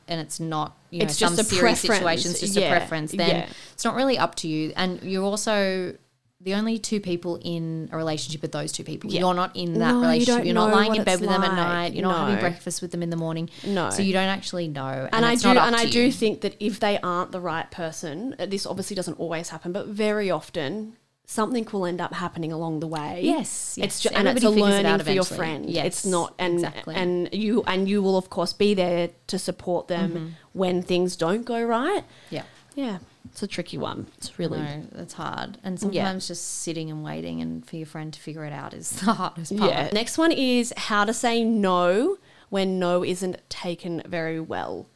[SPEAKER 4] and it's not you know
[SPEAKER 1] It's
[SPEAKER 4] some
[SPEAKER 1] just a
[SPEAKER 4] serious
[SPEAKER 1] preference.
[SPEAKER 4] situation it's just
[SPEAKER 1] Yeah,
[SPEAKER 4] a preference then
[SPEAKER 1] yeah.
[SPEAKER 4] it's not really up to you and you're also the only two people in a relationship with those two people.
[SPEAKER 1] Yeah.
[SPEAKER 4] You're not in that
[SPEAKER 1] No, you
[SPEAKER 4] relationship.
[SPEAKER 1] don't
[SPEAKER 4] You are not
[SPEAKER 1] know
[SPEAKER 4] lying
[SPEAKER 1] what
[SPEAKER 4] in bed
[SPEAKER 1] it's
[SPEAKER 4] with them at
[SPEAKER 1] like.
[SPEAKER 4] night. You're not having
[SPEAKER 1] No.
[SPEAKER 4] breakfast with them in the morning.
[SPEAKER 1] No.
[SPEAKER 4] So you don't actually know. And,
[SPEAKER 1] and I
[SPEAKER 4] it's
[SPEAKER 1] do,
[SPEAKER 4] not up
[SPEAKER 1] and
[SPEAKER 4] to
[SPEAKER 1] I
[SPEAKER 4] you.
[SPEAKER 1] do think that if they aren't the right person, uh, this obviously doesn't always happen, but very often something will end up happening along the way.
[SPEAKER 4] Yes, yes.
[SPEAKER 1] it's just, and it's a
[SPEAKER 4] Everybody figures it
[SPEAKER 1] learning
[SPEAKER 4] out
[SPEAKER 1] for your
[SPEAKER 4] eventually.
[SPEAKER 1] friend.
[SPEAKER 4] Yes,
[SPEAKER 1] it's not, and
[SPEAKER 4] exactly.
[SPEAKER 1] and you and you will of course be there to support them when things don't go right.
[SPEAKER 4] Mm-hmm. Yeah.
[SPEAKER 1] Yeah, it's a tricky one. It's really
[SPEAKER 4] No, that's hard. And sometimes just sitting and waiting and for your friend to figure it out is the hardest part.
[SPEAKER 1] Yeah. Next one is how to say no when no isn't taken very well.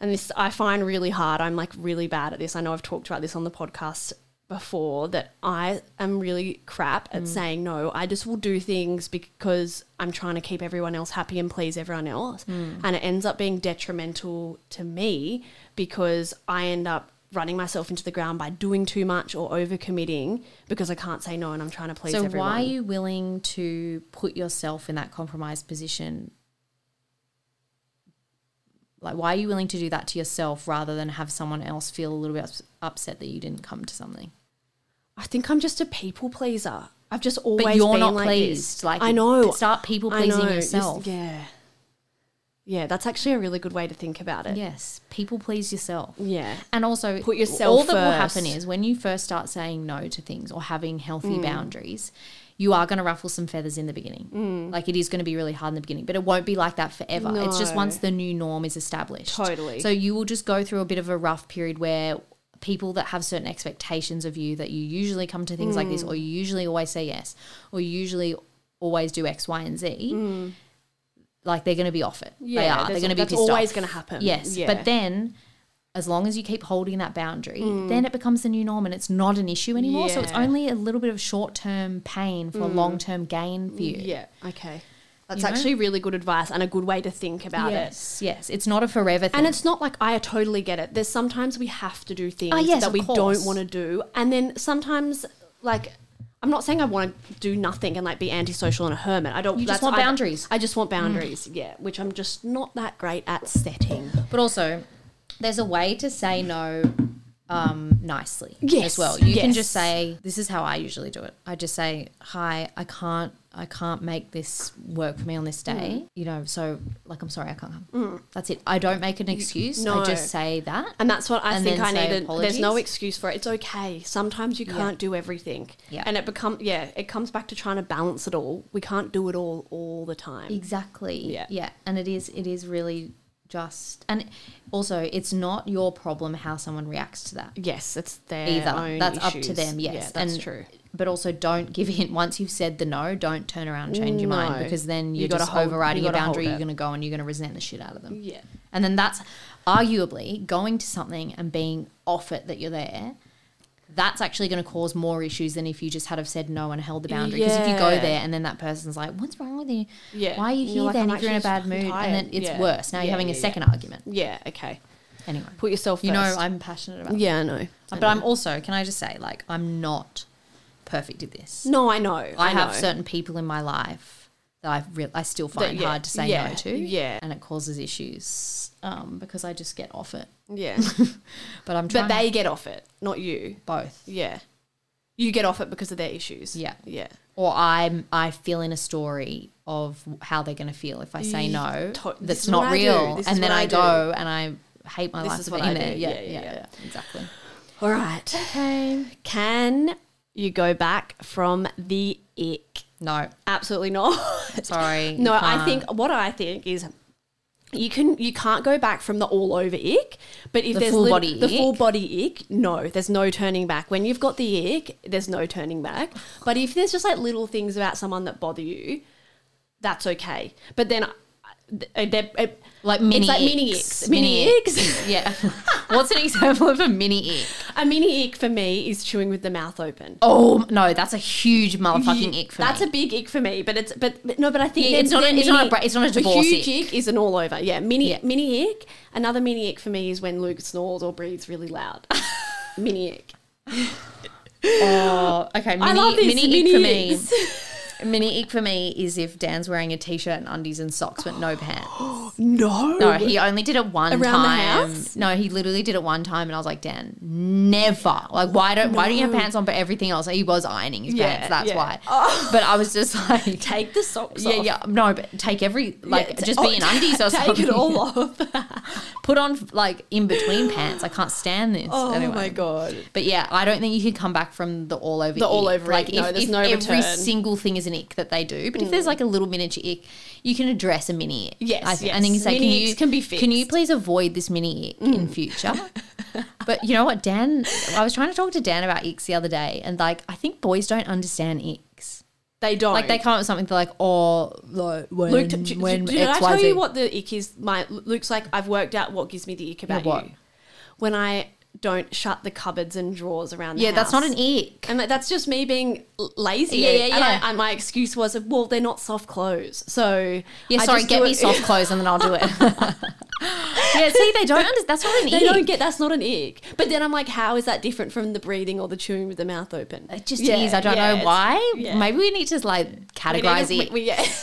[SPEAKER 1] and this I find really hard. I'm like really bad at this. I know I've talked about this on the podcast before that I am really crap
[SPEAKER 4] Mm.
[SPEAKER 1] at saying no. I just will do things because I'm trying to keep everyone else happy and please everyone else.
[SPEAKER 4] Mm.
[SPEAKER 1] And it ends up being detrimental to me because I end up running myself into the ground by doing too much or overcommitting because I can't say no and I'm trying to please
[SPEAKER 4] So
[SPEAKER 1] everyone.
[SPEAKER 4] why are you willing to put yourself in that compromised position? Like, why are you willing to do that to yourself rather than have someone else feel a little bit ups- upset that you didn't come to something?
[SPEAKER 1] I think I'm just a people pleaser. I've just always
[SPEAKER 4] But you're
[SPEAKER 1] been
[SPEAKER 4] not
[SPEAKER 1] like
[SPEAKER 4] pleased.
[SPEAKER 1] This.
[SPEAKER 4] Like,
[SPEAKER 1] I know.
[SPEAKER 4] Start people
[SPEAKER 1] I
[SPEAKER 4] pleasing
[SPEAKER 1] know. Just-
[SPEAKER 4] yourself.
[SPEAKER 1] Yeah. Yeah, that's actually a really good way to think about it.
[SPEAKER 4] Yes, people please yourself.
[SPEAKER 1] Yeah.
[SPEAKER 4] And also,
[SPEAKER 1] Put yourself
[SPEAKER 4] All that will happen
[SPEAKER 1] first. Mm.
[SPEAKER 4] is when you first start saying no to things or having healthy boundaries, you are going to ruffle some feathers in the beginning.
[SPEAKER 1] Mm.
[SPEAKER 4] Like it is going to be really hard in the beginning, but it won't be like that forever. It's just
[SPEAKER 1] No.
[SPEAKER 4] once the new norm is established.
[SPEAKER 1] Totally.
[SPEAKER 4] So you will just go through a bit of a rough period where people that have certain expectations of you that you usually come to things like this,
[SPEAKER 1] Mm.
[SPEAKER 4] or you usually always say yes, or you usually always do X, Y, and Z. Like they're going to be off it. they
[SPEAKER 1] Mm. Yeah,
[SPEAKER 4] are. They're
[SPEAKER 1] there's-
[SPEAKER 4] going to be
[SPEAKER 1] that's
[SPEAKER 4] pissed
[SPEAKER 1] always
[SPEAKER 4] off.
[SPEAKER 1] gonna happen.
[SPEAKER 4] Yes,
[SPEAKER 1] Yeah.
[SPEAKER 4] but then as long as you keep holding that boundary, then it becomes the new norm and it's not an issue anymore. So it's
[SPEAKER 1] Yeah.
[SPEAKER 4] only a little bit of short term pain for long term gain for you.
[SPEAKER 1] Yeah. Okay. That's
[SPEAKER 4] You know?
[SPEAKER 1] actually really good advice and a good way to think about it.
[SPEAKER 4] Yes, yes. It's not a forever thing.
[SPEAKER 1] And it's not like I totally get it. There's sometimes we have to do things
[SPEAKER 4] Ah, yes,
[SPEAKER 1] that
[SPEAKER 4] of
[SPEAKER 1] we
[SPEAKER 4] course.
[SPEAKER 1] don't want to do. And then sometimes, like, I'm not saying I want to do nothing and like be antisocial and a hermit. I don't.
[SPEAKER 4] You just
[SPEAKER 1] that's-
[SPEAKER 4] want
[SPEAKER 1] I-
[SPEAKER 4] boundaries. Mm.
[SPEAKER 1] I just want boundaries. Yeah, which I'm just not that great at setting.
[SPEAKER 4] but also, there's a way to say no um, nicely
[SPEAKER 1] Yes,
[SPEAKER 4] as well. You can
[SPEAKER 1] yes.
[SPEAKER 4] just say, "This is how I usually do it." I just say, "Hi, I can't, I can't make this work for me on this day." You know, so like, I'm sorry, I can't come. That's it. I don't make an excuse. I
[SPEAKER 1] no.
[SPEAKER 4] just say that.
[SPEAKER 1] And that's what I
[SPEAKER 4] And
[SPEAKER 1] think
[SPEAKER 4] then
[SPEAKER 1] I
[SPEAKER 4] say
[SPEAKER 1] needed. There's no
[SPEAKER 4] apologies.
[SPEAKER 1] excuse for it. It's okay. Sometimes you can't do everything.
[SPEAKER 4] Yeah.
[SPEAKER 1] And it become yeah, it comes back to trying to balance it all. We can't do it all all the time.
[SPEAKER 4] E Exactly.
[SPEAKER 1] Yeah.
[SPEAKER 4] Yeah. And it is it is really just and also it's not your problem how someone reacts to that
[SPEAKER 1] Yes, it's their
[SPEAKER 4] either.
[SPEAKER 1] own
[SPEAKER 4] that's up to
[SPEAKER 1] issues.
[SPEAKER 4] them, yes.
[SPEAKER 1] Yeah, that's
[SPEAKER 4] and,
[SPEAKER 1] true.
[SPEAKER 4] But also don't give in once you've said the no, don't turn around and change your mind
[SPEAKER 1] No.
[SPEAKER 4] because then
[SPEAKER 1] You
[SPEAKER 4] you're
[SPEAKER 1] gotta
[SPEAKER 4] just
[SPEAKER 1] hold-
[SPEAKER 4] overriding
[SPEAKER 1] you
[SPEAKER 4] your
[SPEAKER 1] gotta hold
[SPEAKER 4] boundary, you're
[SPEAKER 1] it.
[SPEAKER 4] gonna go and you're gonna resent the shit out of them.
[SPEAKER 1] Yeah.
[SPEAKER 4] And then that's arguably going to something and being off it that you're there. That's actually going to cause more issues than if you just had have said no and held the boundary. Because if you go
[SPEAKER 1] Yeah.
[SPEAKER 4] there and then that person's like, "What's wrong with you?
[SPEAKER 1] Yeah.
[SPEAKER 4] Why are you
[SPEAKER 1] And you're
[SPEAKER 4] here
[SPEAKER 1] like,
[SPEAKER 4] then
[SPEAKER 1] "I'm
[SPEAKER 4] if you're in a
[SPEAKER 1] actually
[SPEAKER 4] bad
[SPEAKER 1] just
[SPEAKER 4] mood?"
[SPEAKER 1] fucking
[SPEAKER 4] And then
[SPEAKER 1] tired.
[SPEAKER 4] it's
[SPEAKER 1] Yeah.
[SPEAKER 4] worse. Now you're
[SPEAKER 1] Yeah,
[SPEAKER 4] having a
[SPEAKER 1] yeah,
[SPEAKER 4] second argument.
[SPEAKER 1] Yeah, okay.
[SPEAKER 4] Anyway,
[SPEAKER 1] Put yourself
[SPEAKER 4] you know
[SPEAKER 1] first.
[SPEAKER 4] I'm passionate about.
[SPEAKER 1] Yeah, I know.
[SPEAKER 4] that. But I'm also can I just say like I'm not perfect at this.
[SPEAKER 1] No, I know.
[SPEAKER 4] I, have
[SPEAKER 1] know.
[SPEAKER 4] certain people in my life that I re- I still find
[SPEAKER 1] yeah,
[SPEAKER 4] hard to say
[SPEAKER 1] yeah,
[SPEAKER 4] no to.
[SPEAKER 1] yeah.
[SPEAKER 4] and it causes issues um, because I just get off it.
[SPEAKER 1] Yeah.
[SPEAKER 4] But I'm trying
[SPEAKER 1] but they get off it, not you.
[SPEAKER 4] both.
[SPEAKER 1] Yeah. You get off it because of their issues.
[SPEAKER 4] Yeah.
[SPEAKER 1] Yeah.
[SPEAKER 4] or I'm I feel in a story of how they're going to feel if I say no.
[SPEAKER 1] To- this
[SPEAKER 4] that's
[SPEAKER 1] is what
[SPEAKER 4] not
[SPEAKER 1] I do.
[SPEAKER 4] real,
[SPEAKER 1] This is
[SPEAKER 4] and then
[SPEAKER 1] what
[SPEAKER 4] I,
[SPEAKER 1] I do.
[SPEAKER 4] go and I hate my
[SPEAKER 1] This
[SPEAKER 4] life
[SPEAKER 1] is
[SPEAKER 4] for
[SPEAKER 1] what
[SPEAKER 4] being
[SPEAKER 1] I
[SPEAKER 4] there.
[SPEAKER 1] do.
[SPEAKER 4] Yeah,
[SPEAKER 1] Yeah,
[SPEAKER 4] yeah,
[SPEAKER 1] yeah,
[SPEAKER 4] yeah,
[SPEAKER 1] yeah.
[SPEAKER 4] exactly.
[SPEAKER 1] All right.
[SPEAKER 4] Okay.
[SPEAKER 1] Can you go back from the ick?
[SPEAKER 4] No,
[SPEAKER 1] Absolutely not.
[SPEAKER 4] sorry.
[SPEAKER 1] No,
[SPEAKER 4] you
[SPEAKER 1] I
[SPEAKER 4] can't.
[SPEAKER 1] think what I think is you can you can't go back from the all over ick, but if
[SPEAKER 4] The
[SPEAKER 1] there's
[SPEAKER 4] full
[SPEAKER 1] lit-
[SPEAKER 4] body
[SPEAKER 1] the full
[SPEAKER 4] ick?
[SPEAKER 1] body ick, no, there's no turning back. When you've got the ick, there's no turning back. But if there's just like little things about someone that bother you, that's okay. But then uh, they're, uh,
[SPEAKER 4] like mini
[SPEAKER 1] it's like mini icks, mini icks.
[SPEAKER 4] Yeah. What's an example of a mini ick?
[SPEAKER 1] A mini ick for me is chewing with the mouth open.
[SPEAKER 4] Oh no, that's a huge motherfucking ick for
[SPEAKER 1] That's
[SPEAKER 4] me.
[SPEAKER 1] a big ick for me, but it's but, but no, but I think
[SPEAKER 4] Yeah, it's
[SPEAKER 1] they're-
[SPEAKER 4] not a-
[SPEAKER 1] they're
[SPEAKER 4] it's not a
[SPEAKER 1] mini-
[SPEAKER 4] bra- it's not a divorce
[SPEAKER 1] huge ick. is an all over. Yeah, mini
[SPEAKER 4] Yeah.
[SPEAKER 1] mini ick. Another mini ick for me is when Luke snores or breathes really loud. mini ick.
[SPEAKER 4] oh, okay. Mini,
[SPEAKER 1] I love this
[SPEAKER 4] mini,
[SPEAKER 1] mini,
[SPEAKER 4] ick for me.
[SPEAKER 1] icks.
[SPEAKER 4] mini ick for me is if Dan's wearing a t-shirt and undies and socks but no pants.
[SPEAKER 1] No,
[SPEAKER 4] No, he only did it one
[SPEAKER 1] Around the
[SPEAKER 4] time.
[SPEAKER 1] house?
[SPEAKER 4] No, he literally did it one time, and I was like, Dan, never. Like, why don't why don't you have pants on? But everything else, he was ironing his
[SPEAKER 1] Yeah,
[SPEAKER 4] pants. That's
[SPEAKER 1] yeah. Oh.
[SPEAKER 4] why. But I was just like,
[SPEAKER 1] take the socks
[SPEAKER 4] yeah,
[SPEAKER 1] off.
[SPEAKER 4] yeah, no, but take every like
[SPEAKER 1] Yeah,
[SPEAKER 4] just
[SPEAKER 1] oh,
[SPEAKER 4] be in undies or
[SPEAKER 1] Take
[SPEAKER 4] something.
[SPEAKER 1] it all off.
[SPEAKER 4] Put on like in between pants. I can't stand this.
[SPEAKER 1] Oh
[SPEAKER 4] Anyway.
[SPEAKER 1] my god.
[SPEAKER 4] But yeah, I don't think you can come back from the all over
[SPEAKER 1] The
[SPEAKER 4] ick.
[SPEAKER 1] all over
[SPEAKER 4] Like
[SPEAKER 1] ick, no,
[SPEAKER 4] if,
[SPEAKER 1] there's
[SPEAKER 4] if
[SPEAKER 1] no
[SPEAKER 4] every
[SPEAKER 1] return. Mm.
[SPEAKER 4] single thing is an ick that they do, but if there's like a little miniature ick, you can address a mini ick.
[SPEAKER 1] Yes,
[SPEAKER 4] I, thi-
[SPEAKER 1] yes.
[SPEAKER 4] and then you say,
[SPEAKER 1] Mini
[SPEAKER 4] can you
[SPEAKER 1] icks can be
[SPEAKER 4] Can you
[SPEAKER 1] fixed." Mm.
[SPEAKER 4] please avoid this mini ick in future? but you know what, Dan? I was trying to talk to Dan about icks the other day, and like I think boys don't understand icks.
[SPEAKER 1] They don't.
[SPEAKER 4] Like they come up with something they're like, oh,
[SPEAKER 3] Like when,
[SPEAKER 1] Luke, d- d-
[SPEAKER 4] when
[SPEAKER 1] d- did I
[SPEAKER 4] X,
[SPEAKER 1] tell
[SPEAKER 4] Y, Z.
[SPEAKER 1] you what the ick is? My Luke's like, I've worked out what gives me the ick about
[SPEAKER 4] what?
[SPEAKER 1] you. When I don't shut the cupboards and drawers around. The
[SPEAKER 4] yeah, that's not
[SPEAKER 1] house.
[SPEAKER 4] an ick.
[SPEAKER 1] And like, that's just me being l- lazy.
[SPEAKER 4] Yeah, yeah,
[SPEAKER 1] And, I,
[SPEAKER 4] yeah.
[SPEAKER 1] and my excuse was, well, they're not soft clothes. So
[SPEAKER 4] Yeah,
[SPEAKER 1] I
[SPEAKER 4] sorry,
[SPEAKER 1] just
[SPEAKER 4] get
[SPEAKER 1] do
[SPEAKER 4] me
[SPEAKER 1] it-
[SPEAKER 4] soft clothes and then I'll do it. yeah, see, they don't understand. That's not an
[SPEAKER 1] They
[SPEAKER 4] ick.
[SPEAKER 1] don't get that's not an ick. But then I'm like, how is that different from the breathing or the chewing with the mouth open?
[SPEAKER 4] It just
[SPEAKER 1] Yeah,
[SPEAKER 4] is. I don't
[SPEAKER 1] yeah,
[SPEAKER 4] know
[SPEAKER 1] it's-
[SPEAKER 4] why.
[SPEAKER 1] yeah.
[SPEAKER 4] Maybe we need to like
[SPEAKER 1] We need
[SPEAKER 4] categorize
[SPEAKER 1] to-
[SPEAKER 4] it.
[SPEAKER 1] we- we- yeah.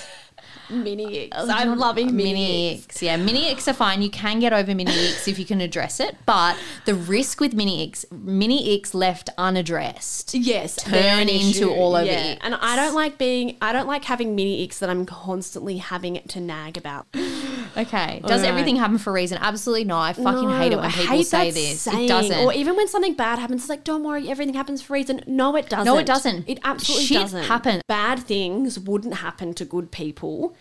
[SPEAKER 1] mini icks. I'm loving mini, icks.
[SPEAKER 4] icks. Yeah, mini icks are fine. You can get over mini icks if you can address it, but the risk with mini icks, mini icks left unaddressed.
[SPEAKER 1] Yes,
[SPEAKER 4] turn
[SPEAKER 1] they're an
[SPEAKER 4] into
[SPEAKER 1] issue.
[SPEAKER 4] all over
[SPEAKER 1] Yeah.
[SPEAKER 4] icks.
[SPEAKER 1] And I don't like being, I don't like having mini icks that I'm constantly having to nag about.
[SPEAKER 4] Okay. Does
[SPEAKER 1] Alright.
[SPEAKER 4] everything happen for a reason? Absolutely not. I fucking hate it
[SPEAKER 1] No, I
[SPEAKER 4] when people
[SPEAKER 1] hate
[SPEAKER 4] say
[SPEAKER 1] that
[SPEAKER 4] this.
[SPEAKER 1] saying.
[SPEAKER 4] It doesn't.
[SPEAKER 1] Or even when something bad happens, it's like, don't worry, everything happens for a reason. No, it doesn't.
[SPEAKER 4] No, it doesn't.
[SPEAKER 1] It absolutely
[SPEAKER 4] Shit
[SPEAKER 1] doesn't
[SPEAKER 4] happen.
[SPEAKER 1] Bad things wouldn't happen to good people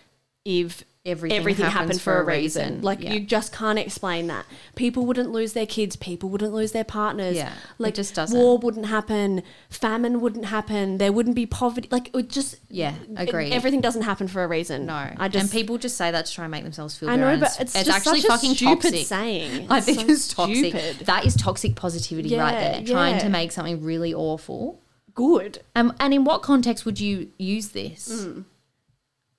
[SPEAKER 1] if
[SPEAKER 4] Everything
[SPEAKER 1] everything,
[SPEAKER 4] happens
[SPEAKER 1] happened for, a reason. Like
[SPEAKER 4] Yeah.
[SPEAKER 1] you just can't explain that. People wouldn't lose their kids. People wouldn't lose their partners.
[SPEAKER 4] Yeah, it
[SPEAKER 1] like
[SPEAKER 4] just doesn't.
[SPEAKER 1] War wouldn't happen. Famine wouldn't happen. There wouldn't be poverty. Like it would just
[SPEAKER 4] Yeah,
[SPEAKER 1] it-
[SPEAKER 4] agreed.
[SPEAKER 1] everything doesn't happen for a reason.
[SPEAKER 4] no.
[SPEAKER 1] I just
[SPEAKER 4] and people just say that to try and make themselves feel
[SPEAKER 1] I
[SPEAKER 4] better.
[SPEAKER 1] know,
[SPEAKER 4] and
[SPEAKER 1] but
[SPEAKER 4] s-
[SPEAKER 1] it's, just such a stupid saying.
[SPEAKER 4] I think
[SPEAKER 1] so
[SPEAKER 4] it's toxic.
[SPEAKER 1] Stupid.
[SPEAKER 4] That is toxic positivity right
[SPEAKER 1] Yeah,
[SPEAKER 4] there. Trying to
[SPEAKER 1] yeah.
[SPEAKER 4] make something really awful.
[SPEAKER 1] Good.
[SPEAKER 4] Um, and in what context would you use this?
[SPEAKER 1] Mm.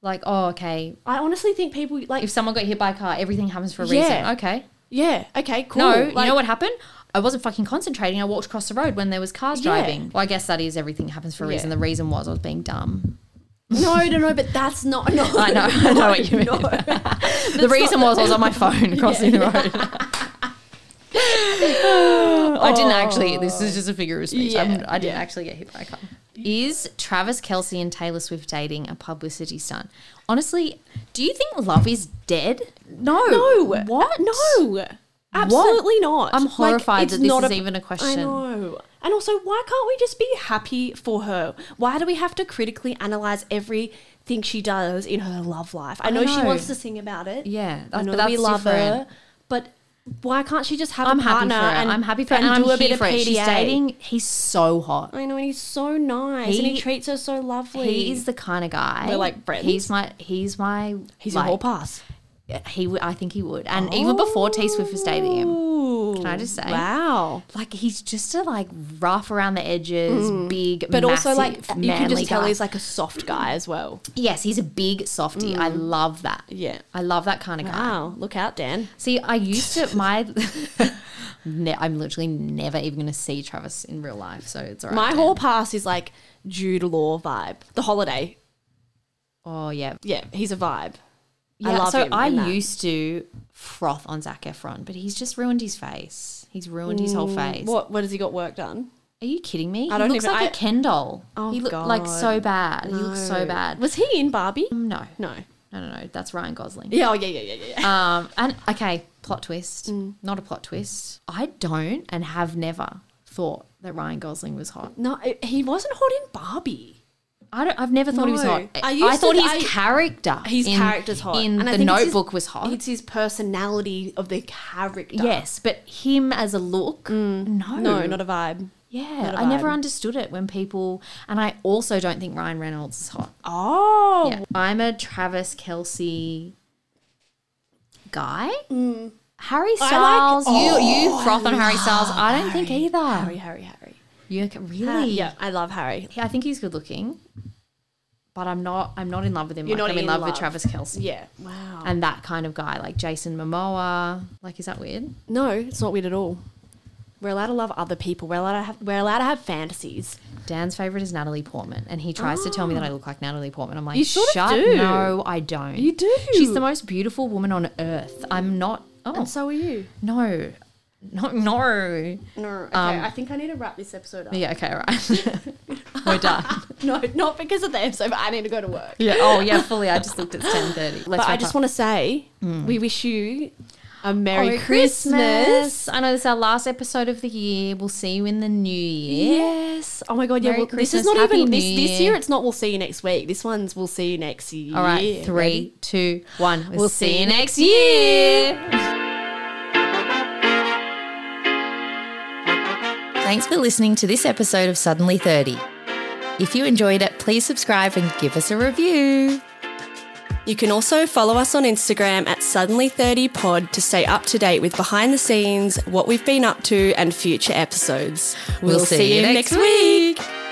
[SPEAKER 4] Like, oh, okay.
[SPEAKER 1] I honestly think people like
[SPEAKER 4] If someone got hit by a car, everything happens for a
[SPEAKER 1] Yeah.
[SPEAKER 4] reason. Okay.
[SPEAKER 1] yeah. Okay, cool.
[SPEAKER 4] No,
[SPEAKER 1] Like,
[SPEAKER 4] you know what happened? I wasn't fucking concentrating. I walked across the road when there was cars
[SPEAKER 1] Yeah.
[SPEAKER 4] driving. Well, I guess that is everything happens for a
[SPEAKER 1] Yeah.
[SPEAKER 4] reason. The reason was I was being dumb.
[SPEAKER 1] No, no, no. But that's not. No,
[SPEAKER 4] I know, I know what you mean.
[SPEAKER 1] No.
[SPEAKER 4] the reason was I was on my phone crossing the road. I didn't actually. This is just a figure of speech. I'm-
[SPEAKER 1] Yeah,
[SPEAKER 4] I didn't
[SPEAKER 1] yeah.
[SPEAKER 4] actually get hit by a car. Is Travis Kelsey and Taylor Swift dating a publicity stunt? Honestly, do you think love is dead? No.
[SPEAKER 1] No.
[SPEAKER 4] What?
[SPEAKER 1] No. Absolutely not.
[SPEAKER 4] I'm
[SPEAKER 1] Like,
[SPEAKER 4] horrified
[SPEAKER 1] it's
[SPEAKER 4] that this
[SPEAKER 1] not
[SPEAKER 4] is even a question.
[SPEAKER 1] I know. And also, why can't we just be happy for her? Why do we have to critically analyze everything she does in her love life? I, know, she
[SPEAKER 4] know.
[SPEAKER 1] wants to sing about it.
[SPEAKER 4] Yeah,
[SPEAKER 1] I
[SPEAKER 4] that-
[SPEAKER 1] know
[SPEAKER 4] but that's
[SPEAKER 1] we love her.
[SPEAKER 4] different.
[SPEAKER 1] But why can't she just have
[SPEAKER 4] I'm
[SPEAKER 1] a
[SPEAKER 4] happy
[SPEAKER 1] partner?
[SPEAKER 4] for her.
[SPEAKER 1] And,
[SPEAKER 4] I'm happy for her.
[SPEAKER 1] and,
[SPEAKER 4] And, I'm
[SPEAKER 1] do a
[SPEAKER 4] here
[SPEAKER 1] bit of
[SPEAKER 4] for it.
[SPEAKER 1] PDA?
[SPEAKER 4] She's dating. He's so hot.
[SPEAKER 1] I know, and he's so nice, and
[SPEAKER 4] He-
[SPEAKER 1] he treats her so lovely.
[SPEAKER 4] He is the kind of guy.
[SPEAKER 1] We're like friends?
[SPEAKER 4] He's my. He's my.
[SPEAKER 1] He's
[SPEAKER 4] like,
[SPEAKER 1] your whole pass.
[SPEAKER 4] He. would- I think he would. And even before T Swift was dating him,
[SPEAKER 1] Can
[SPEAKER 4] I just say?
[SPEAKER 1] Wow.
[SPEAKER 4] like he's just a like rough around the edges, big,
[SPEAKER 1] Mm. But also, like,
[SPEAKER 4] manly
[SPEAKER 1] you can just tell
[SPEAKER 4] guy.
[SPEAKER 1] he's like a soft guy as well.
[SPEAKER 4] yes, he's a big softy. I love that.
[SPEAKER 1] Yeah.
[SPEAKER 4] I love that kind of guy.
[SPEAKER 1] Wow. Look out, Dan.
[SPEAKER 4] See, I used to my. Ne- I'm literally never even going to see Travis in real life, so it's alright.
[SPEAKER 1] My whole pass is like Jude Law vibe. The holiday.
[SPEAKER 4] oh yeah,
[SPEAKER 1] Yeah, he's a vibe.
[SPEAKER 4] yeah.
[SPEAKER 1] I love
[SPEAKER 4] so
[SPEAKER 1] him
[SPEAKER 4] I
[SPEAKER 1] in that.
[SPEAKER 4] used to froth on Zac Efron, but he's just ruined his face. He's ruined his whole face.
[SPEAKER 1] What what has he got work done?
[SPEAKER 4] Are you kidding me?
[SPEAKER 1] Mm, I
[SPEAKER 4] he
[SPEAKER 1] don't
[SPEAKER 4] looks
[SPEAKER 1] even-
[SPEAKER 4] like a
[SPEAKER 1] I-
[SPEAKER 4] Ken doll.
[SPEAKER 1] Oh,
[SPEAKER 4] he looked like
[SPEAKER 1] God.
[SPEAKER 4] so bad. He looks so
[SPEAKER 1] No.
[SPEAKER 4] bad. Mm,
[SPEAKER 1] Was he in Barbie?
[SPEAKER 4] No, no,
[SPEAKER 1] No.
[SPEAKER 4] no, no. That's Ryan Gosling.
[SPEAKER 1] Yeah, oh yeah, yeah, yeah, yeah, yeah.
[SPEAKER 4] Um, and okay, plot twist.
[SPEAKER 1] Mm.
[SPEAKER 4] Not a plot twist. I don't and have never thought that Ryan Gosling was hot.
[SPEAKER 1] No, it- he wasn't hot in Barbie.
[SPEAKER 4] I don't. I've never thought he was
[SPEAKER 1] No.
[SPEAKER 4] hot.
[SPEAKER 1] I
[SPEAKER 4] I,
[SPEAKER 1] used
[SPEAKER 4] thought
[SPEAKER 1] to-
[SPEAKER 4] his
[SPEAKER 1] I-
[SPEAKER 4] character,
[SPEAKER 1] His
[SPEAKER 4] in-
[SPEAKER 1] character's hot.
[SPEAKER 4] in
[SPEAKER 1] I
[SPEAKER 4] the
[SPEAKER 1] think it's
[SPEAKER 4] Notebook
[SPEAKER 1] his-
[SPEAKER 4] was hot.
[SPEAKER 1] It's his personality of the character.
[SPEAKER 4] yes, but him as a look, no,
[SPEAKER 1] No, not a vibe.
[SPEAKER 4] yeah.
[SPEAKER 1] Mm. not a
[SPEAKER 4] I never
[SPEAKER 1] vibe.
[SPEAKER 4] understood it when people, and I also don't think Ryan Reynolds is hot.
[SPEAKER 1] Oh.
[SPEAKER 4] Yeah. I'm a Travis Kelsey guy.
[SPEAKER 1] Mm.
[SPEAKER 4] Harry
[SPEAKER 1] like-
[SPEAKER 4] Styles, you
[SPEAKER 1] Oh,
[SPEAKER 4] you
[SPEAKER 1] I
[SPEAKER 4] froth on Harry Styles. I don't
[SPEAKER 1] Harry.
[SPEAKER 4] think either.
[SPEAKER 1] Harry, Harry, Harry.
[SPEAKER 4] You okay- really?
[SPEAKER 1] Yeah, I love Harry.
[SPEAKER 4] Yeah, I think he's good looking, but I'm not. I'm not in love with him.
[SPEAKER 1] You're
[SPEAKER 4] like
[SPEAKER 1] not
[SPEAKER 4] I'm in,
[SPEAKER 1] in
[SPEAKER 4] love, with
[SPEAKER 1] love.
[SPEAKER 4] Travis Kelsey
[SPEAKER 1] Yeah. Wow.
[SPEAKER 4] and that kind of guy, like Jason Momoa. Like, is that weird?
[SPEAKER 1] no, it's not weird at all. We're allowed to love other people. We're allowed to have we're allowed to have fantasies.
[SPEAKER 4] Dan's favorite is Natalie Portman, and he tries to tell me that I look like Natalie Portman. I'm like,
[SPEAKER 1] Ah. You sort of
[SPEAKER 4] shut.
[SPEAKER 1] do.
[SPEAKER 4] No, I don't.
[SPEAKER 1] You do.
[SPEAKER 4] She's the most beautiful woman on earth. I'm not. Oh
[SPEAKER 1] And so are you.
[SPEAKER 4] no, no, no.
[SPEAKER 1] No, okay. I think I need to wrap this episode up.
[SPEAKER 4] Yeah. Okay. All right. We're done.
[SPEAKER 1] No, not because of the episode, but I need to go to work.
[SPEAKER 4] Yeah. Oh yeah. Fully. I just looked. It's ten thirty. Let's.
[SPEAKER 1] But I
[SPEAKER 4] wrap
[SPEAKER 1] just
[SPEAKER 4] up.
[SPEAKER 1] want to say we wish you a Mm. Merry
[SPEAKER 4] Merry
[SPEAKER 1] Christmas.
[SPEAKER 4] I know this is our last episode of the year. We'll see you in the new year.
[SPEAKER 1] Yes. Oh my god, yeah.
[SPEAKER 4] Merry
[SPEAKER 1] Well, this
[SPEAKER 4] Christmas,
[SPEAKER 1] is not
[SPEAKER 4] Happy
[SPEAKER 1] even
[SPEAKER 4] New
[SPEAKER 1] this this
[SPEAKER 4] Year.
[SPEAKER 1] year. It's not. We'll see you next week. This one's. We'll see you next year.
[SPEAKER 4] All right, three, two, one. We'll,
[SPEAKER 1] We'll
[SPEAKER 4] see
[SPEAKER 1] see
[SPEAKER 4] you next year. Thanks for listening to this episode of Suddenly 30. If you enjoyed it, please subscribe and give us a review.
[SPEAKER 1] You can also follow us on Instagram at Suddenly30Pod to stay up to date with behind the scenes, what we've been up to, and future episodes.
[SPEAKER 4] We'll see you next
[SPEAKER 1] week.